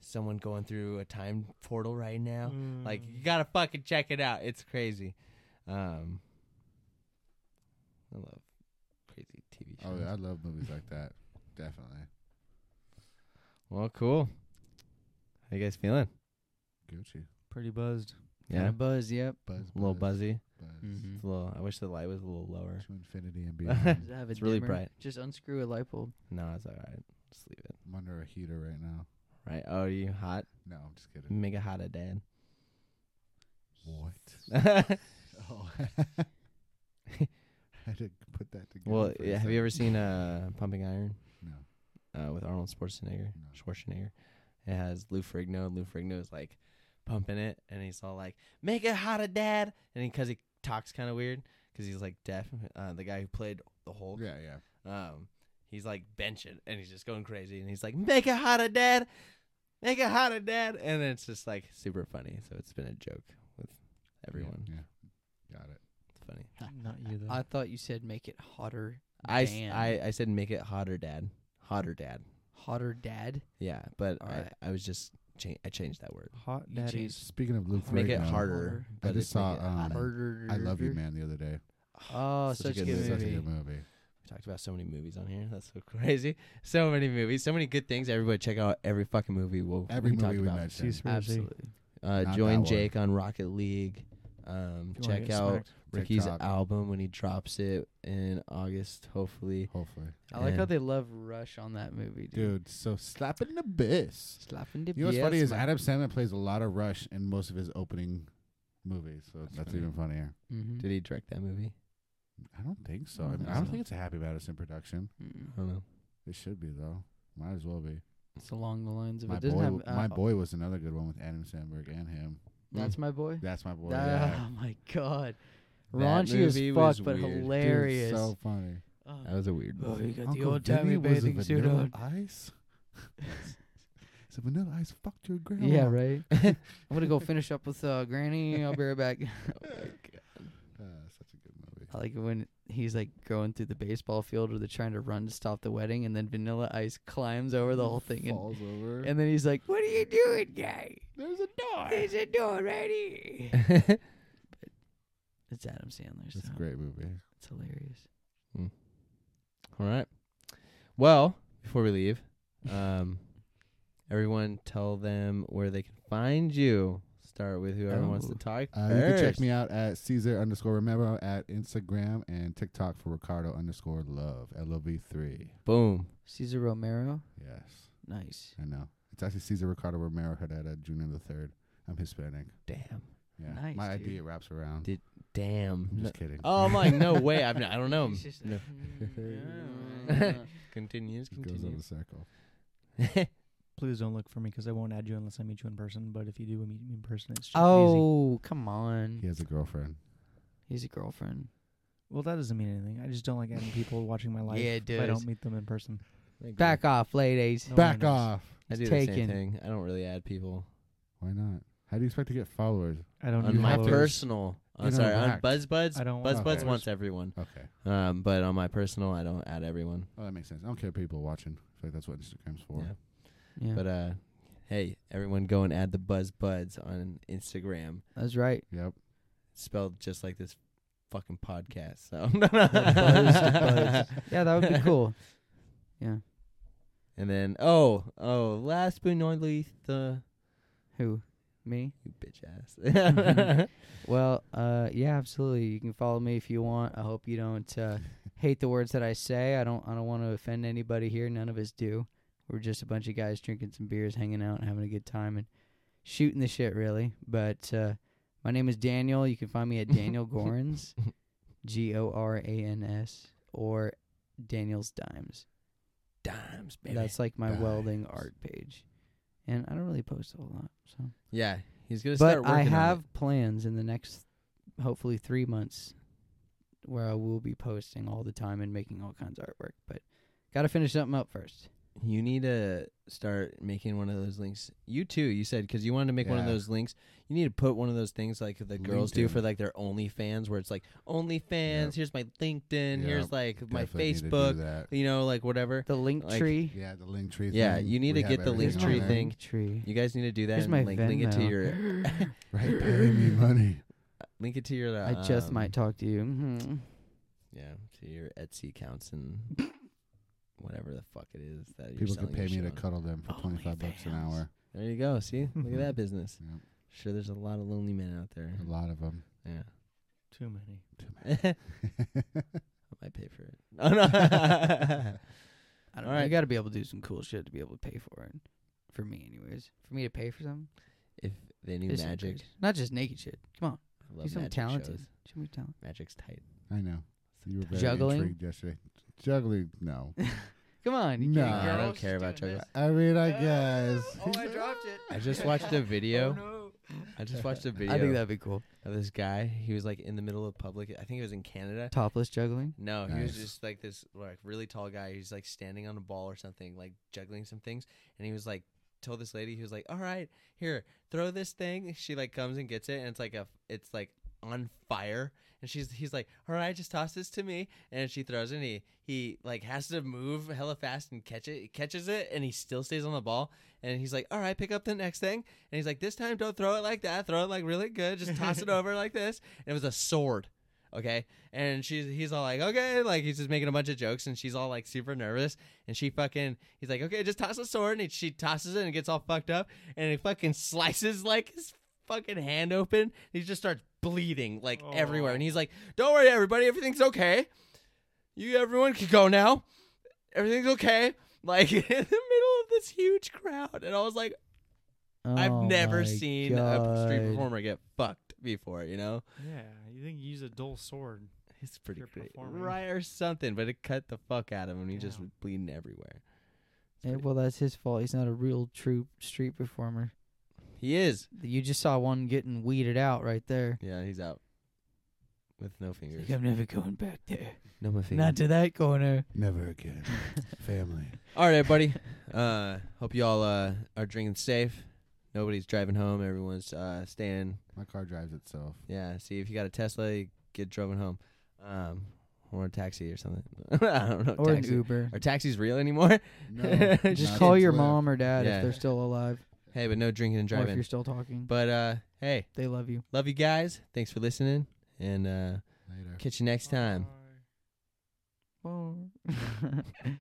C: someone going through a time portal right now."
D: Mm-hmm.
C: Like, you gotta fucking check it out. It's crazy. Um, I love crazy TV shows.
B: Oh, yeah, I love movies like [LAUGHS] that. Definitely.
C: Well, cool. How you guys feeling?
B: Gucci.
D: Mm,
C: [LAUGHS]
D: pretty buzzed.
C: Yeah,
A: buzz. Yep.
B: Buzz.
C: a little
B: buzz.
C: buzzy.
B: buzz. Mm.
A: Mm-hmm.
C: It's a little. I wish the light was a little lower.
B: To infinity [LAUGHS] and beyond.
A: Have a
C: It's really
A: dimmer?
C: bright.
A: Just unscrew a light bulb.
C: No, it's all right. Just leave it.
B: I'm under a heater right now.
C: Right? Oh, are you hot?
B: No, I'm just kidding.
C: Make it hotter, [LAUGHS] Dad.
B: [LAUGHS] What?
C: well,
B: [LAUGHS] Oh. I had to put that together. for a
C: yeah, have you ever
B: second.
C: seen uh, Pumping Iron
B: No.
C: uh, with Arnold Schwarzenegger?
B: No.
C: Schwarzenegger. It has Lou Ferrigno, and Lou Ferrigno is like pumping it, and he's all like, "Make it hotter, Dad," and because he talks kind of weird, because he's like deaf. Uh, the guy who played the Hulk.
B: Yeah, yeah.
C: Um, he's like benching and he's just going crazy and he's like, "Make it hotter, Dad! Make it hotter, Dad!" And it's just like super funny. So it's been a joke with everyone.
B: Yeah. yeah. Got it.
C: It's funny.
D: Not you though.
A: I thought you said make it hotter.
C: I, s-
A: Dan.
C: I I said, "Make it hotter, Dad! Hotter, Dad!"
A: Hotter dad.
C: Yeah, but I,
A: Alright.
C: I was just cha- I changed that word.
D: Hot
A: You
D: daddies.
B: Speaking of Luke
C: Make it
B: Ferrigno,
C: harder. But
B: just
C: it's make
B: saw,
C: it
B: um,
C: hotter.
A: Harder.
B: I love you, man. The other day,
A: Oh,
C: Such a
A: such, a
C: good
A: good,
C: movie.
B: such a
A: movie.
B: good movie.
C: We talked about so many movies on here. That's so [LAUGHS] crazy. So many movies. So many good things. Everybody check out every fucking movie. We'll
B: Every
C: we talked
B: movie we
C: about.
B: mentioned.
A: Absolutely.
C: Uh,
B: Not that
C: join
B: one.
C: Jake on Rocket League. Um,
D: If you wanna
C: check
D: get
C: out
D: smacked.
C: Ricky's
B: TikTok.
C: album when he drops it in August, hopefully.
B: Hopefully,
A: I like how
C: And-
A: they love Rush on that movie, dude.
B: dude. So slapping the abyss.
A: Slapping the
B: You know what's
A: BS,
B: funny is
A: man.
B: Adam Sandler plays a lot of Rush in most of his opening movies, so that's,
C: That's funny.
B: even funnier.
A: Mhm.
C: Did he direct that movie?
B: I don't think so.
A: I
B: I,
A: don't
B: mean,
A: think
B: I don't
A: so.
B: think it's a Happy Madison production.
A: Mm.
C: I don't know.
B: It should be though. Might as well be.
A: It's along the lines of
B: My
A: it doesn't
B: boy,
A: have. uh,
B: my boy was another good one with Adam Sandberg and him.
A: That's my boy.
B: That's [LAUGHS] my boy.
A: That-
B: yeah.
A: [LAUGHS] Oh my god.
C: That
A: Raunchy as
C: movie
A: fuck,
C: was
A: but
C: weird. Dude,
B: Dude,
A: hilarious.
B: so funny.
A: Oh.
C: That was a weird
A: Oh,
C: movie.
A: you got the
B: Uncle
A: old timey
B: Vinny was a
A: bathing suit
B: Vanilla
A: on. [LAUGHS]
B: Ice. so Vanilla Ice fucked your grandma. [LAUGHS]
A: Yeah, right. I'm gonna go finish up with uh, Granny. I'll be right back.
B: Uh, [LAUGHS] Ah, such a good movie.
A: I like it when he's like going through the baseball field, or they're trying to run to stop the wedding, and then Vanilla Ice climbs over the whole thing, and,
B: Falls over.
A: and then he's like, "What are you doing, guy?
B: There's a door.
A: There's a door right here."
C: [LAUGHS] That's
A: It's Adam Sandler. So
B: It's a great movie.
A: It's hilarious.
C: All right. Well, before we leave, um, everyone tell them where they can find you. Start with whoever wants to
A: Oh.
C: talk.
B: Uh, you can check me out at Caesar underscore Romero at Instagram and TikTok for Ricardo underscore Love L O V three.
C: Boom.
A: Cesar Romero.
B: Yes,
A: Nice.
B: I know. It's actually Caesar Ricardo Romero Herrera Junior the third. I'm Hispanic.
C: Damn.
B: Yeah,
A: Nice,
B: my
A: dude.
B: ID wraps around.
C: Did- Damn.
B: I'm
C: No-
B: just kidding.
C: Oh, I'm like, no way. I've,
B: [LAUGHS]
C: I don't
A: [LAUGHS]
C: know. him.
A: He's just-
C: No.
A: Mm, yeah.
C: [LAUGHS] Continues.
B: it goes on the
C: Continues.
B: circle.
D: Please don't look for me 'cause I won't add you unless I meet you in person. But if you do meet me in person, it's just easy.
A: oh, come on.
B: He has a girlfriend.
A: He's a girlfriend.
D: Well, that doesn't mean anything. I just don't like adding people watching my life
A: Yeah,
D: if
A: it
D: I
A: does.
D: don't meet them in person.
C: [LAUGHS]
A: Back off, ladies.
D: No one
B: Back
D: knows.
B: off.
C: I
A: It's
C: do the same
A: taken.
C: thing. I don't really add people.
B: Why not? How do you expect to get followers?
D: I don't.
B: On
D: need
C: on my
B: have to-
D: followers.
C: personal.
B: you
C: I'm
B: don't
C: sorry, on
B: act.
C: BuzzBuds.
D: I don't want
C: BuzzBuds
B: followers.
C: wants everyone.
B: Okay.
C: Um, but on my personal, I don't add everyone.
B: Oh, that makes sense. I don't care people watching. I feel like that's what Instagram's for.
C: Yeah.
A: Yeah,
C: But uh, hey, everyone, go and add the BuzzBuds on Instagram.
A: that's
C: [LAUGHS]
A: right.
B: Yep.
C: It's spelled just like this fucking podcast. So [LAUGHS]
A: Buzzed, Yeah, that would be cool.
C: and then oh oh, last but not least, uh,
A: Who? Me?
C: You bitch ass.
A: Well, uh, yeah, absolutely. You can follow me if you want. I hope you don't
C: [LAUGHS]
A: uh, hate the words that I say. I don't. I don't want to offend anybody here. None of us do. We're just a bunch of guys drinking some beers, hanging out, and having a good time, and shooting the shit, really. But uh, my name is Daniel. You can find me
C: [LAUGHS]
A: at Daniel Gorans, G O R A N S, or Daniel's Dimes.
C: Dimes, baby.
A: That's like my welding
B: Dimes.
A: art page, and I don't really post a whole lot. So
C: [LAUGHS] yeah, he's gonna start
A: but
C: working
A: I have
C: on
A: plans in the next, hopefully, three months, where I will be posting all the time and making all kinds of artwork. But gotta finish something up first.
C: it. You need to start making one of those links. You too. You said because you wanted to make one of
B: Yeah.
C: those links. You need to put one of those things like the girls do
B: LinkedIn.
C: for like their OnlyFans, where it's like OnlyFans.
B: Yep.
C: Here's my LinkedIn.
B: Yep.
C: Here's like my
B: Definitely need to do
C: Facebook.
B: that.
C: You know, like whatever.
A: The link
C: Like,
A: tree.
B: Yeah, the link tree.
C: Yeah,
B: thing.
C: you need
B: We
C: to
B: have
C: get the
B: everything
C: link
A: Here's
B: on
C: tree
A: my
B: there.
C: thing.
A: Link tree.
C: You guys need to do that
A: Here's
C: and
A: my
C: like link it to
A: Venmo.
C: your
B: [LAUGHS]
C: [LAUGHS]
B: Right, pay me money.
C: link it to your. Uh,
A: I just
C: um,
A: might talk to you. hmm
C: Yeah, to your Etsy accounts and
B: [LAUGHS]
C: whatever the fuck it is that you're
B: People can
C: selling
B: pay
C: your
B: me
C: shit
B: to
C: on.
B: cuddle them for twenty five bucks an hour.
C: There you go. See, look
B: [LAUGHS]
C: at that business.
B: Yep.
C: Sure, there's a lot of lonely men out there.
B: A lot of them.
C: Yeah,
D: Too many.
C: [LAUGHS] I might pay for it. [LAUGHS] Oh, no. [LAUGHS]
A: I don't
C: All
A: know.
C: right.
A: You gotta be able to do some cool shit to be able to pay for it. For me, anyways. For me to pay for something.
C: if they knew
A: is
C: magic,
A: crazy. Not just naked shit. Come on.
C: I love
A: He's so
C: magic
A: talented.
C: shows.
A: Show me talent.
C: Magic's tight.
B: I know. You were very
A: Juggling?
B: intrigued yesterday. Juggling? No.
A: Come on. You
B: No.
A: can't-
C: I
A: girl.
C: don't
E: she's
C: care about
E: doing
C: juggling.
B: I mean, I guess.
E: dropped it.
C: I [LAUGHS] just watched a
A: Oh,
C: video. I just watched a video
A: I think that'd be cool.
C: of this guy. He was like in the middle of public. I think it was in Canada.
A: Topless juggling.
C: No, he was
B: Nice.
C: just like this like really tall guy. He's like standing on a ball or something, like juggling some things. And he was like told this lady, he was like, "All right, here, throw this thing." She like comes and gets it, and it's like a it's like on fire. And she's he's like, "All right, just toss this to me." And she throws it. and He he like has to move hella fast and catch it. He catches it, and he still stays on the ball. And he's like, "All right, pick up the next thing." And he's like, "This time, don't throw it like that. Throw it like really good. Just toss it over like this." And it was a sword okay and she's he's all like okay like he's just making a bunch of jokes and she's all like super nervous and she fucking he's like okay just toss a sword and he, she tosses it and it gets all fucked up and it fucking [LAUGHS] slices like his fucking hand open he just starts bleeding like everywhere and he's like don't worry everybody everything's okay you everyone can go now everything's okay like [LAUGHS] in the middle of this huge crowd and i was like i've
A: Oh
C: never
A: my
C: seen a street
A: God.
C: performer get fucked before you know
D: Yeah, you think you use a dull sword?
C: it's pretty
D: You're
C: great.
D: performing.
C: Right or something, but it cut the fuck out of him. He just
D: Yeah.
C: was bleeding everywhere.
A: Eh, well, that's his fault. He's not a real true street performer.
C: He is.
A: You just saw one getting weeded out right there.
C: Yeah, he's out. With no fingers.
A: I'm never going back there.
C: No more fingers.
A: Not to that corner.
B: Never again. Family.
C: all right, everybody. Uh hope you all uh are drinking safe. Nobody's driving home, everyone's uh staying.
B: My car drives itself.
C: Yeah, see if you got a Tesla, you get driven home. Um or a taxi or something. [LAUGHS] I don't know.
A: Or an [LAUGHS]
C: taxi.
A: Uber.
C: Are taxis real anymore? [LAUGHS]
B: No,
A: Just
B: not
A: call
B: since
A: your
B: we-
A: mom or dad
C: Yeah.
A: if they're still alive
C: Hey, but no drinking and
A: or if
C: driving.
A: you're still talking.
C: But uh hey,
A: they love [LAUGHS] you.
C: love you guys. Thanks for listening and uh
B: Later.
C: catch you next time.
A: Bye.